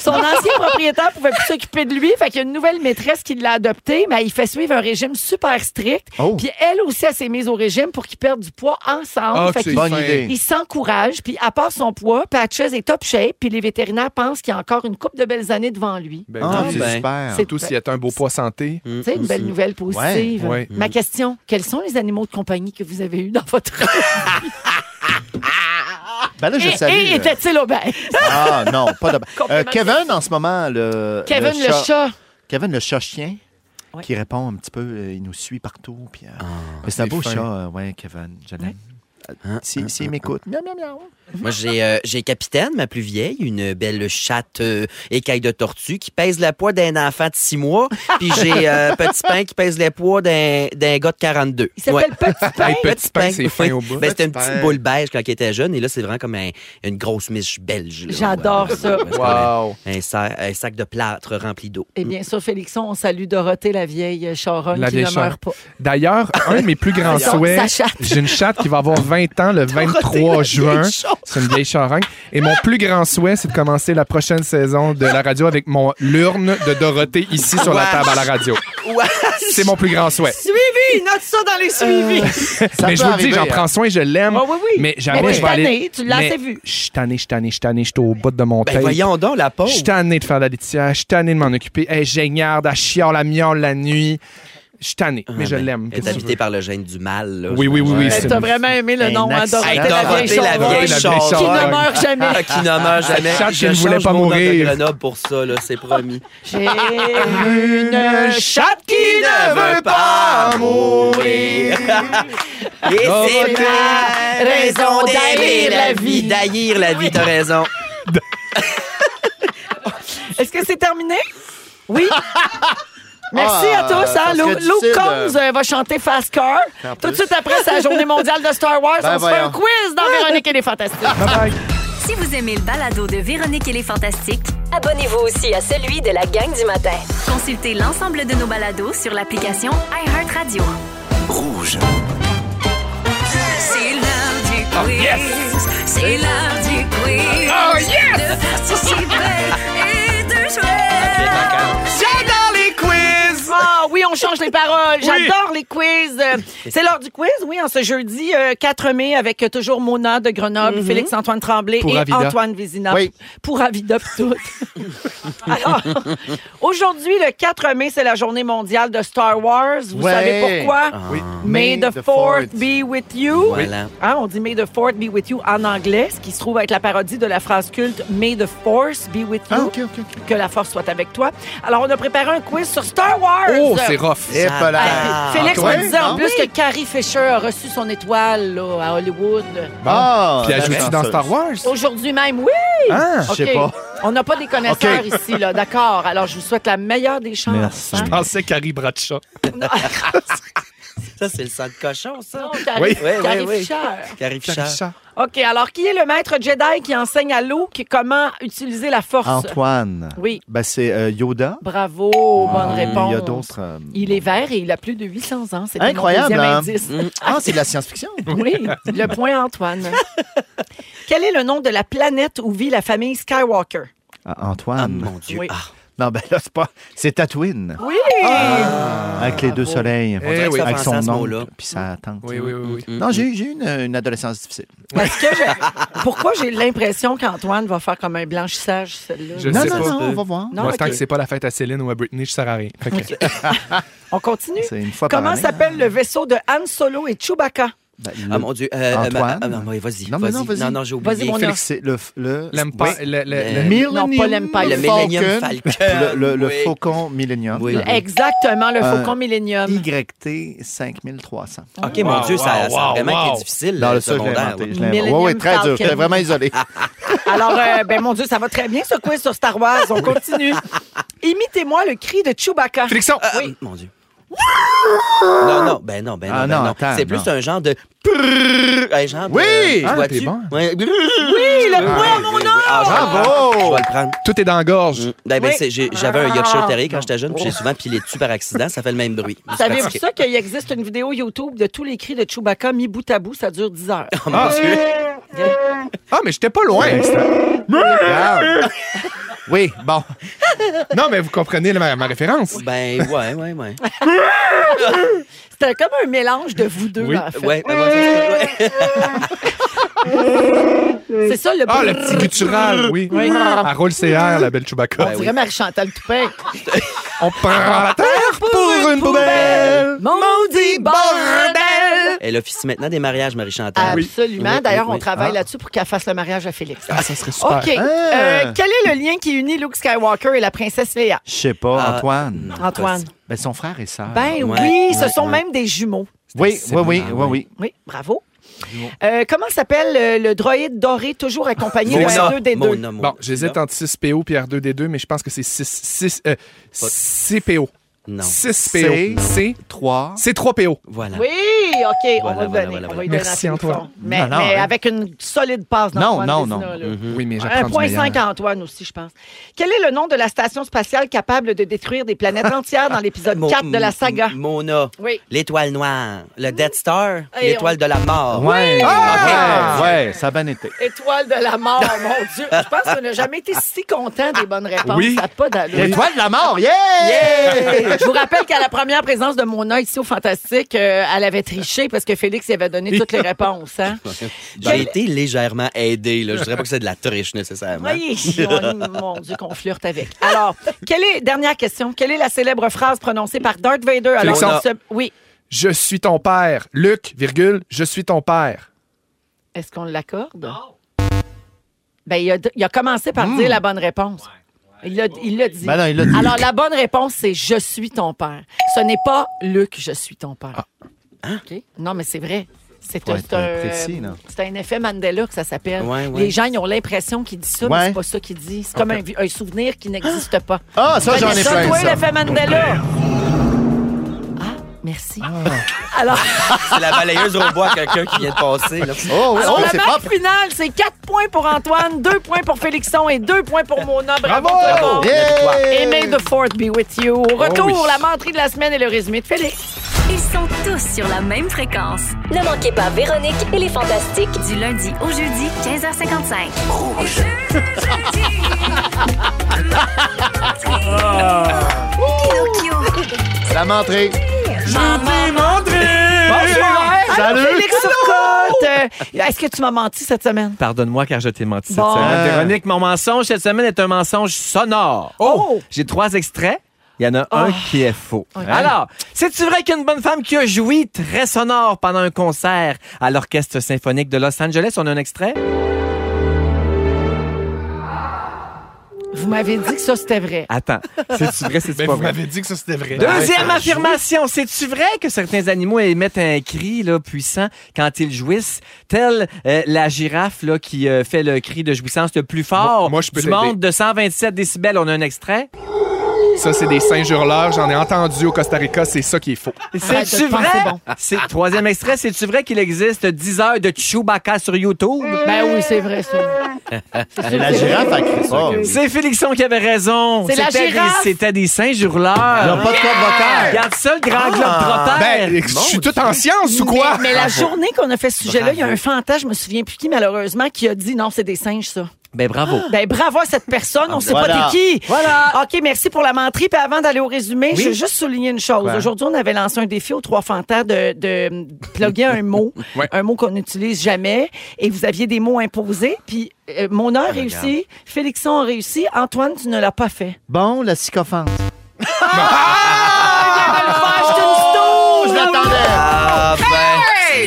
Speaker 3: Son ancien propriétaire pouvait plus s'occuper de lui, fait qu'il y a une nouvelle maîtresse qui l'a adopté, mais il fait suivre un régime super strict.
Speaker 5: Oh.
Speaker 3: Puis elle aussi, elle s'est mise au régime pour qu'ils perdent du poids ensemble.
Speaker 4: Ah,
Speaker 3: Fait
Speaker 4: c'est
Speaker 3: qu'ils-
Speaker 5: Bonne
Speaker 4: fin.
Speaker 5: idée.
Speaker 3: il s'encourage, puis à part son poids, Patches est top shape, puis les vétérinaires pensent qu'il y a encore une coupe de belles années devant lui.
Speaker 4: Ben,
Speaker 5: Ah,
Speaker 2: Ah,
Speaker 5: c'est
Speaker 2: ben.
Speaker 5: super.
Speaker 3: C'est-
Speaker 4: Surtout s'il y a un beau poids santé.
Speaker 3: C'est une belle nouvelle positive.
Speaker 4: Ouais, ouais.
Speaker 3: Ma question, quels sont les animaux de compagnie que vous avez eus dans votre rêve?
Speaker 5: Ben là, je
Speaker 3: Et,
Speaker 5: salue.
Speaker 3: et
Speaker 5: euh,
Speaker 3: était-il obèse?
Speaker 5: Ah non, pas de. Euh,
Speaker 3: Compliment.
Speaker 5: Kevin en ce moment le
Speaker 3: Kevin le, chat.
Speaker 5: Kevin le chat chien.
Speaker 3: Ouais. Ah,
Speaker 5: Qui répond un petit peu, euh, il nous suit partout. Puis, euh, mais c'est un
Speaker 4: c'est
Speaker 5: beau
Speaker 4: fin.
Speaker 5: chat, euh, ouais, Kevin, je l'aime.
Speaker 2: Hein,
Speaker 5: Si,
Speaker 3: Ah,
Speaker 2: hein,
Speaker 5: si
Speaker 2: hein,
Speaker 5: il m'écoute, miaou, miaou, miaou.
Speaker 2: Moi, j'ai, euh, j'ai Capitaine, ma plus vieille, une belle chatte euh, écaille de tortue qui pèse le poids d'un enfant de 6 mois. Puis j'ai euh, Petit Pain qui pèse le poids d'un, d'un gars de 42.
Speaker 3: Il s'appelle
Speaker 2: Ouais.
Speaker 3: Petit Pain.
Speaker 4: Hey, Petit Pain, c'est fin au bout.
Speaker 2: Ben, c'était une
Speaker 5: Petit
Speaker 2: petite
Speaker 5: Pain.
Speaker 2: boule beige quand il était jeune. Et là, c'est vraiment comme un- une grosse miche belge. là.
Speaker 3: J'adore
Speaker 2: Ouais.
Speaker 3: ça.
Speaker 2: Ouais, c'est comme un- Un, sac, un sac de plâtre rempli d'eau.
Speaker 3: Et Eh bien sûr, Félixon, on salue Dorothée, la vieille charonne
Speaker 4: La
Speaker 3: qui
Speaker 4: vieille
Speaker 3: ne meurt pas.
Speaker 4: D'ailleurs, un de mes plus grands
Speaker 3: Sa-
Speaker 4: souhaits,
Speaker 3: sa chatte.
Speaker 4: j'ai une chatte qui va avoir 20 ans le 23 juin. C'est une vieille charogne. Et mon plus grand souhait, c'est de commencer la prochaine saison de la radio avec mon l'urne de Dorothée ici sur la
Speaker 2: Ouais.
Speaker 4: table à la radio.
Speaker 2: Ouais.
Speaker 4: C'est mon plus grand souhait.
Speaker 2: Suivi! Note ça dans les suivis!
Speaker 3: Euh,
Speaker 5: Ça
Speaker 4: mais je vous le dis,
Speaker 5: peut arriver,
Speaker 4: j'en
Speaker 5: hein.
Speaker 4: prends soin, je l'aime.
Speaker 3: Ah oui, oui.
Speaker 4: Mais
Speaker 3: Mais
Speaker 4: jamais
Speaker 3: t'es
Speaker 4: je vais aller.
Speaker 3: tanné, tu l'as
Speaker 4: Mais
Speaker 3: assez vu.
Speaker 4: Je suis tanné, je suis tanné, je suis tanné, je suis au bout de mon
Speaker 2: Ben,
Speaker 4: tape.
Speaker 2: voyons donc, la pauvre.
Speaker 4: Je suis tanné de faire la litière, je suis tanné de m'en occuper. Elle géniarde, elle chiale, elle miaule la nuit. Je suis tanné, mais je l'aime.
Speaker 2: Elle est
Speaker 4: Qu'est-ce que tu
Speaker 2: habitée par le gène du mal. là.
Speaker 4: Oui, oui, oui, oui.
Speaker 2: Ouais.
Speaker 4: c'est-
Speaker 3: T'as vraiment aimé le
Speaker 5: Un
Speaker 3: nom, hein,
Speaker 5: accident.
Speaker 3: Dorothée,
Speaker 2: Hey,
Speaker 3: la vieille
Speaker 2: Dorothée, la
Speaker 3: charonne.
Speaker 2: vieille
Speaker 4: Dorothée, la vieille
Speaker 2: charogne.
Speaker 3: Qui ne
Speaker 4: charonne.
Speaker 3: meurt jamais.
Speaker 2: Ah, qui ne meurt jamais.
Speaker 4: Cette chatte qui ne
Speaker 2: Je
Speaker 4: voulait
Speaker 2: change
Speaker 4: pas
Speaker 2: mon nom de
Speaker 4: mourir.
Speaker 2: Grenoble pour ça, là, c'est promis.
Speaker 3: J'ai une chatte qui
Speaker 2: ne veut pas mourir. Et c'est la raison d'haïr la vie. D'haïr la vie, t'as raison.
Speaker 3: Est-ce que c'est terminé? Oui. Merci
Speaker 5: Ah,
Speaker 3: à tous. Hein?
Speaker 5: ça serait
Speaker 3: Lou, Lou
Speaker 5: difficile,
Speaker 3: Combs euh, va chanter Fast Car.
Speaker 5: En
Speaker 3: Tout de
Speaker 5: plus.
Speaker 3: suite après, c'est la journée mondiale de Star Wars.
Speaker 5: Ben
Speaker 3: On se fait un
Speaker 5: voyons.
Speaker 3: quiz dans Véronique et les Fantastiques.
Speaker 1: Si vous aimez le balado de Véronique et les Fantastiques,
Speaker 7: Abonnez-vous aussi à celui de la gang du matin.
Speaker 1: consultez l'ensemble de nos balados sur l'application iHeartRadio.
Speaker 6: Rouge.
Speaker 1: C'est l'heure du quiz. C'est l'heure du quiz. De participer et de jouer.
Speaker 3: J'adore les quiz! Ah oui, on change les paroles. J'adore les quiz. Euh, C'est l'heure du quiz, oui, en ce jeudi euh, 4 mai avec euh, toujours Mona de Grenoble,
Speaker 13: Mhm.
Speaker 3: Félix-Antoine Tremblay
Speaker 13: Pour
Speaker 3: et
Speaker 13: Avida.
Speaker 3: Antoine Vézina.
Speaker 13: Oui.
Speaker 3: Pour Avida pis tout. Alors, aujourd'hui, le 4 mai, c'est la journée mondiale de Star Wars. Vous
Speaker 13: Ouais.
Speaker 3: savez pourquoi?
Speaker 13: Ah. Oui.
Speaker 3: May, the, fourth be with you.
Speaker 13: Voilà.
Speaker 3: Hein, on dit May the fourth be with you en anglais, ce qui se trouve être la parodie de la phrase culte May the force be with you.
Speaker 4: Ah,
Speaker 5: Hein? Ah,
Speaker 3: Que la force soit avec toi. Alors, on a préparé un quiz sur Star Wars.
Speaker 4: Oh, c'est rough.
Speaker 3: Eh,
Speaker 4: voilà.
Speaker 3: Ah, Félix
Speaker 4: Ouais,
Speaker 3: me disait en
Speaker 4: non?
Speaker 3: plus que Carrie Fisher a reçu son étoile là, à Hollywood.
Speaker 4: Bon. Ah, Puis elle la joue-tu dans chanceuse. Star Wars?
Speaker 3: Aujourd'hui même, oui!
Speaker 4: Ah, je sais
Speaker 3: OK.
Speaker 4: pas.
Speaker 3: On n'a pas des connaisseurs
Speaker 4: OK.
Speaker 3: ici, là. D'accord. Alors, je vous souhaite la meilleure des chances. hein.
Speaker 4: Je pensais Carrie Bradshaw.
Speaker 2: ça, c'est le sang de cochon, ça.
Speaker 3: Carrie-
Speaker 2: oui,
Speaker 3: Carrie
Speaker 2: oui, oui.
Speaker 3: Fisher.
Speaker 2: Carrie Fisher.
Speaker 3: Carrie Fisher. OK, alors qui est le maître Jedi qui enseigne à Luke comment utiliser la force?
Speaker 5: Antoine.
Speaker 3: Oui.
Speaker 5: Ben, c'est euh, Yoda.
Speaker 3: Bravo, bonne
Speaker 5: Ah,
Speaker 3: réponse.
Speaker 5: Il y a d'autres. euh,
Speaker 3: Il est vert et il a plus de 800 ans. C'était
Speaker 5: Incroyable.
Speaker 3: Mon
Speaker 5: hein?
Speaker 3: deuxième
Speaker 5: Mm.
Speaker 3: indice.
Speaker 5: Ah, c'est de la science-fiction.
Speaker 3: Oui, le point Antoine. Quel est le nom de la planète où vit la famille Skywalker?
Speaker 5: Ah, Antoine.
Speaker 2: mon Dieu. Ah.
Speaker 3: Oui.
Speaker 5: Non, ben là, c'est pas. C'est Tatooine. Ah,
Speaker 3: Oui!
Speaker 5: Avec les deux soleils.
Speaker 4: Eh
Speaker 2: On dirait que ça
Speaker 5: avec
Speaker 2: prend ça,
Speaker 5: son
Speaker 2: ce
Speaker 5: oncle.
Speaker 2: mot-là.
Speaker 5: Puis sa tante.
Speaker 2: Oui, oui, oui, oui.
Speaker 5: Non, j'ai j'ai eu une, une adolescence difficile.
Speaker 3: Parce que je- Pourquoi j'ai l'impression qu'Antoine va faire comme un blanchissage, celle-là?
Speaker 4: Je sais pas. Moi, tant
Speaker 3: OK.
Speaker 4: que c'est pas la fête à Céline ou à Britney, je sers à rien. Fait que-
Speaker 3: On continue?
Speaker 4: C'est une fois par
Speaker 3: Comment
Speaker 4: année,
Speaker 3: s'appelle le vaisseau de Han Solo et Chewbacca?
Speaker 5: Ben,
Speaker 2: Ah mon Dieu. euh,
Speaker 5: Antoine.
Speaker 2: euh, ah, non, oui, vas-y.
Speaker 5: Non, mais
Speaker 2: vas-y.
Speaker 5: non, vas-y.
Speaker 2: Non, non, j'ai
Speaker 5: Vas-y,
Speaker 2: oublié.
Speaker 5: mon Félix, homme. c'est le. le
Speaker 2: L'Empire-
Speaker 5: oui.
Speaker 4: Euh,
Speaker 2: le- le- le-
Speaker 5: Millennium-
Speaker 3: Non, pas l'Empire
Speaker 2: Le Millennium Falcon.
Speaker 5: Le, le- le
Speaker 2: Oui.
Speaker 5: Faucon Millennium.
Speaker 3: Exactement, le
Speaker 5: Euh,
Speaker 3: faucon millénium.
Speaker 5: YT 5300.
Speaker 2: OK, mon Dieu, ça, ça a vraiment été difficile.
Speaker 5: Dans
Speaker 2: le
Speaker 5: le ça, je l'ai
Speaker 2: secondaire,
Speaker 5: inventé.
Speaker 2: oui.
Speaker 5: je l'ai inventé. Oui, oui, très dur. J'étais vraiment isolé.
Speaker 3: Alors, euh, ben mon Dieu, ça va très bien ce quiz sur Star Wars. On continue. Imitez-moi le cri de Chewbacca. Euh,
Speaker 2: Félixon.
Speaker 3: Oui.
Speaker 2: Mon Dieu. Non, non, ben non, ben non.
Speaker 5: Ah,
Speaker 2: ben
Speaker 5: non,
Speaker 2: non.
Speaker 5: attends,
Speaker 2: C'est
Speaker 5: non.
Speaker 2: plus un genre de. Un genre de-
Speaker 5: Oui!
Speaker 2: tu
Speaker 5: Ah,
Speaker 2: euh, vois-tu?
Speaker 5: t'es bon.
Speaker 2: Ouais. Ah, Oui,
Speaker 3: le
Speaker 2: point à mon
Speaker 5: Bravo!
Speaker 2: Je vais le prendre.
Speaker 4: Tout est dans la gorge.
Speaker 2: Ben, ben,
Speaker 3: Oui. Ah.
Speaker 2: c'est- j'ai- J'avais un yacht terrier quand j'étais jeune, puis j'ai souvent pilé dessus par accident. Ça fait le même bruit. Je
Speaker 3: Savez-vous
Speaker 2: pratiquais.
Speaker 3: ça qu'il existe une vidéo YouTube de tous les cris de Chewbacca mis bout à bout? Ça dure 10 heures.
Speaker 2: Oh, mon Dieu.
Speaker 4: Ah, mais j'étais pas loin.
Speaker 5: oui, bon.
Speaker 4: Non, mais vous comprenez ma, ma référence.
Speaker 2: Ben, ouais, ouais, ouais.
Speaker 3: C'était comme un mélange de vous deux,
Speaker 4: Oui.
Speaker 3: en fait.
Speaker 2: Ouais, ben, moi, je- ouais.
Speaker 3: C'est ça le
Speaker 4: Ah,
Speaker 3: bruit.
Speaker 4: le petit guttural, oui. Ah,
Speaker 3: Oui. Ben
Speaker 4: Elle roule ses airs, la belle Chewbacca.
Speaker 3: On dirait Marie-Chantal Toupin.
Speaker 4: On prend la terre pour une poubelle.
Speaker 3: Maudit bordel!
Speaker 2: Elle officie maintenant des mariages, Marie-Chantal.
Speaker 3: Absolument.
Speaker 2: Ah Oui,
Speaker 3: D'ailleurs,
Speaker 2: oui,
Speaker 3: on
Speaker 2: oui.
Speaker 3: travaille
Speaker 2: Ah.
Speaker 3: là-dessus pour qu'elle fasse le mariage à Félix.
Speaker 4: Ah, ça serait super.
Speaker 3: OK. Euh, quel est le lien qui unit Luke Skywalker et la princesse Leia?
Speaker 5: Je sais pas,
Speaker 2: Ah,
Speaker 5: Antoine.
Speaker 3: Antoine.
Speaker 5: Ben, son frère et sœur.
Speaker 3: Ben oui,
Speaker 2: Ouais,
Speaker 3: ce
Speaker 2: ouais,
Speaker 3: sont
Speaker 2: ouais.
Speaker 3: même des jumeaux.
Speaker 5: oui, oui, oui,
Speaker 2: Ah,
Speaker 5: oui, oui.
Speaker 3: Oui, bravo. Euh, comment s'appelle euh, le droïde doré toujours accompagné de
Speaker 2: Mona,
Speaker 3: R2D2?
Speaker 2: Mona, Mona.
Speaker 4: Bon, j'hésite entre 6PO et R2D2, mais je pense que c'est 6, 6, euh, CPO.
Speaker 2: Non.
Speaker 4: 6PO. C.
Speaker 5: Trois.
Speaker 4: C'est 3PO.
Speaker 2: Voilà.
Speaker 3: Oui, OK, on
Speaker 2: Voilà,
Speaker 3: va le donner.
Speaker 2: voilà, voilà,
Speaker 3: on va
Speaker 2: voilà.
Speaker 3: lui donner
Speaker 4: Merci,
Speaker 3: un peu de
Speaker 4: Antoine.
Speaker 3: fond. Mais,
Speaker 5: Non, non,
Speaker 3: mais
Speaker 5: hein.
Speaker 3: avec une solide passe dans
Speaker 5: Non, non, non.
Speaker 2: Mhm.
Speaker 4: Oui, mais
Speaker 2: hein.
Speaker 4: j'apprends du meilleur.
Speaker 3: 1.5 Antoine aussi, je pense. Quel est le nom de la station spatiale capable de détruire des planètes entières dans l'épisode
Speaker 2: Mon-
Speaker 3: 4 de la saga?
Speaker 2: M- Mona.
Speaker 3: Oui, Mmh.
Speaker 2: L'étoile noire. Le Death Star.
Speaker 3: Et
Speaker 2: L'étoile de la mort.
Speaker 5: Ouais,
Speaker 2: Ah!
Speaker 5: ouais, ouais, ça a bien été.
Speaker 3: étoile de la mort, mon Dieu. Je pense qu'on n'a jamais été si content des bonnes réponses.
Speaker 4: Oui.
Speaker 3: Ça n'a pas d'allure.
Speaker 5: L'étoile de la mort, yeah!
Speaker 3: Hey! Je vous rappelle qu'à la première présence de Mona ici au Fantastique, euh, elle avait triché parce que Félix y avait donné toutes les réponses. Hein?
Speaker 2: J'ai été légèrement aidé. Là. Je dirais pas que c'est de la triche nécessairement.
Speaker 3: Oui, on- mon Dieu, qu'on flirte avec. Alors, quelle est, dernière question, quelle est la célèbre phrase prononcée par Darth Vader? Alors,
Speaker 4: Félixon.
Speaker 3: on se- oui,
Speaker 4: Je suis ton père. Luc, virgule, je suis ton père.
Speaker 3: est-ce qu'on l'accorde? Ben, il a, il a commencé par dire la bonne réponse. Il l'a il l'a dit.
Speaker 5: Ben non, il l'a dit.
Speaker 3: Alors, la bonne réponse, c'est Je suis ton père. Ce n'est pas Luc, je suis ton père.
Speaker 5: Ah.
Speaker 3: OK? Non, mais c'est vrai. C'est
Speaker 5: Faut
Speaker 3: un,
Speaker 5: être
Speaker 3: c'est un-
Speaker 5: précis, là.
Speaker 3: c'est un effet Mandela que ça s'appelle.
Speaker 2: Ouais, ouais.
Speaker 3: Les gens, ils ont l'impression qu'ils disent ça, mais
Speaker 5: Ouais.
Speaker 3: c'est pas ça qu'ils disent. C'est comme un, vi- un souvenir qui n'existe pas.
Speaker 5: Ah, ça, j'en ai
Speaker 3: Vanessa,
Speaker 5: plein,
Speaker 3: toi,
Speaker 5: ça.
Speaker 3: l'effet Mandela. Ah, merci.
Speaker 5: Ah.
Speaker 3: Alors,
Speaker 2: C'est la balayeuse robot à quelqu'un qui vient de passer. Là.
Speaker 5: Oh, oui,
Speaker 3: alors
Speaker 5: oh,
Speaker 3: la
Speaker 5: c'est
Speaker 3: marque
Speaker 5: propre.
Speaker 3: finale, c'est 4 points pour Antoine, 2 points pour Félixon et 2 points pour Mona. Bravo! tout le monde.
Speaker 5: Yeah!
Speaker 3: Et may the fourth be with you. Au retour,
Speaker 4: oui.
Speaker 3: la menterie de la semaine et le résumé de Félix.
Speaker 1: Ils sont tous sur la même fréquence. Ne manquez pas Véronique et les Fantastiques du lundi au jeudi 15h55. Rouge.
Speaker 5: La mentrée.
Speaker 3: Bonsoir.
Speaker 5: Salut.
Speaker 3: Allô, Félix Turcotte. Euh, Est-ce que tu m'as menti cette semaine?
Speaker 13: Pardonne-moi car je t'ai menti cette
Speaker 3: Bon.
Speaker 4: Euh.
Speaker 13: semaine.
Speaker 3: Ah.
Speaker 13: Véronique, mon mensonge cette semaine est un mensonge sonore.
Speaker 3: Oh!
Speaker 13: J'ai trois extraits. Il y en a
Speaker 3: Ah.
Speaker 13: un qui est faux. Hein?
Speaker 3: Ok.
Speaker 13: Alors, c'est-tu vrai qu'une bonne femme qui a joui très sonore pendant un concert à l'Orchestre symphonique de Los Angeles? On a un extrait?
Speaker 3: Vous m'avez dit que ça, c'était vrai.
Speaker 13: Attends, c'est-tu vrai, c'est-tu pas
Speaker 4: Ben, vous
Speaker 13: vrai?
Speaker 4: m'avez dit que ça, c'était vrai.
Speaker 13: Deuxième affirmation, c'est-tu vrai que certains animaux émettent un cri là, puissant quand ils jouissent, tel euh, la girafe là, qui euh, fait le cri de jouissance le plus fort
Speaker 4: Moi- moi, je peux
Speaker 13: du
Speaker 4: t'aider.
Speaker 13: monde de 127 décibels? On a un extrait.
Speaker 4: Ça, c'est des singes hurleurs. J'en ai entendu au Costa Rica. C'est ça qui est faux.
Speaker 13: C'est-tu vrai? C'est- Troisième extrait, c'est-tu vrai qu'il existe 10 heures de Chewbacca sur YouTube?
Speaker 3: Ben oui, c'est vrai, ça.
Speaker 13: C'est
Speaker 5: la girafe a crié fort.
Speaker 13: C'est Félixon qui avait raison.
Speaker 3: C'est la
Speaker 13: C'était des-
Speaker 3: girafe.
Speaker 13: C'était des singes hurleurs.
Speaker 5: Ils n'ont pas de corde vocale.
Speaker 13: Regarde ça, le grand
Speaker 5: Ah.
Speaker 13: globe
Speaker 5: Ben, je suis tout en science ou quoi?
Speaker 3: Mais, mais la
Speaker 13: Bravo.
Speaker 3: journée qu'on a fait ce sujet-là, il y a
Speaker 13: Bravo.
Speaker 3: un fantasme, je me souviens plus qui, malheureusement, qui a dit non, c'est des singes, ça.
Speaker 13: Ben bravo.
Speaker 3: Ben bravo à cette personne, on sait
Speaker 13: Voilà.
Speaker 3: pas t'es qui.
Speaker 13: Voilà.
Speaker 3: OK, merci pour la menterie. Puis avant d'aller au résumé,
Speaker 13: Oui.
Speaker 3: je veux juste souligner une chose.
Speaker 13: Quoi?
Speaker 3: Aujourd'hui, on avait lancé un défi aux trois fantas de, de plugger un mot, un mot qu'on n'utilise jamais. Et vous aviez des mots imposés. Puis euh, Mona a réussi, Félixon a réussi, Antoine, tu ne l'as pas fait.
Speaker 5: Bon, la sycophante.
Speaker 3: Ah, Oh,
Speaker 5: je l'attendais.
Speaker 2: Ah, ben.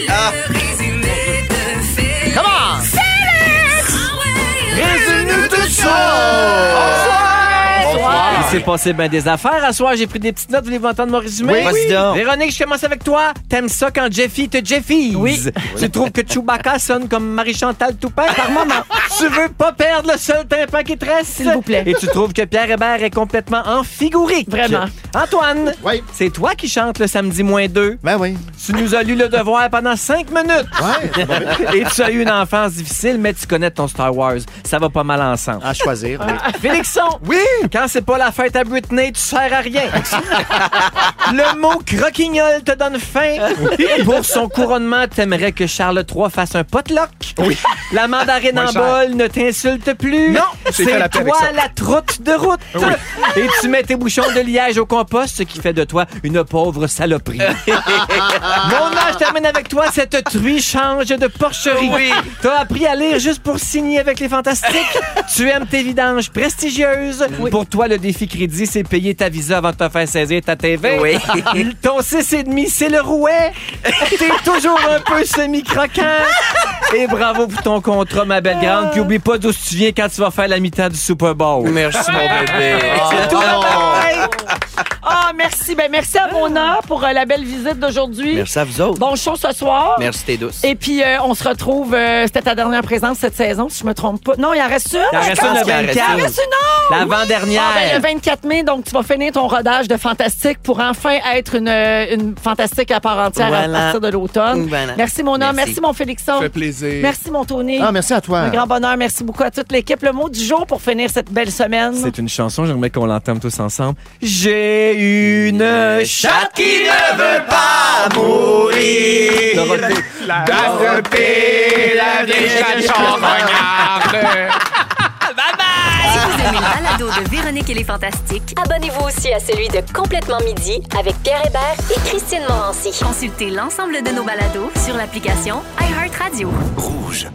Speaker 2: Ah.
Speaker 6: Résume-nous tout
Speaker 13: Il
Speaker 2: Ah.
Speaker 13: s'est passé bien des affaires. À soir, j'ai pris des petites notes. Voulez-vous entendre mon résumé?
Speaker 2: Oui. Vas-y donc.
Speaker 13: Véronique, je commence avec toi. T'aimes ça quand Jeffy te Jeffy? Oui. Tu trouves que Chewbacca sonne comme Marie-Chantal Toupin par moment? tu veux pas perdre le seul tympan qui te reste? S'il vous plaît. Et tu trouves que Pierre Hébert est complètement enfigurique?
Speaker 3: Vraiment.
Speaker 13: Antoine, c'est toi qui chantes le samedi moins deux.
Speaker 5: Ben oui.
Speaker 13: Tu nous as lu le devoir pendant cinq minutes.
Speaker 5: Ouais,
Speaker 13: Et tu as eu une enfance difficile, mais tu connais ton Star Wars. Ça va pas mal ensemble.
Speaker 5: À choisir.
Speaker 13: Félixon! Oui! Quand c'est pas la fête à Britney, tu sers à rien. Le mot croquignol te donne faim. Pour son couronnement, t'aimerais que Charles III fasse un potluck. Oui. La mandarine
Speaker 6: Moins
Speaker 13: en
Speaker 6: cher.
Speaker 13: bol ne t'insulte plus.
Speaker 6: Non, j'ai
Speaker 13: C'est
Speaker 6: fait
Speaker 13: toi
Speaker 6: la paix avec ça.
Speaker 13: la troute de route. Et tu mets tes bouchons de liège au compost, ce qui fait de toi une pauvre saloperie. Mon âge termine avec toi. Cette truie change de porcherie.
Speaker 6: Oui.
Speaker 13: T'as appris à lire juste pour signer avec les fantastiques. tu aimes tes vidanges prestigieuses. Pour toi, le défi crédit, c'est payer ta visa avant de te faire saisir ta TV.
Speaker 6: Oui.
Speaker 13: Ton 6,5, c'est le rouet. T'es toujours un peu semi-croquant. Et bravo pour ton contrat, ma belle grande. Puis oublie pas d'où tu viens quand tu vas faire la mi-temps du Super Bowl.
Speaker 2: Merci, mon bébé.
Speaker 13: Ah. C'est tout,
Speaker 2: Oh.
Speaker 3: Bye. Ah, merci. Ben, merci à Mona pour euh, la belle visite d'aujourd'hui.
Speaker 2: Merci à vous autres.
Speaker 3: Bon show ce soir.
Speaker 2: Merci, t'es douce.
Speaker 3: Et puis, euh, on se retrouve. euh, C'était ta dernière présence cette saison, si je me trompe pas. Non, il en reste une.
Speaker 13: Il en reste une, le
Speaker 3: Je pense.
Speaker 13: 24.
Speaker 3: Il en reste une autre.
Speaker 13: L'avant-dernière.
Speaker 3: Ah, ben, le 24 mai, donc, tu vas finir ton rodage de Fantastique pour enfin être une, euh, une Fantastique à part entière à
Speaker 2: Voilà.
Speaker 3: partir de l'automne.
Speaker 2: Voilà.
Speaker 3: Merci, mon homme.
Speaker 2: Merci.
Speaker 3: Merci, mon Félixon.
Speaker 4: Ça fait plaisir.
Speaker 3: Merci, mon Tony.
Speaker 5: Ah, merci à toi.
Speaker 3: Un grand bonheur. Merci beaucoup à toute l'équipe. Le mot du jour pour finir cette belle semaine.
Speaker 13: C'est une chanson, j'aimerais qu'on l'entende tous ensemble. J'ai une chatte qui ne veut pas mourir.
Speaker 6: Dorothée, la vieille chatte charognarde.
Speaker 7: Bye!
Speaker 1: Si vous aimez le balado de Véronique et les Fantastiques,
Speaker 7: Abonnez-vous aussi à celui de Complètement Midi avec Pierre Hébert et Christine Morancy.
Speaker 1: consultez l'ensemble de nos balados sur l'application iHeartRadio.
Speaker 6: Rouge.